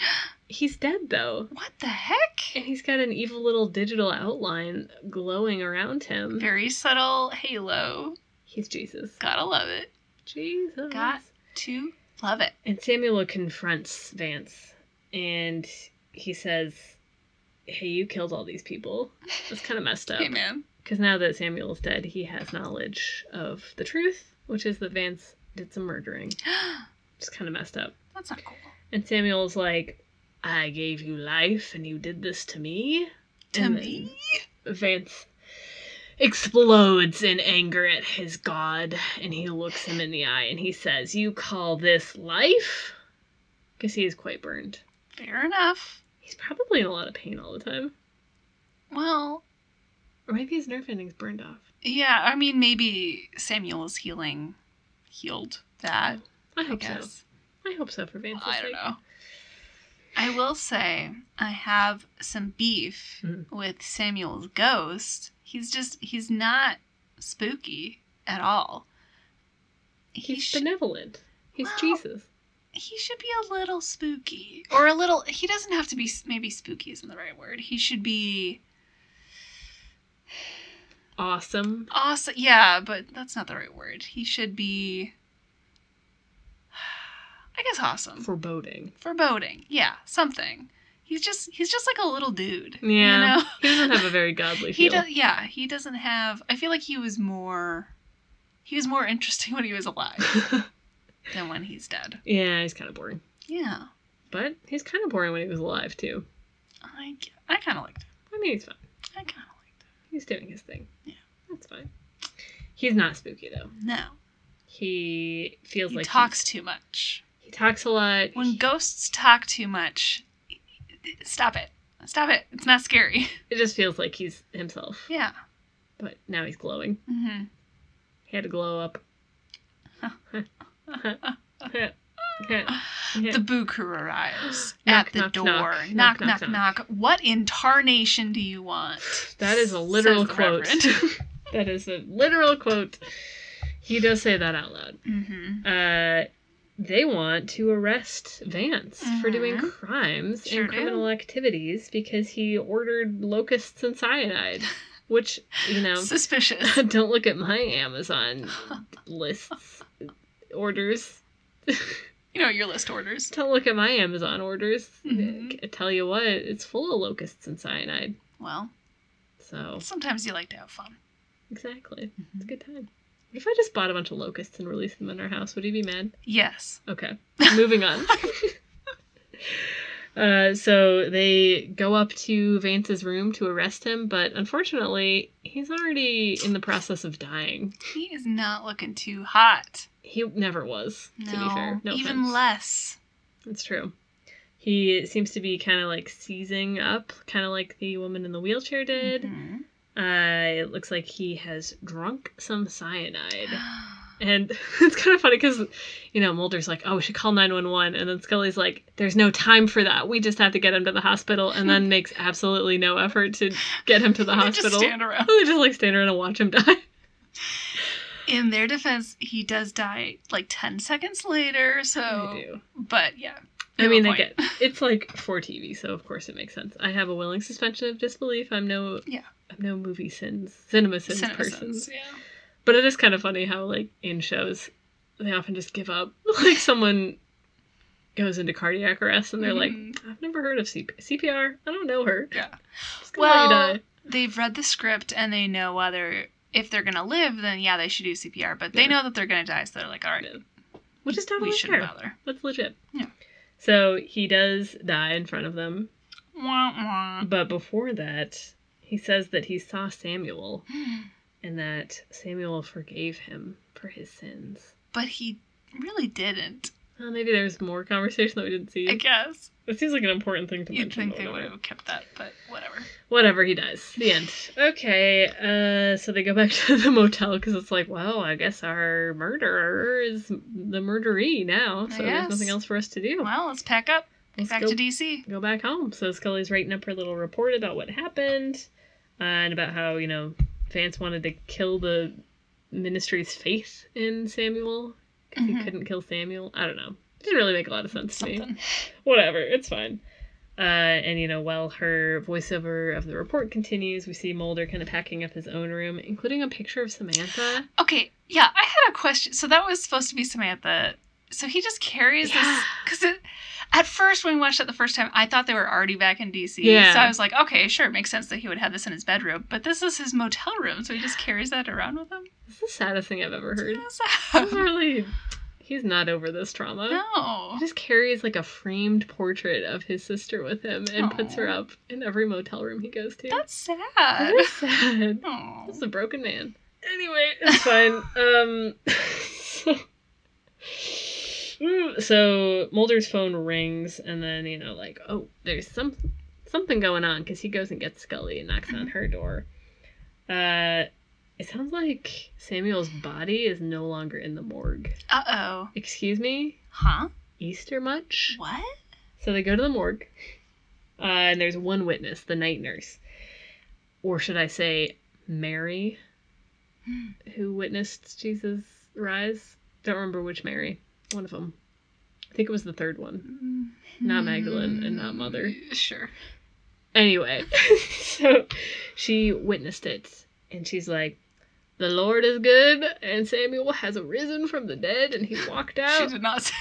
[SPEAKER 1] He's dead though.
[SPEAKER 2] what the heck?
[SPEAKER 1] And he's got an evil little digital outline glowing around him.
[SPEAKER 2] Very subtle halo.
[SPEAKER 1] He's Jesus.
[SPEAKER 2] Gotta love it.
[SPEAKER 1] Jesus.
[SPEAKER 2] Got- To love it.
[SPEAKER 1] And Samuel confronts Vance and he says, Hey, you killed all these people. That's kind of messed
[SPEAKER 2] *laughs*
[SPEAKER 1] up.
[SPEAKER 2] Hey, man. *gasps*
[SPEAKER 1] Because now that Samuel's dead, he has knowledge of the truth, which is that Vance did some murdering. It's kind of messed up.
[SPEAKER 2] That's not cool.
[SPEAKER 1] And Samuel's like, I gave you life and you did this to me?
[SPEAKER 2] To
[SPEAKER 1] And
[SPEAKER 2] me?
[SPEAKER 1] Vance explodes in anger at his god and he looks him in the eye and he says, You call this life? Because he is quite burned.
[SPEAKER 2] Fair enough.
[SPEAKER 1] He's probably in a lot of pain all the time.
[SPEAKER 2] Well,
[SPEAKER 1] Or maybe his nerve ending's burned off.
[SPEAKER 2] yeah, I mean, maybe Samuel's healing healed that,
[SPEAKER 1] I
[SPEAKER 2] I
[SPEAKER 1] hope so.
[SPEAKER 2] guess.
[SPEAKER 1] I hope so for Vance's
[SPEAKER 2] I
[SPEAKER 1] sake.
[SPEAKER 2] don't know. I will say I have some beef
[SPEAKER 1] Mm.
[SPEAKER 2] with Samuel's ghost. He's just he's not spooky at all. He
[SPEAKER 1] He's
[SPEAKER 2] sh-
[SPEAKER 1] benevolent. He's
[SPEAKER 2] Well-
[SPEAKER 1] Jesus.
[SPEAKER 2] he should be a little spooky or a little he doesn't have to be s- maybe spooky isn't the right word. He should be
[SPEAKER 1] Awesome.
[SPEAKER 2] awesome. Yeah, but that's not the right word. He should be *sighs* I guess awesome.
[SPEAKER 1] Foreboding.
[SPEAKER 2] *laughs* Foreboding. Yeah, something. He's just he's just like a little dude.
[SPEAKER 1] Yeah.
[SPEAKER 2] You know?
[SPEAKER 1] He doesn't have a very
[SPEAKER 2] *laughs*
[SPEAKER 1] godly
[SPEAKER 2] he
[SPEAKER 1] feel.
[SPEAKER 2] does yeah he doesn't have i feel like he was more he was more *laughs* interesting when he was alive than when he's dead
[SPEAKER 1] *laughs* yeah, he's kind of boring.
[SPEAKER 2] yeah
[SPEAKER 1] But he's kind of boring when he was alive, too.
[SPEAKER 2] i g- i kind of liked it
[SPEAKER 1] I mean, he's fine.
[SPEAKER 2] i kind of liked
[SPEAKER 1] He's doing his thing.
[SPEAKER 2] Yeah.
[SPEAKER 1] That's fine. He's not spooky though.
[SPEAKER 2] it no
[SPEAKER 1] He feels
[SPEAKER 2] he
[SPEAKER 1] like
[SPEAKER 2] talks too much
[SPEAKER 1] He, he talks a lot.
[SPEAKER 2] when ghosts talk too much stop it stop it it's not scary *laughs*
[SPEAKER 1] it just feels like he's himself.
[SPEAKER 2] yeah
[SPEAKER 1] But now he's glowing.
[SPEAKER 2] mm-hmm.
[SPEAKER 1] He had to glow up.
[SPEAKER 2] *laughs* the boo crew arrives
[SPEAKER 1] Knock,
[SPEAKER 2] at the
[SPEAKER 1] knock,
[SPEAKER 2] door
[SPEAKER 1] knock.
[SPEAKER 2] knock knock
[SPEAKER 1] Knock,
[SPEAKER 2] knock,
[SPEAKER 1] knock,
[SPEAKER 2] what in tarnation do you want
[SPEAKER 1] that is a literal
[SPEAKER 2] Says the
[SPEAKER 1] quote.
[SPEAKER 2] Reverend.
[SPEAKER 1] *laughs* that is a literal quote. He does say that out loud.
[SPEAKER 2] mm-hmm.
[SPEAKER 1] Uh, they want to arrest Vance for doing
[SPEAKER 2] Mhm.
[SPEAKER 1] crimes
[SPEAKER 2] Sure do.
[SPEAKER 1] and criminal activities because he ordered locusts and
[SPEAKER 2] *laughs*
[SPEAKER 1] cyanide, which, you know,
[SPEAKER 2] suspicious
[SPEAKER 1] *laughs* don't look at my Amazon lists orders.
[SPEAKER 2] you know your list orders
[SPEAKER 1] Don't look at my Amazon orders.
[SPEAKER 2] Mhm.
[SPEAKER 1] I tell you what, it's full of locusts and cyanide.
[SPEAKER 2] well
[SPEAKER 1] So,
[SPEAKER 2] sometimes you like to have fun
[SPEAKER 1] exactly.
[SPEAKER 2] Mm-hmm.
[SPEAKER 1] It's a good time. What if I just bought a bunch of locusts and released them in our house? Would he be mad?
[SPEAKER 2] Yes.
[SPEAKER 1] Okay, moving
[SPEAKER 2] *laughs*
[SPEAKER 1] on. uh, so they go up to Vance's room to arrest him, but unfortunately, he's already in the process of dying.
[SPEAKER 2] He is not looking too hot.
[SPEAKER 1] He never was,
[SPEAKER 2] No.
[SPEAKER 1] to be fair. No
[SPEAKER 2] even
[SPEAKER 1] offense.
[SPEAKER 2] less.
[SPEAKER 1] That's true. He seems to be kind of like seizing up, kind of like the woman in the wheelchair did.
[SPEAKER 2] Mhm.
[SPEAKER 1] Uh, it looks like he has drunk some
[SPEAKER 2] *gasps*
[SPEAKER 1] cyanide. And *laughs* it's kind of funny because, you know, Mulder's like, oh, we should call 911. And then Scully's like, there's no time for that. We just have to get him to the hospital. And
[SPEAKER 2] *laughs*
[SPEAKER 1] then makes absolutely no effort to get him to the
[SPEAKER 2] They
[SPEAKER 1] hospital.
[SPEAKER 2] Just stand around.
[SPEAKER 1] *laughs* they just like stand around and watch him die.
[SPEAKER 2] In their defense, he does die like ten seconds later.
[SPEAKER 1] *laughs*
[SPEAKER 2] So,
[SPEAKER 1] I do.
[SPEAKER 2] but yeah.
[SPEAKER 1] I mean, I
[SPEAKER 2] they
[SPEAKER 1] get it's like for TV, so of course it makes sense. I have a willing suspension of disbelief. I'm no,
[SPEAKER 2] Yeah.
[SPEAKER 1] I'm no movie sins, cinema sins
[SPEAKER 2] Cinemasins,
[SPEAKER 1] person.
[SPEAKER 2] Yeah.
[SPEAKER 1] But it is kind of funny how like in shows, they often just give up. *laughs* Like someone goes into cardiac arrest and they're
[SPEAKER 2] Mhm.
[SPEAKER 1] like, I've never heard of CP- CPR. I don't know her.
[SPEAKER 2] Yeah.
[SPEAKER 1] Just gonna let you
[SPEAKER 2] Well,
[SPEAKER 1] die."
[SPEAKER 2] They've read the script and they know whether if they're gonna live, then yeah, they should do CPR. But they
[SPEAKER 1] Yeah.
[SPEAKER 2] know that they're gonna die, so they're like, all right,
[SPEAKER 1] Yeah. which is
[SPEAKER 2] we
[SPEAKER 1] totally
[SPEAKER 2] shouldn't
[SPEAKER 1] fair.
[SPEAKER 2] bother.
[SPEAKER 1] That's legit.
[SPEAKER 2] Yeah.
[SPEAKER 1] So he does die in front of them,
[SPEAKER 2] Wah,
[SPEAKER 1] but before that, he says that he saw Samuel
[SPEAKER 2] wah.
[SPEAKER 1] and that Samuel forgave him for his sins.
[SPEAKER 2] But he really didn't.
[SPEAKER 1] Well, maybe there's more conversation that we didn't see.
[SPEAKER 2] I guess.
[SPEAKER 1] That seems like an important thing to
[SPEAKER 2] You'd
[SPEAKER 1] mention.
[SPEAKER 2] think
[SPEAKER 1] though,
[SPEAKER 2] they
[SPEAKER 1] no
[SPEAKER 2] would
[SPEAKER 1] matter-
[SPEAKER 2] have kept that, but whatever.
[SPEAKER 1] Whatever he does. The end. Okay, uh, so they go back *laughs* to the motel because it's like, well, I guess our murderer is the murderee now,
[SPEAKER 2] I
[SPEAKER 1] so there's nothing
[SPEAKER 2] guess.
[SPEAKER 1] else for us to do.
[SPEAKER 2] Well, let's pack up.
[SPEAKER 1] Let's
[SPEAKER 2] back
[SPEAKER 1] go
[SPEAKER 2] to DC.
[SPEAKER 1] go back home. So Scully's writing up her little report about what happened uh, and about how, you know, Vance wanted to kill the ministry's faith in Samuel because
[SPEAKER 2] Mhm.
[SPEAKER 1] he couldn't kill Samuel. I don't know. It didn't really make a lot of sense to me.
[SPEAKER 2] Something.
[SPEAKER 1] Whatever, it's fine. Uh, and, you know, while her voiceover of the report continues, we see Mulder kind of packing up his own room, including a picture of Samantha.
[SPEAKER 2] Okay, yeah, I had a question. So that was supposed to be Samantha. So he just carries
[SPEAKER 1] Yeah.
[SPEAKER 2] this because at first when we watched it the first time, I thought they were already back in DC.
[SPEAKER 1] Yeah.
[SPEAKER 2] So I was like, okay, sure, it makes sense that he would have this in his bedroom, but this is his motel room, so he just carries that around with him.
[SPEAKER 1] This is the saddest thing I've ever
[SPEAKER 2] *laughs*
[SPEAKER 1] heard. *laughs* This is
[SPEAKER 2] Sad.
[SPEAKER 1] really. He's not over this trauma.
[SPEAKER 2] No.
[SPEAKER 1] He just carries like a framed portrait of his sister with him and puts her
[SPEAKER 2] Aw.
[SPEAKER 1] up in every motel room he goes to.
[SPEAKER 2] That's sad. *laughs*
[SPEAKER 1] Isn't that sad.
[SPEAKER 2] Aw.
[SPEAKER 1] This is a broken man. Anyway, it's *laughs* fine. um, Mm, so Mulder's phone rings, and then you know, like, oh, there's some something going on because he goes and gets Scully and knocks on her door. Uh, it sounds like Samuel's body is no longer in the morgue.
[SPEAKER 2] Uh oh.
[SPEAKER 1] Excuse me,
[SPEAKER 2] Huh?
[SPEAKER 1] Easter much?
[SPEAKER 2] What?
[SPEAKER 1] So they go to the morgue, uh, and there's one witness, the night nurse, or should I say Mary, who witnessed Jesus rise. Don't remember which Mary. One of them. I think it was the third one. Not Magdalene and not Mother.
[SPEAKER 2] Mm, Sure.
[SPEAKER 1] Anyway, *laughs* so she witnessed it, and she's like, "The Lord is good, and Samuel has arisen from the dead, and he walked
[SPEAKER 2] She
[SPEAKER 1] out *laughs*
[SPEAKER 2] did not *laughs* say.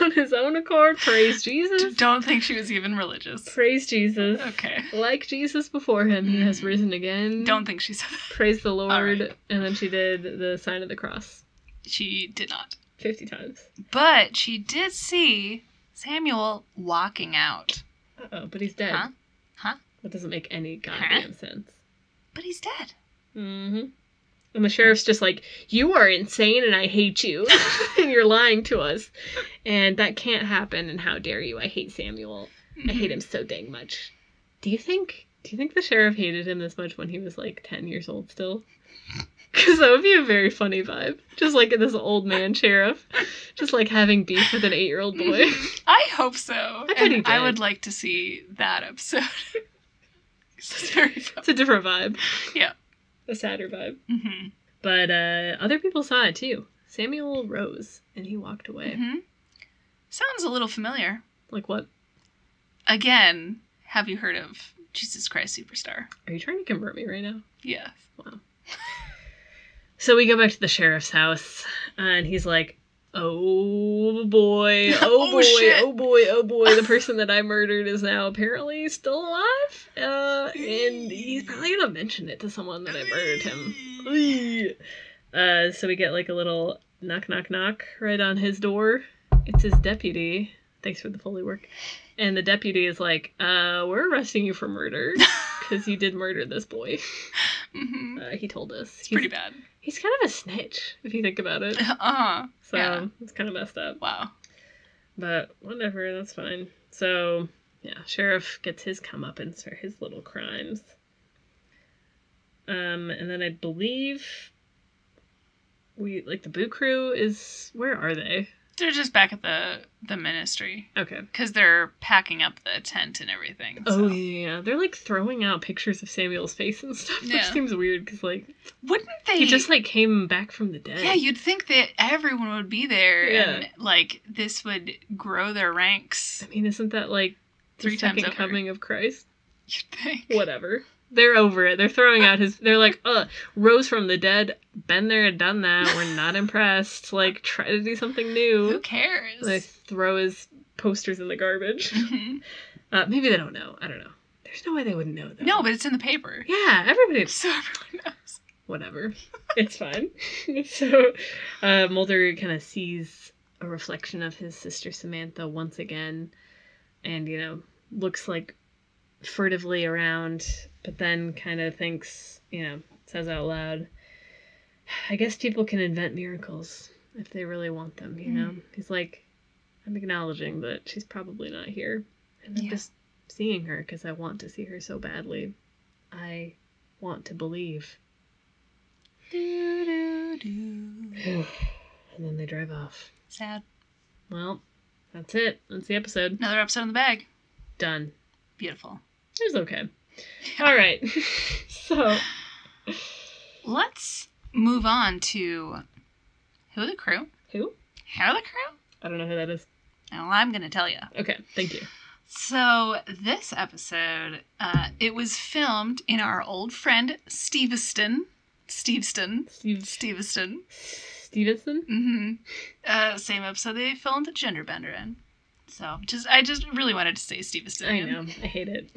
[SPEAKER 1] on his own accord. Praise Jesus."
[SPEAKER 2] Don't think she was even religious.
[SPEAKER 1] Praise Jesus.
[SPEAKER 2] Okay.
[SPEAKER 1] like Jesus before him, he has risen again.
[SPEAKER 2] Hmm. Don't think she said that.
[SPEAKER 1] praise the Lord.
[SPEAKER 2] Alright.
[SPEAKER 1] And then she did the sign of the cross
[SPEAKER 2] She did not.
[SPEAKER 1] 50 times.
[SPEAKER 2] But she did see Samuel walking out.
[SPEAKER 1] Uh oh, but he's dead.
[SPEAKER 2] Huh? Huh?
[SPEAKER 1] That doesn't make any goddamn sense.
[SPEAKER 2] But he's dead.
[SPEAKER 1] hmm. And the sheriff's just like, You are insane and I hate
[SPEAKER 2] *laughs*
[SPEAKER 1] you. *laughs* You're lying to us. And that can't happen. And how dare you? I hate Samuel. I hate him so dang much. Do you think do you think the sheriff hated him this much when he was like ten years old still? *laughs* Cause that would be a very funny vibe. Just like this old man sheriff. Just like having beef with an eight year old boy.
[SPEAKER 2] I hope so.
[SPEAKER 1] bet
[SPEAKER 2] and
[SPEAKER 1] he did.
[SPEAKER 2] I would like to see that episode. *laughs* this is very fun.
[SPEAKER 1] it's a different vibe.
[SPEAKER 2] Yeah.
[SPEAKER 1] A sadder vibe.
[SPEAKER 2] Mhm.
[SPEAKER 1] Mm-hmm. But uh other people saw it too. Samuel rose and he walked away.
[SPEAKER 2] Mhm. Sounds a little familiar.
[SPEAKER 1] Like what?
[SPEAKER 2] Again, have you heard of Jesus Christ Superstar?
[SPEAKER 1] Are you trying to convert me right now?
[SPEAKER 2] Yes.
[SPEAKER 1] So we go back to the sheriff's house, and he's like, "Oh
[SPEAKER 2] *laughs*
[SPEAKER 1] boy, oh,
[SPEAKER 2] Oh,
[SPEAKER 1] boy,
[SPEAKER 2] shit.
[SPEAKER 1] oh boy, oh boy!
[SPEAKER 2] *laughs*
[SPEAKER 1] The person that I murdered is now apparently still alive, uh, and he's probably gonna mention it to someone that I murdered him." Eee. Uh, so we get like a little knock, knock, knock right on his door. It's his deputy. Thanks for the Foley work. And the deputy is like, uh, we're arresting you for
[SPEAKER 2] *laughs*
[SPEAKER 1] murder because you did murder this boy.
[SPEAKER 2] hmm
[SPEAKER 1] Uh, he told us.
[SPEAKER 2] It's
[SPEAKER 1] He's-
[SPEAKER 2] pretty bad.
[SPEAKER 1] He's kind of a snitch, if you think about
[SPEAKER 2] *laughs*
[SPEAKER 1] it.
[SPEAKER 2] Uh-huh.
[SPEAKER 1] So
[SPEAKER 2] Yeah.
[SPEAKER 1] it's kind of messed up.
[SPEAKER 2] Wow.
[SPEAKER 1] But whatever, that's fine. So yeah, sheriff gets his comeuppance for his little crimes. Um, and then I believe we like the boot crew is where are they?
[SPEAKER 2] They're just back at the the ministry
[SPEAKER 1] Okay.
[SPEAKER 2] because they're packing up the tent and everything.
[SPEAKER 1] Oh
[SPEAKER 2] so.
[SPEAKER 1] yeah, they're like throwing out pictures of Samuel's face and *laughs* stuff, which
[SPEAKER 2] Yeah.
[SPEAKER 1] seems weird because like
[SPEAKER 2] Wouldn't they?
[SPEAKER 1] he just like came back from the dead.
[SPEAKER 2] Yeah, you'd think that everyone would be there
[SPEAKER 1] Yeah.
[SPEAKER 2] and like this would grow their ranks. *laughs*
[SPEAKER 1] I mean, isn't that like the
[SPEAKER 2] Three times
[SPEAKER 1] second
[SPEAKER 2] over.
[SPEAKER 1] coming of Christ?
[SPEAKER 2] You'd think.
[SPEAKER 1] whatever. They're over it. They're throwing out his. They're like, uh, rose from the dead. Been there, done that. We're
[SPEAKER 2] *laughs*
[SPEAKER 1] not impressed. Like, try to do something
[SPEAKER 2] Who
[SPEAKER 1] new.
[SPEAKER 2] cares?
[SPEAKER 1] They throw his posters in the
[SPEAKER 2] *laughs*
[SPEAKER 1] garbage.
[SPEAKER 2] Mhm.
[SPEAKER 1] Uh, maybe they don't know. I don't know. There's no way they wouldn't know though.
[SPEAKER 2] No, but it's in the *laughs* paper.
[SPEAKER 1] Yeah, everybody.
[SPEAKER 2] So everyone knows.
[SPEAKER 1] Whatever. It's fine. *laughs* so, uh, Mulder kind of sees a reflection of his sister Samantha once again, and you know looks like furtively around, but then kind of thinks, you know, says out loud, I guess people can invent miracles. if they really want them, you
[SPEAKER 2] Mm.
[SPEAKER 1] know? He's like, I'm acknowledging that she's probably not here. And I'm
[SPEAKER 2] Yeah.
[SPEAKER 1] just seeing her because I want to see her so badly. I want to believe.
[SPEAKER 2] Do, do, do.
[SPEAKER 1] *sighs* and then they drive off.
[SPEAKER 2] Sad.
[SPEAKER 1] Well, that's it. That's the episode.
[SPEAKER 2] Another episode in the bag.
[SPEAKER 1] Done.
[SPEAKER 2] Beautiful.
[SPEAKER 1] It was
[SPEAKER 2] *laughs*
[SPEAKER 1] okay. All right. *laughs* so,
[SPEAKER 2] Let's move on to who are the crew?
[SPEAKER 1] who?
[SPEAKER 2] How the crew?
[SPEAKER 1] I don't know who that is.
[SPEAKER 2] Well, I'm going to tell you.
[SPEAKER 1] Okay, thank you.
[SPEAKER 2] So this episode, uh, it was filmed in our old friend Steveston, Steveston,
[SPEAKER 1] Steve
[SPEAKER 2] Steveston.
[SPEAKER 1] Stevenson?
[SPEAKER 2] hmm Uh, same episode they filmed Genderbender in. So just I just really wanted to say Steveston.
[SPEAKER 1] I know. I hate
[SPEAKER 2] *laughs*
[SPEAKER 1] it.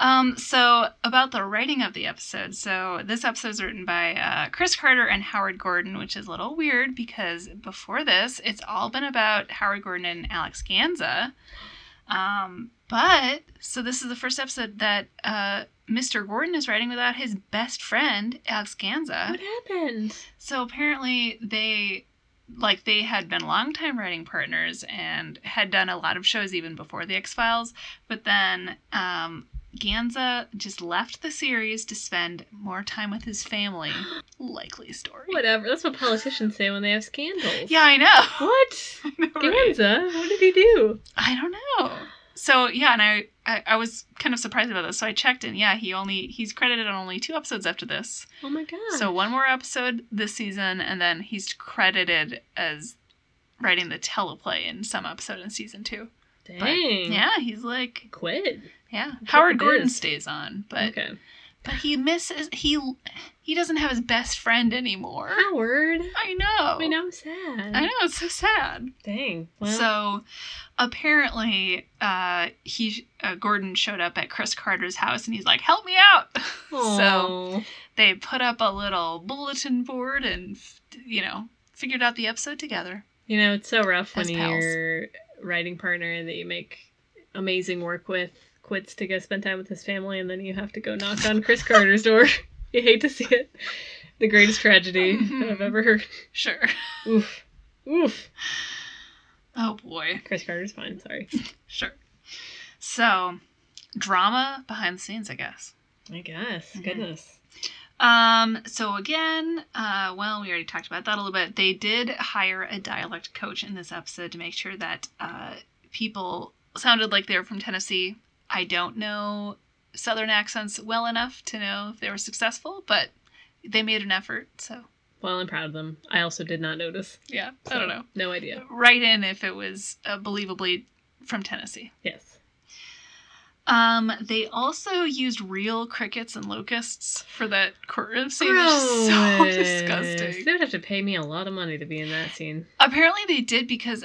[SPEAKER 2] Um, so about the writing of the episode. So this episode is written by uh, Chris Carter and Howard Gordon, which is a little weird because before this, it's all been about Howard Gordon and Alex Ganza. Um, but so this is the first episode that uh, Mr. Gordon is writing without his best friend Alex Ganza.
[SPEAKER 1] what happened?
[SPEAKER 2] So apparently they like they had been longtime writing partners and had done a lot of shows even before the X Files, but then um Ganza just left the series to spend more time with his
[SPEAKER 1] *gasps*
[SPEAKER 2] family. Likely story.
[SPEAKER 1] Whatever. That's what politicians say when they have scandals.
[SPEAKER 2] Yeah, I know. *laughs*
[SPEAKER 1] What?
[SPEAKER 2] I know, right?
[SPEAKER 1] Ganza? What did he do?
[SPEAKER 2] I don't know. So yeah, and I, I I was kind of surprised about this. So I checked, and yeah, he only he's credited on only two episodes after this.
[SPEAKER 1] Oh my god.
[SPEAKER 2] So one more episode this season, and then he's credited as writing the teleplay in some episode in season two.
[SPEAKER 1] dang.
[SPEAKER 2] But yeah, he's like
[SPEAKER 1] Quit.
[SPEAKER 2] yeah.
[SPEAKER 1] That's
[SPEAKER 2] Howard
[SPEAKER 1] what it
[SPEAKER 2] Gordon
[SPEAKER 1] is.
[SPEAKER 2] stays on, but
[SPEAKER 1] okay.
[SPEAKER 2] but he misses he he doesn't have his best friend anymore.
[SPEAKER 1] Howard.
[SPEAKER 2] I know.
[SPEAKER 1] Hmm. I know. I'm sad.
[SPEAKER 2] Oh. I know. It's so sad.
[SPEAKER 1] Dang. Well,
[SPEAKER 2] So apparently, uh, he uh, Gordon showed up at Chris Carter's house, and he's like, "Help me out." *laughs* So
[SPEAKER 1] aw.
[SPEAKER 2] they put up a little bulletin board and f- you know figured out the episode together
[SPEAKER 1] you know it's so rough when
[SPEAKER 2] As pals.
[SPEAKER 1] your writing partner that you make amazing work with quits to go spend time with his family, and then you have to go knock on
[SPEAKER 2] *laughs*
[SPEAKER 1] Chris Carter's door. you hate to see it. The greatest tragedy
[SPEAKER 2] Mhm.
[SPEAKER 1] I've ever heard.
[SPEAKER 2] sure *laughs*
[SPEAKER 1] Oof. Oof.
[SPEAKER 2] oh boy
[SPEAKER 1] Chris Carter's fine. Sorry.
[SPEAKER 2] sure so drama behind the scenes i guess
[SPEAKER 1] I guess.
[SPEAKER 2] Mhm.
[SPEAKER 1] Goodness.
[SPEAKER 2] um so again uh well we already talked about that a little bit they did hire a dialect coach in this episode to make sure that uh people sounded like they were from tennessee i don't know southern accents well enough to know if they were successful but they made an effort so
[SPEAKER 1] Well, I'm proud of them. I also did not notice.
[SPEAKER 2] yeah i don't
[SPEAKER 1] so
[SPEAKER 2] know
[SPEAKER 1] No idea.
[SPEAKER 2] Right in if it was uh, believably from Tennessee.
[SPEAKER 1] Yes.
[SPEAKER 2] Um, they also used real crickets and locusts for that courtroom scene, which is so *laughs*
[SPEAKER 1] Gross. They
[SPEAKER 2] disgusting.
[SPEAKER 1] would have to pay me a lot of money to be in that scene.
[SPEAKER 2] Apparently, they did because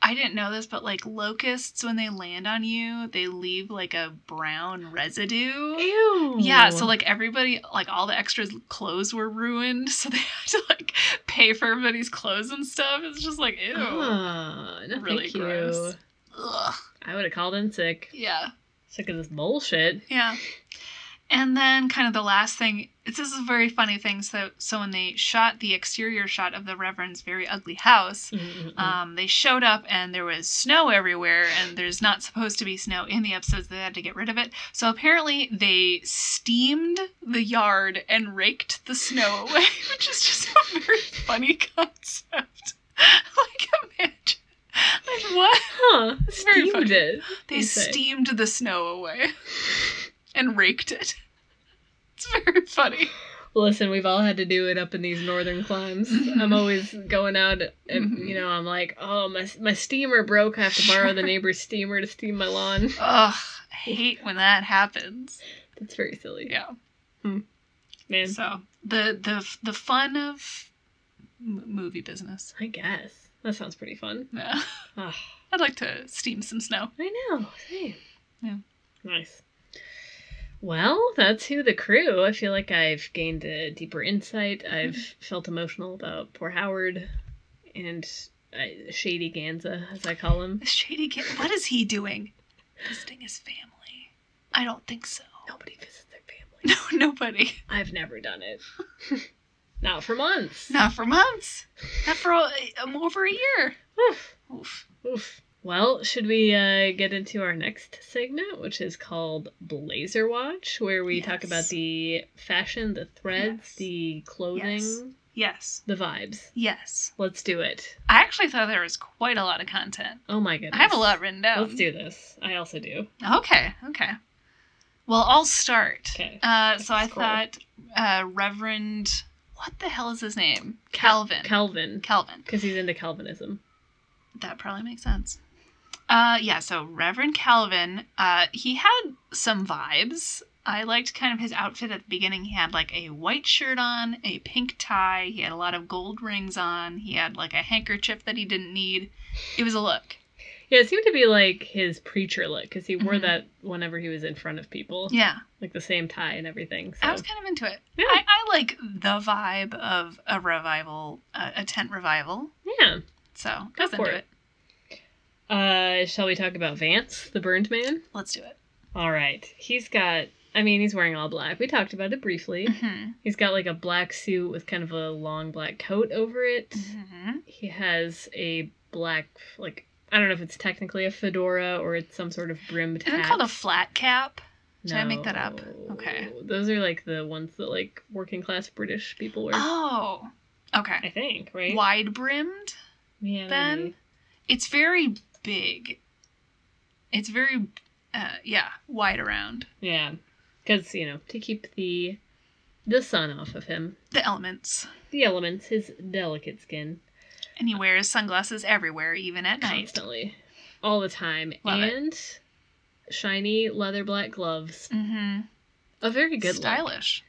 [SPEAKER 2] I didn't know this, but like locusts, when they land on you, they leave like a brown residue.
[SPEAKER 1] Ew.
[SPEAKER 2] Yeah, so like everybody, like all the extras' clothes were ruined, *laughs* so they had to like pay for everybody's clothes and stuff. It's just like ew.
[SPEAKER 1] Ah, no,
[SPEAKER 2] Really
[SPEAKER 1] thank you.
[SPEAKER 2] gross. Ugh.
[SPEAKER 1] I would have called in sick.
[SPEAKER 2] Yeah.
[SPEAKER 1] Sick of this bullshit.
[SPEAKER 2] Yeah. And then kind of the last thing, it's, this is a very funny thing. So, so when they shot the exterior shot of the Reverend's very ugly house,
[SPEAKER 1] Mm-hmm. Uh,
[SPEAKER 2] um, they showed up and there was snow everywhere, and there's not supposed to be snow in the episodes. They had to get rid of it. So apparently they steamed the yard and raked the snow *laughs* away, which is just a very funny concept. *laughs* like imagine, like what?
[SPEAKER 1] huh.
[SPEAKER 2] very
[SPEAKER 1] Steamed
[SPEAKER 2] funny.
[SPEAKER 1] it.
[SPEAKER 2] They
[SPEAKER 1] you say?
[SPEAKER 2] steamed the snow away *laughs* and raked it. *laughs* It's very funny.
[SPEAKER 1] Listen, we've all had to do it up in these northern
[SPEAKER 2] *laughs*
[SPEAKER 1] climes.
[SPEAKER 2] Mhm.
[SPEAKER 1] I'm always going out, and
[SPEAKER 2] Mhm.
[SPEAKER 1] you know, I'm like, oh, my my steamer broke. I have to
[SPEAKER 2] *laughs*
[SPEAKER 1] borrow the neighbor's steamer to steam my lawn.
[SPEAKER 2] Ugh, I hate when that happens.
[SPEAKER 1] That's very silly.
[SPEAKER 2] Yeah.
[SPEAKER 1] man.
[SPEAKER 2] So the the the fun of m- movie business. *laughs*
[SPEAKER 1] I guess that sounds pretty fun.
[SPEAKER 2] Yeah.
[SPEAKER 1] Ah,
[SPEAKER 2] I'd like to steam some snow.
[SPEAKER 1] I know. Oh, Same.
[SPEAKER 2] Yeah.
[SPEAKER 1] Nice. Well, that's who the crew. I feel like I've gained a deeper insight.
[SPEAKER 2] Mm-hmm.
[SPEAKER 1] I've felt emotional about poor Howard and uh, Shady Ganza, as I call
[SPEAKER 2] *laughs*
[SPEAKER 1] him.
[SPEAKER 2] This shady kid. What is he doing? Visiting his family? I don't think so.
[SPEAKER 1] *laughs*
[SPEAKER 2] *laughs*
[SPEAKER 1] Nobody visits their family.
[SPEAKER 2] No, nobody. *laughs*
[SPEAKER 1] I've never done it. Not for months.
[SPEAKER 2] Not for months. Not for all, um, over a year.
[SPEAKER 1] Oof,
[SPEAKER 2] Oof.
[SPEAKER 1] oof. Well, should we uh, get into our next segment, which is called Blazer Watch, where we talk
[SPEAKER 2] Yes.
[SPEAKER 1] about the fashion, the threads,
[SPEAKER 2] Yes.
[SPEAKER 1] the clothing,
[SPEAKER 2] Yes. Yes.
[SPEAKER 1] the vibes?
[SPEAKER 2] Yes.
[SPEAKER 1] Let's do it.
[SPEAKER 2] I actually thought there was quite a lot of content.
[SPEAKER 1] Oh my goodness.
[SPEAKER 2] I have a lot written down.
[SPEAKER 1] Let's do this. I also do.
[SPEAKER 2] Okay. Okay. Well, I'll start.
[SPEAKER 1] Okay.
[SPEAKER 2] Uh, so I
[SPEAKER 1] Scroll.
[SPEAKER 2] thought uh, Reverend, what the hell is his name? Calvin.
[SPEAKER 1] Calvin.
[SPEAKER 2] Calvin.
[SPEAKER 1] Because he's into Calvinism.
[SPEAKER 2] That probably makes sense. Uh, yeah, so Reverend Calvin, uh, he had some vibes. I liked kind of his outfit at the beginning. He had like a white shirt on, a pink tie. He had a lot of gold rings on. He had like a handkerchief that he didn't need. It was a look.
[SPEAKER 1] Yeah, it seemed to be like his preacher look because he wore
[SPEAKER 2] Mhm.
[SPEAKER 1] that whenever he was in front of people,
[SPEAKER 2] Yeah,
[SPEAKER 1] like the same tie and everything. So
[SPEAKER 2] I was kind of into it.
[SPEAKER 1] Yeah.
[SPEAKER 2] I, I like the vibe of a revival, uh, a tent revival.
[SPEAKER 1] yeah.
[SPEAKER 2] So I
[SPEAKER 1] Go
[SPEAKER 2] was
[SPEAKER 1] for
[SPEAKER 2] into
[SPEAKER 1] it. Uh, shall we talk about Vance, the burned man?
[SPEAKER 2] Let's do it.
[SPEAKER 1] All right, he's got. I mean, he's wearing all black. We talked about it briefly.
[SPEAKER 2] hmm
[SPEAKER 1] He's got like a black suit with kind of a long black coat over it.
[SPEAKER 2] hmm
[SPEAKER 1] He has a black like I don't know if it's technically a fedora or it's some sort of brimmed
[SPEAKER 2] Is it
[SPEAKER 1] hat.
[SPEAKER 2] called a flat cap? Did I make that up? Okay.
[SPEAKER 1] No. Those are like the ones that like working class British people wear.
[SPEAKER 2] Oh, okay.
[SPEAKER 1] I think, right?
[SPEAKER 2] Wide brimmed.
[SPEAKER 1] Yeah,
[SPEAKER 2] then?
[SPEAKER 1] maybe.
[SPEAKER 2] It's very big. It's very, uh, yeah, wide around.
[SPEAKER 1] Yeah, because you know to keep the the sun off of him,
[SPEAKER 2] The elements.
[SPEAKER 1] the elements, his delicate skin,
[SPEAKER 2] And he wears sunglasses everywhere, even at night.
[SPEAKER 1] constantly, all the time,
[SPEAKER 2] Love it.
[SPEAKER 1] and shiny leather black gloves.
[SPEAKER 2] Mm-hmm.
[SPEAKER 1] A very good look.
[SPEAKER 2] Stylish.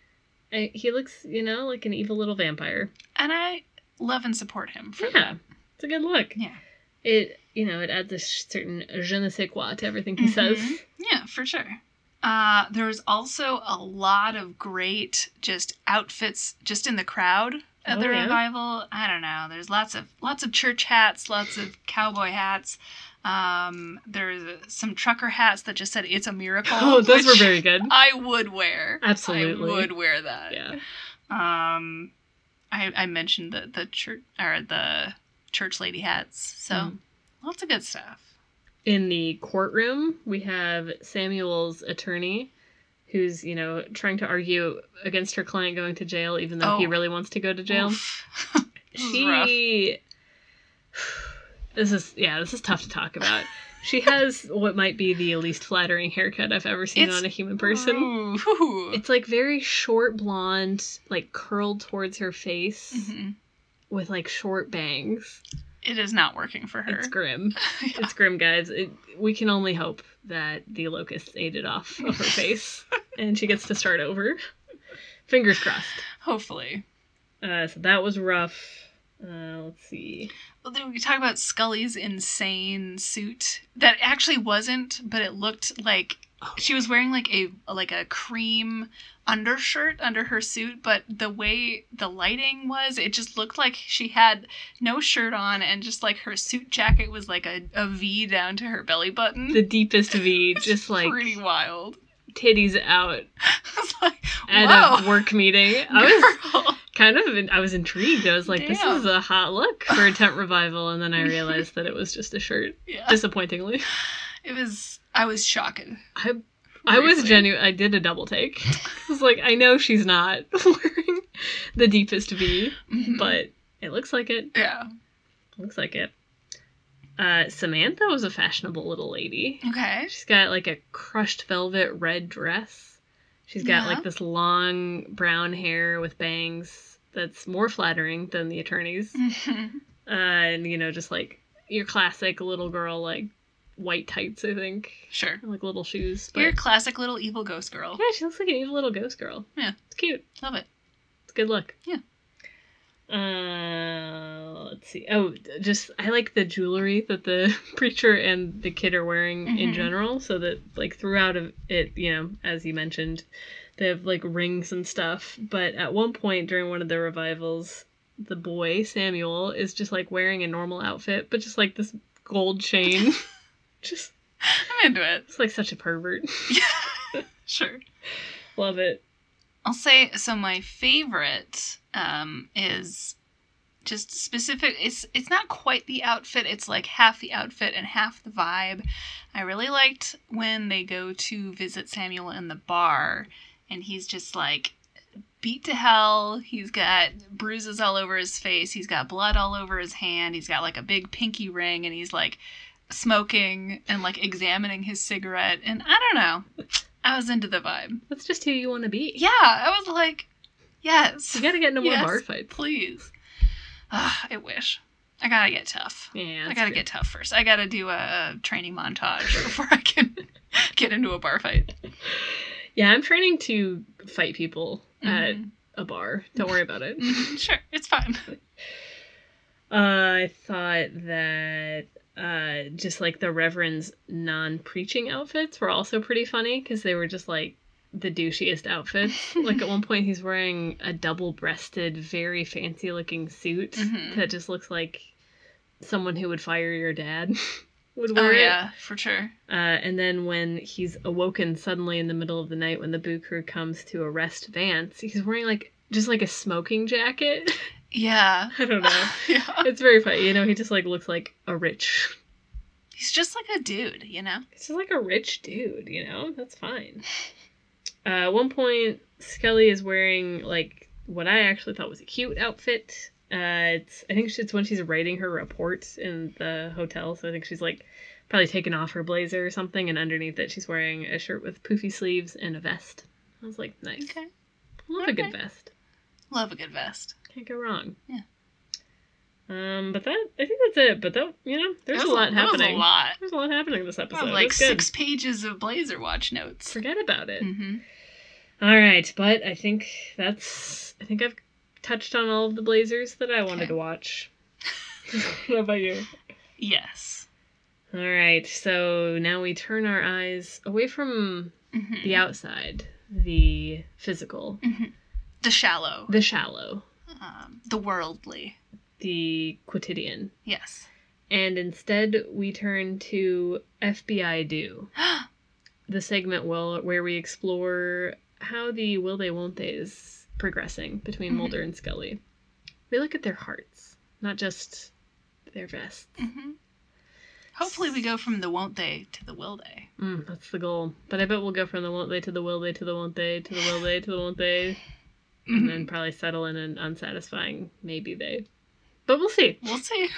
[SPEAKER 1] Uh, He looks, you know, like an evil little vampire.
[SPEAKER 2] And I love and support him for that.
[SPEAKER 1] Yeah, it's a good look.
[SPEAKER 2] Yeah.
[SPEAKER 1] It, you know, it adds a sh- certain je ne sais quoi to everything he says.
[SPEAKER 2] Mhm. Yeah, for sure. Uh, there was also a lot of great just outfits just in the crowd at
[SPEAKER 1] Oh,
[SPEAKER 2] the
[SPEAKER 1] yeah?
[SPEAKER 2] revival. I don't know. There's lots of lots of church hats, lots of cowboy hats. Um, there's some trucker hats that just said "It's a miracle."
[SPEAKER 1] *laughs* *laughs* Oh, those were
[SPEAKER 2] which
[SPEAKER 1] very good.
[SPEAKER 2] *laughs* I would wear.
[SPEAKER 1] Absolutely.
[SPEAKER 2] I would wear that.
[SPEAKER 1] Yeah.
[SPEAKER 2] Um, I I mentioned the the church or the church lady hats. So
[SPEAKER 1] Mm.
[SPEAKER 2] lots of good stuff.
[SPEAKER 1] in the courtroom we have samuel's attorney who's you know trying to argue against her client going to jail even though he
[SPEAKER 2] Oh.
[SPEAKER 1] really wants to go to jail
[SPEAKER 2] Oof. This is
[SPEAKER 1] she *sighs* this is yeah this is tough to talk about she has what might be the least flattering haircut i've ever seen
[SPEAKER 2] It's
[SPEAKER 1] on a human person
[SPEAKER 2] Ooh. *laughs*
[SPEAKER 1] it's like very short blonde like curled towards her face
[SPEAKER 2] Mhm.
[SPEAKER 1] with like short bangs
[SPEAKER 2] It is not working for her.
[SPEAKER 1] it's grim
[SPEAKER 2] *laughs* Yeah.
[SPEAKER 1] It's grim, guys. It, we can only hope that the locusts ate it off of her
[SPEAKER 2] *laughs*
[SPEAKER 1] face and she gets to start over. Fingers crossed.
[SPEAKER 2] Hopefully.
[SPEAKER 1] Uh, so that was rough. Uh, let's see.
[SPEAKER 2] Well, then we talk about Scully's insane suit that actually wasn't, but it looked like
[SPEAKER 1] Oh.
[SPEAKER 2] she was wearing like a like a cream undershirt under her suit, but the way the lighting was, it just looked like she had no shirt on and just like her suit jacket was like a, a V down to her belly button.
[SPEAKER 1] The deepest
[SPEAKER 2] *laughs*
[SPEAKER 1] V, just like
[SPEAKER 2] pretty wild. *laughs*
[SPEAKER 1] titties out
[SPEAKER 2] I was like,
[SPEAKER 1] at
[SPEAKER 2] whoa,
[SPEAKER 1] a work
[SPEAKER 2] *laughs*
[SPEAKER 1] meeting. I was
[SPEAKER 2] girl.
[SPEAKER 1] kind of, in, I was intrigued. I was like, this
[SPEAKER 2] Damn.
[SPEAKER 1] is a hot look for a tent revival. And then I realized that it was just a shirt,
[SPEAKER 2] Yeah.
[SPEAKER 1] disappointingly.
[SPEAKER 2] It was. I was shocked.
[SPEAKER 1] I I was
[SPEAKER 2] Briefly.
[SPEAKER 1] genuine. I did a double take. I was like, I know she's not *laughs* wearing the deepest V,
[SPEAKER 2] Mhm.
[SPEAKER 1] but it looks like it.
[SPEAKER 2] yeah.
[SPEAKER 1] Looks like it. Uh, Samantha was a fashionable little lady.
[SPEAKER 2] Okay. *laughs*
[SPEAKER 1] She's got like a crushed velvet red dress. She's got
[SPEAKER 2] Yeah.
[SPEAKER 1] like this long brown hair with bangs that's more flattering than the attorney's.
[SPEAKER 2] Mhm.
[SPEAKER 1] Uh, and you know, just like your classic little girl, like white tights, I think,
[SPEAKER 2] Sure.
[SPEAKER 1] and like little shoes.
[SPEAKER 2] You're a classic little evil ghost girl.
[SPEAKER 1] Yeah, she looks like an evil little ghost girl.
[SPEAKER 2] Yeah.
[SPEAKER 1] It's cute.
[SPEAKER 2] Love it.
[SPEAKER 1] It's a good look.
[SPEAKER 2] Yeah.
[SPEAKER 1] Uh, let's see. Oh, d- just I like the jewelry that the *laughs* preacher and the kid are wearing in
[SPEAKER 2] Mhm.
[SPEAKER 1] general, so that like throughout of it, you know, as you mentioned, they have like rings and stuff. But at one point during one of the revivals, the boy Samuel is just like wearing a normal outfit, but just like this gold *laughs* chain. just
[SPEAKER 2] I'm into it.
[SPEAKER 1] it's like such a pervert.
[SPEAKER 2] *laughs* Sure.
[SPEAKER 1] *laughs* Love it.
[SPEAKER 2] I'll say so. My favorite um, is just specific. It's it's not quite the outfit. It's like half the outfit and half the vibe. I really liked when they go to visit Samuel in the bar, and he's just like beat to hell. He's got bruises all over his face. He's got blood all over his hand. He's got like a big pinky ring, and he's like smoking and like examining his cigarette. And I don't know. I was into the vibe.
[SPEAKER 1] That's just who you want to be.
[SPEAKER 2] Yeah, I was like, yes.
[SPEAKER 1] You gotta get into more
[SPEAKER 2] Yes.
[SPEAKER 1] bar fights.
[SPEAKER 2] *laughs* Please. Ugh, I wish. I gotta get tough.
[SPEAKER 1] Yeah,
[SPEAKER 2] I
[SPEAKER 1] that's
[SPEAKER 2] gotta
[SPEAKER 1] good.
[SPEAKER 2] get tough first. I gotta do a, a training montage *laughs* before I can get into a bar fight.
[SPEAKER 1] Yeah, I'm training to fight people at
[SPEAKER 2] Mhm.
[SPEAKER 1] a bar. Don't worry about
[SPEAKER 2] *laughs*
[SPEAKER 1] it.
[SPEAKER 2] Mhm, sure, it's fine.
[SPEAKER 1] Uh, I thought that uh, just like the Reverend's non preaching outfits were also pretty funny because they were just like the douchiest outfits. like at one point, he's wearing a double breasted, very fancy looking suit
[SPEAKER 2] Mhm.
[SPEAKER 1] that just looks like someone who would fire your dad *laughs* would wear
[SPEAKER 2] Oh
[SPEAKER 1] it.
[SPEAKER 2] yeah, for sure.
[SPEAKER 1] Uh, and then when he's awoken suddenly in the middle of the night when the boo crew comes to arrest Vance, he's wearing like just like a smoking jacket. *laughs*
[SPEAKER 2] Yeah. *laughs*
[SPEAKER 1] I don't know.
[SPEAKER 2] yeah.
[SPEAKER 1] It's very funny. You know, he just like looks like a rich.
[SPEAKER 2] He's just like a dude, you know?
[SPEAKER 1] He's just like a rich dude, you know? That's fine. Uh, at one point, Skelly is wearing like what I actually thought was a cute outfit. Uh, it's I think it's when she's writing her report in the hotel, so I think she's like probably taken off her blazer or something, and underneath it she's wearing a shirt with poofy sleeves and a vest. I was like, nice.
[SPEAKER 2] Okay.
[SPEAKER 1] I love a good
[SPEAKER 2] Okay.
[SPEAKER 1] vest.
[SPEAKER 2] Love a good vest.
[SPEAKER 1] Can't go wrong.
[SPEAKER 2] Yeah.
[SPEAKER 1] Um, but that I think that's it. But that you know, there's
[SPEAKER 2] That
[SPEAKER 1] a
[SPEAKER 2] was
[SPEAKER 1] lot
[SPEAKER 2] that was
[SPEAKER 1] happening.
[SPEAKER 2] a lot.
[SPEAKER 1] There's a lot happening this
[SPEAKER 2] Wow,
[SPEAKER 1] episode.
[SPEAKER 2] like
[SPEAKER 1] It's good.
[SPEAKER 2] six pages of Blazer Watch notes.
[SPEAKER 1] Forget about it.
[SPEAKER 2] hmm
[SPEAKER 1] All right, but I think that's. I think I've touched on all of the Blazers that I wanted
[SPEAKER 2] Okay.
[SPEAKER 1] to watch. *laughs* what about you?
[SPEAKER 2] Yes.
[SPEAKER 1] All right, so now we turn our eyes away from
[SPEAKER 2] hmm
[SPEAKER 1] the outside, the physical,
[SPEAKER 2] The shallow.
[SPEAKER 1] the shallow,
[SPEAKER 2] um, the worldly.
[SPEAKER 1] the quotidian,
[SPEAKER 2] Yes.
[SPEAKER 1] and instead we turn to FBI Do.
[SPEAKER 2] *gasps* Mm-hmm.
[SPEAKER 1] the segment will where we explore how the will they won't they is progressing between
[SPEAKER 2] Mhm.
[SPEAKER 1] Mulder and Scully. We look at their hearts, not just their vests.
[SPEAKER 2] hmm Hopefully, we go from the won't they to the will they.
[SPEAKER 1] Mm, that's the goal. But I bet we'll go from the won't they to the will they to the won't they to the will they to the won't they, and
[SPEAKER 2] Mm-hmm.
[SPEAKER 1] then probably settle in an unsatisfying maybe they. But we'll see.
[SPEAKER 2] We'll see.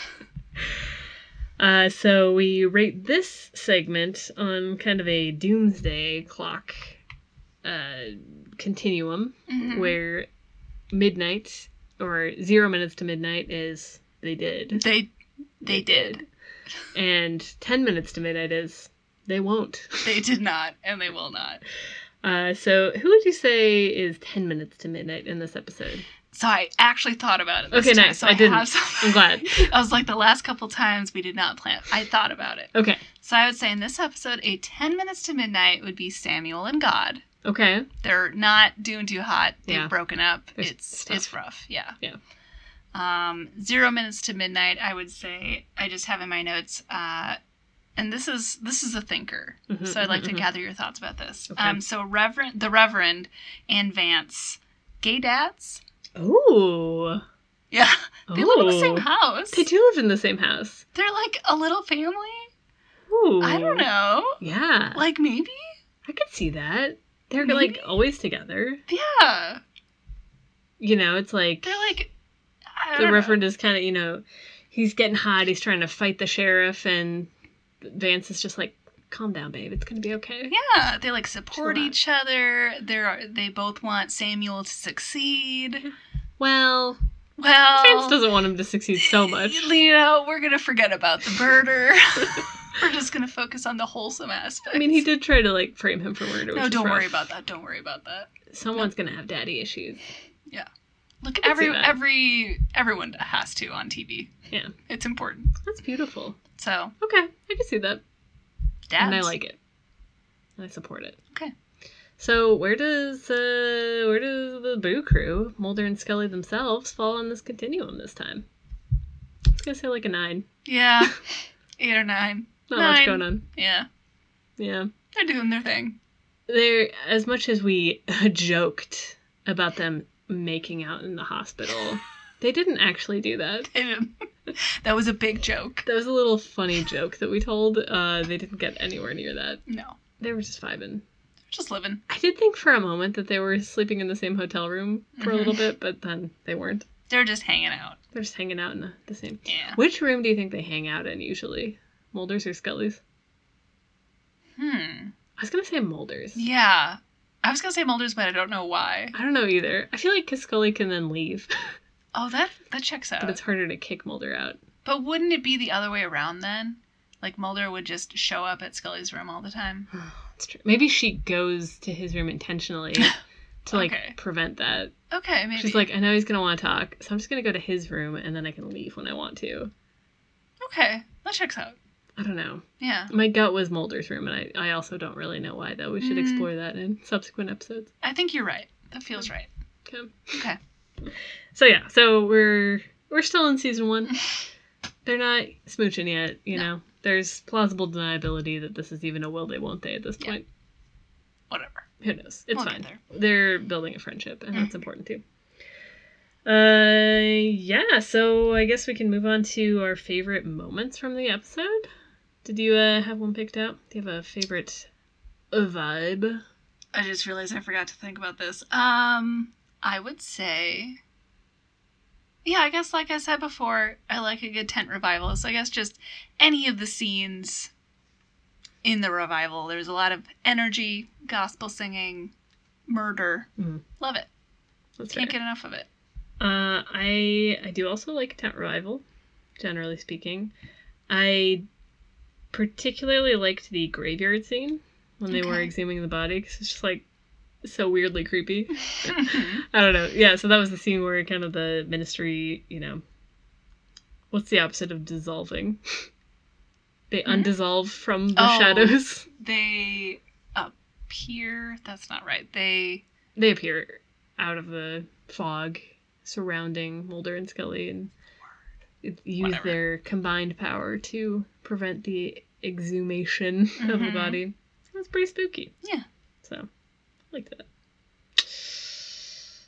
[SPEAKER 1] Uh, so we rate this segment on kind of a doomsday clock uh, continuum.
[SPEAKER 2] Mhm.
[SPEAKER 1] where midnight or zero minutes to midnight is they did.
[SPEAKER 2] they they did.
[SPEAKER 1] And 10 minutes to midnight is they won't.
[SPEAKER 2] They did not, and they will not.
[SPEAKER 1] Uh, so, who would you say is 10 minutes to midnight in this episode?
[SPEAKER 2] So I actually thought about it. This
[SPEAKER 1] Okay,
[SPEAKER 2] time,
[SPEAKER 1] nice.
[SPEAKER 2] So
[SPEAKER 1] I didn't.
[SPEAKER 2] have
[SPEAKER 1] I'm
[SPEAKER 2] some-
[SPEAKER 1] glad.
[SPEAKER 2] *laughs* I was like the last couple times we did not plan. I thought about it.
[SPEAKER 1] Okay.
[SPEAKER 2] So I would say in this episode, a ten minutes to midnight would be Samuel and God.
[SPEAKER 1] Okay.
[SPEAKER 2] They're not doing too hot. They've
[SPEAKER 1] Yeah.
[SPEAKER 2] broken up.
[SPEAKER 1] There's
[SPEAKER 2] it's
[SPEAKER 1] stuff.
[SPEAKER 2] it's rough. Yeah.
[SPEAKER 1] Yeah.
[SPEAKER 2] Um, zero minutes to midnight. I would say I just have in my notes. Uh, and this is this is a thinker.
[SPEAKER 1] Mhm,
[SPEAKER 2] so I'd like
[SPEAKER 1] mhm,
[SPEAKER 2] to
[SPEAKER 1] mhm.
[SPEAKER 2] gather your thoughts about this.
[SPEAKER 1] Okay.
[SPEAKER 2] Um, so Reverend, the Reverend, and Vance, gay dads.
[SPEAKER 1] Ooh.
[SPEAKER 2] Yeah, *laughs* they live in the same
[SPEAKER 1] Ooh.
[SPEAKER 2] house.
[SPEAKER 1] They do live in the same house.
[SPEAKER 2] They're like a little family.
[SPEAKER 1] Ooh.
[SPEAKER 2] I don't know.
[SPEAKER 1] Yeah.
[SPEAKER 2] Like maybe.
[SPEAKER 1] I could see that. They're
[SPEAKER 2] Maybe.
[SPEAKER 1] like always together.
[SPEAKER 2] Yeah,
[SPEAKER 1] You know, it's like.
[SPEAKER 2] they're like. I don't
[SPEAKER 1] the
[SPEAKER 2] *laughs* know.
[SPEAKER 1] reverend is kind of you know he's getting hot he's trying to fight the sheriff and vance is just like calm down babe it's gonna be okay
[SPEAKER 2] Yeah, they like support
[SPEAKER 1] out.
[SPEAKER 2] each other. They're they both want Samuel to succeed.
[SPEAKER 1] well
[SPEAKER 2] Well,
[SPEAKER 1] vance doesn't want him to succeed so much
[SPEAKER 2] *laughs* You know, we're gonna forget about the
[SPEAKER 1] *laughs*
[SPEAKER 2] murder. *laughs* we're just gonna focus on the wholesome aspect.
[SPEAKER 1] i mean he did try to like frame him for murder which
[SPEAKER 2] No,
[SPEAKER 1] is
[SPEAKER 2] don't
[SPEAKER 1] rough.
[SPEAKER 2] worry about that. Don't worry about that.
[SPEAKER 1] someone's gonna have daddy issues
[SPEAKER 2] Look,
[SPEAKER 1] can
[SPEAKER 2] every
[SPEAKER 1] see that.
[SPEAKER 2] every everyone has to on TV.
[SPEAKER 1] Yeah.
[SPEAKER 2] it's important.
[SPEAKER 1] that's beautiful
[SPEAKER 2] So
[SPEAKER 1] okay i can see that
[SPEAKER 2] dads,
[SPEAKER 1] and i like it and i support it
[SPEAKER 2] Okay.
[SPEAKER 1] so where does uh where does the boo crew mulder and scully themselves fall on this continuum this time i was gonna say like a nine *laughs*
[SPEAKER 2] Yeah, eight or nine.
[SPEAKER 1] not
[SPEAKER 2] Nine.
[SPEAKER 1] much going on
[SPEAKER 2] Yeah,
[SPEAKER 1] yeah
[SPEAKER 2] they're doing their thing.
[SPEAKER 1] there as much as we *laughs* joked about them making out in the
[SPEAKER 2] *laughs*
[SPEAKER 1] hospital. They didn't actually do that. *laughs*
[SPEAKER 2] that was a big joke.
[SPEAKER 1] That was a little funny joke that we told. Uh, they didn't get anywhere near that.
[SPEAKER 2] No,
[SPEAKER 1] They were just vibing.
[SPEAKER 2] just living.
[SPEAKER 1] I did think for a moment that they were sleeping in the same hotel room for a
[SPEAKER 2] Mhm.
[SPEAKER 1] little bit, but then they weren't.
[SPEAKER 2] They're just hanging out.
[SPEAKER 1] They're just hanging out in the, the same.
[SPEAKER 2] Yeah.
[SPEAKER 1] Which room do you think they hang out in usually? Mulder's or Scully's?
[SPEAKER 2] Hmm.
[SPEAKER 1] I was gonna say Mulder's.
[SPEAKER 2] Yeah. I was gonna say Mulder's, but I don't know why.
[SPEAKER 1] I don't know either. I feel like 'cause Scully can then leave,
[SPEAKER 2] Oh, that that checks out.
[SPEAKER 1] but
[SPEAKER 2] But,
[SPEAKER 1] it's harder to kick Mulder out.
[SPEAKER 2] wouldn't it be the other way around then? Like Mulder would just show up at Scully's room all the time.
[SPEAKER 1] That's true. Maybe she goes to his room
[SPEAKER 2] *laughs*
[SPEAKER 1] intentionally to like
[SPEAKER 2] Okay.
[SPEAKER 1] prevent that.
[SPEAKER 2] Okay, maybe.
[SPEAKER 1] She's like, I know he's gonna want to talk, so I'm just gonna go to his room and then I can leave when I want to.
[SPEAKER 2] okay, that checks out.
[SPEAKER 1] I don't know.
[SPEAKER 2] Yeah,
[SPEAKER 1] My gut was Mulder's room, and I, I also don't really know why though. We should
[SPEAKER 2] Mm.
[SPEAKER 1] explore that in subsequent episodes.
[SPEAKER 2] I think you're right. That feels right.
[SPEAKER 1] Okay.
[SPEAKER 2] Okay.
[SPEAKER 1] *laughs* So yeah, so we're we're still in season
[SPEAKER 2] *laughs*
[SPEAKER 1] one. They're not smooching yet, you
[SPEAKER 2] No.
[SPEAKER 1] know. There's plausible deniability that this is even a will they won't they at this
[SPEAKER 2] Yeah.
[SPEAKER 1] point.
[SPEAKER 2] Whatever.
[SPEAKER 1] Who knows? It's
[SPEAKER 2] We'll get
[SPEAKER 1] fine.
[SPEAKER 2] there.
[SPEAKER 1] They're building a friendship, and
[SPEAKER 2] Mm.
[SPEAKER 1] that's important too. Uh, yeah. So I guess we can move on to our favorite moments from the episode. Did you uh, have one picked out? Do you have a favorite uh, vibe?
[SPEAKER 2] I just realized I forgot to think about this. Um, I would say, yeah, I guess like I said before, I like a good tent revival. So I guess just any of the scenes in the revival. There's a lot of energy, gospel singing, murder.
[SPEAKER 1] Mhm.
[SPEAKER 2] Love it.
[SPEAKER 1] That's
[SPEAKER 2] Can't
[SPEAKER 1] fair.
[SPEAKER 2] get enough of it.
[SPEAKER 1] Uh, I I do also like tent revival, generally speaking. I particularly liked the graveyard scene when they were
[SPEAKER 2] Okay.
[SPEAKER 1] exhuming the body because it's just like so weirdly creepy. I don't know. Yeah, so that was the scene where kind of the ministry, you know, what's the opposite of dissolving? They
[SPEAKER 2] Mhm.
[SPEAKER 1] undissolve from the
[SPEAKER 2] Oh.
[SPEAKER 1] shadows.
[SPEAKER 2] they appear. That's not right. They
[SPEAKER 1] They appear out of the fog surrounding Mulder and Scully and it- use
[SPEAKER 2] Whatever.
[SPEAKER 1] their combined power to prevent the exhumation of the
[SPEAKER 2] Mhm.
[SPEAKER 1] body. It was pretty spooky.
[SPEAKER 2] Yeah.
[SPEAKER 1] So, I like that.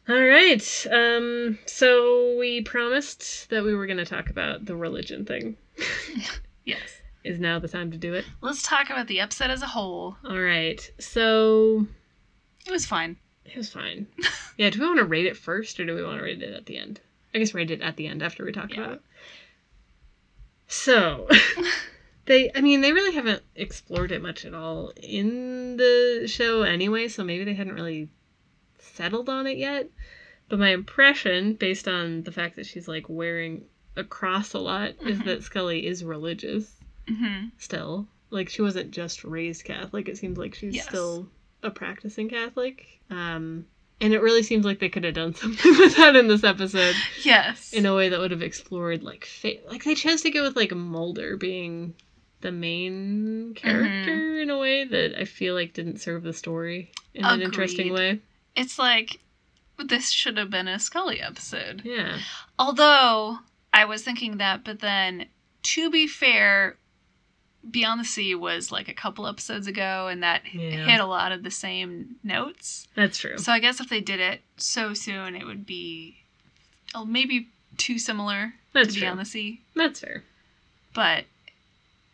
[SPEAKER 1] All right. Um, so we promised that we were going to talk about the religion thing.
[SPEAKER 2] yes.
[SPEAKER 1] Is now the time to do it?
[SPEAKER 2] Let's talk about the episode as a whole.
[SPEAKER 1] All right. So
[SPEAKER 2] It was fine.
[SPEAKER 1] it was fine. *laughs* yeah. Do we want to rate it first, or do we want to rate it at the end? I guess rate it at the end after we talk
[SPEAKER 2] Yeah.
[SPEAKER 1] about it. So *laughs* they, I mean, they really haven't explored it much at all in the show anyway. So maybe they hadn't really settled on it yet. But my impression, based on the fact that she's like wearing a cross a lot, is
[SPEAKER 2] Mhm.
[SPEAKER 1] that Scully is religious
[SPEAKER 2] Mm-hmm.
[SPEAKER 1] still. Like she wasn't just raised Catholic. It seems like she's
[SPEAKER 2] Yes.
[SPEAKER 1] still a practicing Catholic. Um, and it really seems like they could have done *laughs* something with that in this episode
[SPEAKER 2] Yes.
[SPEAKER 1] in a way that would have explored like faith. Like they chose to go with like Mulder being the
[SPEAKER 2] Mm-hmm.
[SPEAKER 1] main character in a way that I feel like didn't serve the story in an interesting
[SPEAKER 2] Agreed.
[SPEAKER 1] way.
[SPEAKER 2] It's like this should have been a Scully episode.
[SPEAKER 1] Yeah.
[SPEAKER 2] Although I was thinking that, but then to be fair, Beyond the Sea was like a couple episodes ago, and that h-
[SPEAKER 1] Yeah.
[SPEAKER 2] hit a lot of the same notes.
[SPEAKER 1] That's true.
[SPEAKER 2] So I guess if they did it so soon, it would be oh, maybe too similar
[SPEAKER 1] That's
[SPEAKER 2] to
[SPEAKER 1] true.
[SPEAKER 2] Beyond the Sea.
[SPEAKER 1] That's fair.
[SPEAKER 2] But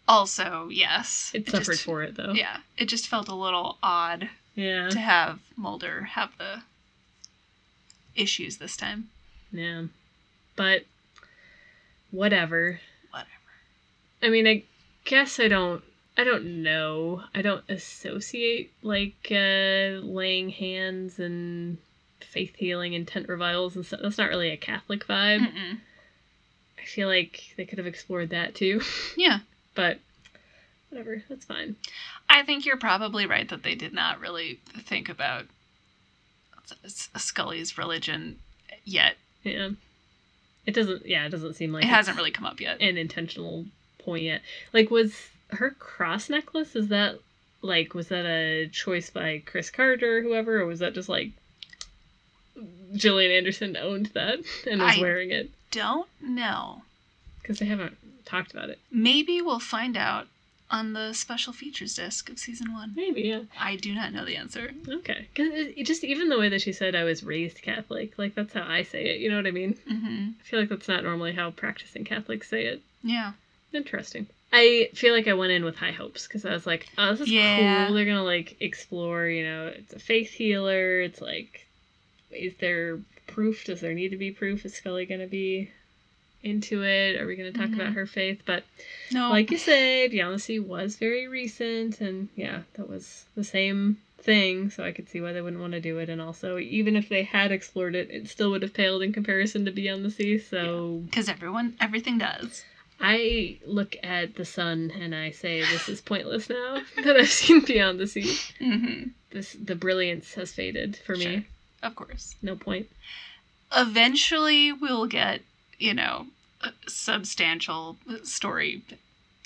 [SPEAKER 2] also, yes,
[SPEAKER 1] It suffered
[SPEAKER 2] just,
[SPEAKER 1] for it though.
[SPEAKER 2] Yeah, it just felt a little odd
[SPEAKER 1] Yeah.
[SPEAKER 2] to have Mulder have the issues this time.
[SPEAKER 1] Yeah. But whatever.
[SPEAKER 2] Whatever.
[SPEAKER 1] I mean, I guess I don't. I don't know. I don't associate like uh, laying hands and faith healing and tent revivals and stuff. That's not really a Catholic vibe.
[SPEAKER 2] Mm-mm.
[SPEAKER 1] I feel like they could have explored that too, *laughs*
[SPEAKER 2] Yeah,
[SPEAKER 1] but whatever. That's fine.
[SPEAKER 2] I think you're probably right that they did not really think about S- Scully's religion yet.
[SPEAKER 1] Yeah. It doesn't. Yeah, it doesn't seem like
[SPEAKER 2] it
[SPEAKER 1] it's
[SPEAKER 2] hasn't really come up yet.
[SPEAKER 1] an intentional point yet. Like, was her cross necklace? Is that like was that a choice by Chris Carter or whoever, or was that just like Gillian Anderson owned that and was
[SPEAKER 2] I-
[SPEAKER 1] wearing it?
[SPEAKER 2] Don't know.
[SPEAKER 1] Because they haven't talked about it.
[SPEAKER 2] Maybe we'll find out on the special features disc of season one?
[SPEAKER 1] Maybe, yeah.
[SPEAKER 2] I do not know the answer.
[SPEAKER 1] Okay. Because just even the way that she said I was raised Catholic, like that's how I say it. You know what I mean?
[SPEAKER 2] Mm-hmm.
[SPEAKER 1] I feel like that's not normally how practicing Catholics say it.
[SPEAKER 2] Yeah.
[SPEAKER 1] Interesting. I feel like I went in with high hopes because I was like, oh, this is
[SPEAKER 2] Yeah.
[SPEAKER 1] cool. They're going to like explore, you know, it's a faith healer. It's like, is there proof? Does there need to be proof? Is Scully going to be into it? Are we going to talk
[SPEAKER 2] Mhm.
[SPEAKER 1] about her faith? But
[SPEAKER 2] No.
[SPEAKER 1] like you said, Yamasee was very recent, and yeah, that was the same thing, so I could see why they wouldn't want to do it. And also, even if they had explored it, it still would have paled in comparison to Beyond the Sea. So
[SPEAKER 2] because everyone, everything does.
[SPEAKER 1] I look at the sun and I say, this is pointless now *laughs* that I've seen Beyond the Sea.
[SPEAKER 2] Mm-hmm.
[SPEAKER 1] This the brilliance has faded for
[SPEAKER 2] Sure.
[SPEAKER 1] me.
[SPEAKER 2] Of course.
[SPEAKER 1] No point.
[SPEAKER 2] Eventually, we'll get you know uh, substantial story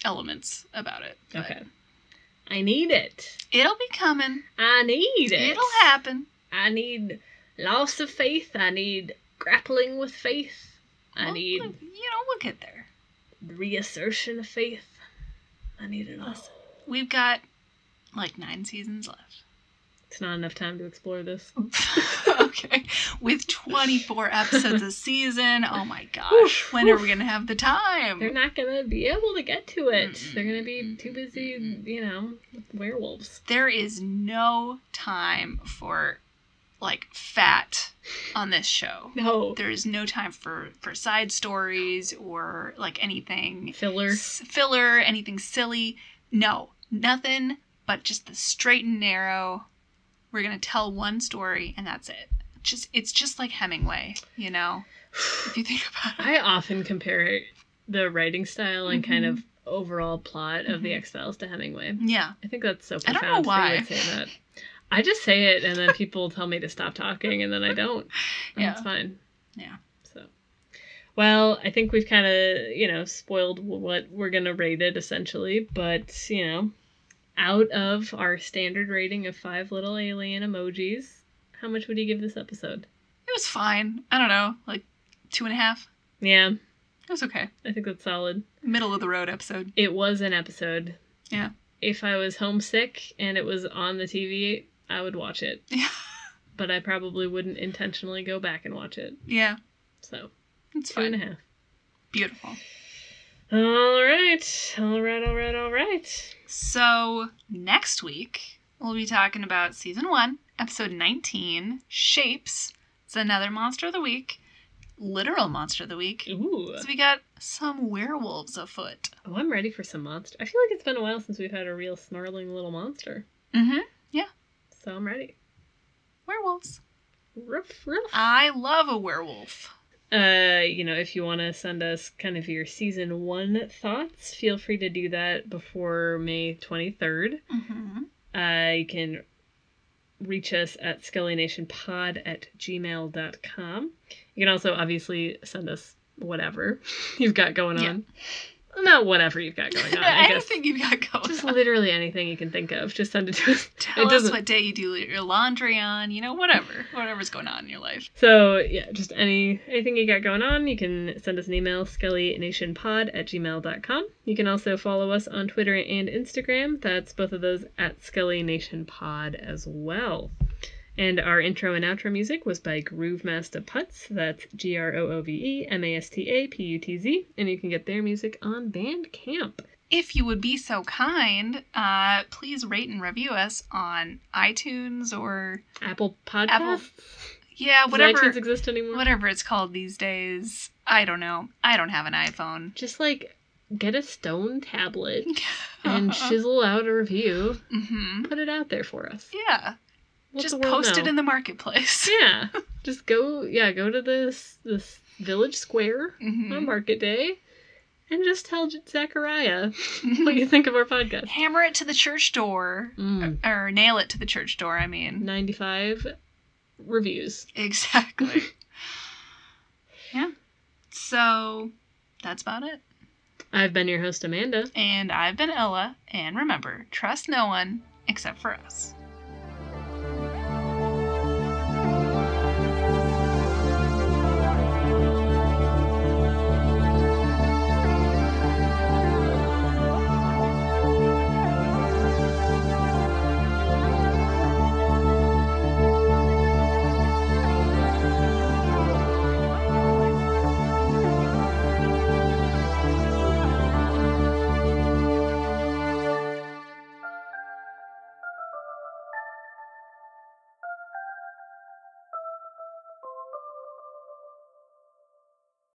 [SPEAKER 2] elements about it. but
[SPEAKER 1] Okay. I need it.
[SPEAKER 2] It'll be coming.
[SPEAKER 1] I need it.
[SPEAKER 2] It'll happen.
[SPEAKER 1] I need loss of faith. I need grappling with faith. I
[SPEAKER 2] We'll-
[SPEAKER 1] need
[SPEAKER 2] You know, we'll get there.
[SPEAKER 1] reassertion of faith. I need it all.
[SPEAKER 2] We've got like nine
[SPEAKER 1] *laughs*
[SPEAKER 2] seasons left.
[SPEAKER 1] It's not enough time to explore this.
[SPEAKER 2] okay. With 24 episodes a season.
[SPEAKER 1] *laughs*
[SPEAKER 2] Oh my gosh.
[SPEAKER 1] Woof,
[SPEAKER 2] when are
[SPEAKER 1] woof.
[SPEAKER 2] we going to have the time?
[SPEAKER 1] They're not gonna be able to get to it.
[SPEAKER 2] Mm-mm,
[SPEAKER 1] They're gonna be
[SPEAKER 2] mm-mm,
[SPEAKER 1] too busy,
[SPEAKER 2] mm-mm.
[SPEAKER 1] you know, with werewolves.
[SPEAKER 2] there is no time for like fat on this show.
[SPEAKER 1] No
[SPEAKER 2] There is no time for for side stories or like anything
[SPEAKER 1] filler.
[SPEAKER 2] s- filler, anything silly. No, nothing but just the straight and narrow. We're gonna tell one story and that's it. Just it's just like Hemingway, you know. If you think about it,
[SPEAKER 1] I often compare the writing style and kind
[SPEAKER 2] Mhm.
[SPEAKER 1] of overall plot of the
[SPEAKER 2] Mhm.
[SPEAKER 1] X Files to Hemingway.
[SPEAKER 2] yeah,
[SPEAKER 1] I think that's so
[SPEAKER 2] I
[SPEAKER 1] profound.
[SPEAKER 2] don't know
[SPEAKER 1] that you would
[SPEAKER 2] why.
[SPEAKER 1] say that. I just say it, and
[SPEAKER 2] *laughs*
[SPEAKER 1] then people tell me to stop talking, and then I
[SPEAKER 2] *sighs*
[SPEAKER 1] don't. And
[SPEAKER 2] Yeah.
[SPEAKER 1] it's fine.
[SPEAKER 2] Yeah.
[SPEAKER 1] So, well, I think we've kind of you know spoiled what we're gonna rate it essentially, but you know, out of our standard rating of five little alien emojis, how much would you give this episode?
[SPEAKER 2] it was fine. I don't know, like two and a half.
[SPEAKER 1] Yeah,
[SPEAKER 2] It was okay.
[SPEAKER 1] I think that's solid.
[SPEAKER 2] Middle of the road episode.
[SPEAKER 1] It was an episode.
[SPEAKER 2] Yeah.
[SPEAKER 1] If I was homesick and it was on the TV, I would watch it.
[SPEAKER 2] Yeah.
[SPEAKER 1] But I probably wouldn't intentionally go back and watch it.
[SPEAKER 2] *laughs* Yeah,
[SPEAKER 1] So,
[SPEAKER 2] it's
[SPEAKER 1] two and a
[SPEAKER 2] fine.
[SPEAKER 1] half.
[SPEAKER 2] Beautiful.
[SPEAKER 1] All right. All right, all right, all right.
[SPEAKER 2] So, next week, we'll be talking about season one, episode 19 Shapes. It's another monster of the week, literal monster of the week.
[SPEAKER 1] Ooh. uh.
[SPEAKER 2] So, we got some werewolves afoot.
[SPEAKER 1] Oh, I'm ready for some monster. I feel like it's been a while since we've had a real snarling little monster.
[SPEAKER 2] Mm
[SPEAKER 1] Mm-hmm.
[SPEAKER 2] hmm.
[SPEAKER 1] So I'm ready.
[SPEAKER 2] Werewolves.
[SPEAKER 1] Ruff, ruff.
[SPEAKER 2] I love a werewolf.
[SPEAKER 1] Uh, you know, if you want to send us kind of your season one thoughts, feel free to do that before May 23rd.
[SPEAKER 2] Mm-hmm.
[SPEAKER 1] Uh, you can reach us at scullynationpod at gmail.com. You can also obviously send us whatever *laughs* you've got going
[SPEAKER 2] Yeah.
[SPEAKER 1] on. Not whatever you've got going on, *laughs* I guess.
[SPEAKER 2] Anything you got going
[SPEAKER 1] Just
[SPEAKER 2] on.
[SPEAKER 1] literally anything you can think of. Just send it to us.
[SPEAKER 2] Tell us
[SPEAKER 1] doesn't-
[SPEAKER 2] what day you do your laundry on, you know, whatever. Whatever's going on in your life.
[SPEAKER 1] So yeah, just any anything you got going on, you can send us an email, skellynationpod at gmail.com. You can also follow us on Twitter and Instagram. That's both of those at skellynationpod as well. And our intro and outro music was by Groove Master Putz. That's G R O O V E M A S T A P U T Z. And you can get their music on Bandcamp.
[SPEAKER 2] if you would be so kind, uh, please rate and review us on iTunes or
[SPEAKER 1] Apple Podcasts.
[SPEAKER 2] Apple- yeah,
[SPEAKER 1] Does
[SPEAKER 2] whatever
[SPEAKER 1] iTunes exist anymore?
[SPEAKER 2] whatever it's called these days. I don't know. I don't have an iPhone.
[SPEAKER 1] Just like get a stone
[SPEAKER 2] *laughs*
[SPEAKER 1] tablet and chisel out a review.
[SPEAKER 2] hmm
[SPEAKER 1] put it out there for us.
[SPEAKER 2] Yeah,
[SPEAKER 1] Let the
[SPEAKER 2] just
[SPEAKER 1] world
[SPEAKER 2] post it
[SPEAKER 1] know.
[SPEAKER 2] in the marketplace.
[SPEAKER 1] *laughs* yeah. Just go yeah go to this this village square on
[SPEAKER 2] Mhm.
[SPEAKER 1] market day, and just tell
[SPEAKER 2] *laughs*
[SPEAKER 1] Zachariah what you think of our podcast.
[SPEAKER 2] Hammer it to the church door,
[SPEAKER 1] Mm.
[SPEAKER 2] or nail it to the church door. I mean,
[SPEAKER 1] Ninety five reviews.
[SPEAKER 2] exactly. *laughs* yeah. So that's about it.
[SPEAKER 1] I've been your host Amanda.
[SPEAKER 2] And I've been Ella, and remember, trust no one except for us.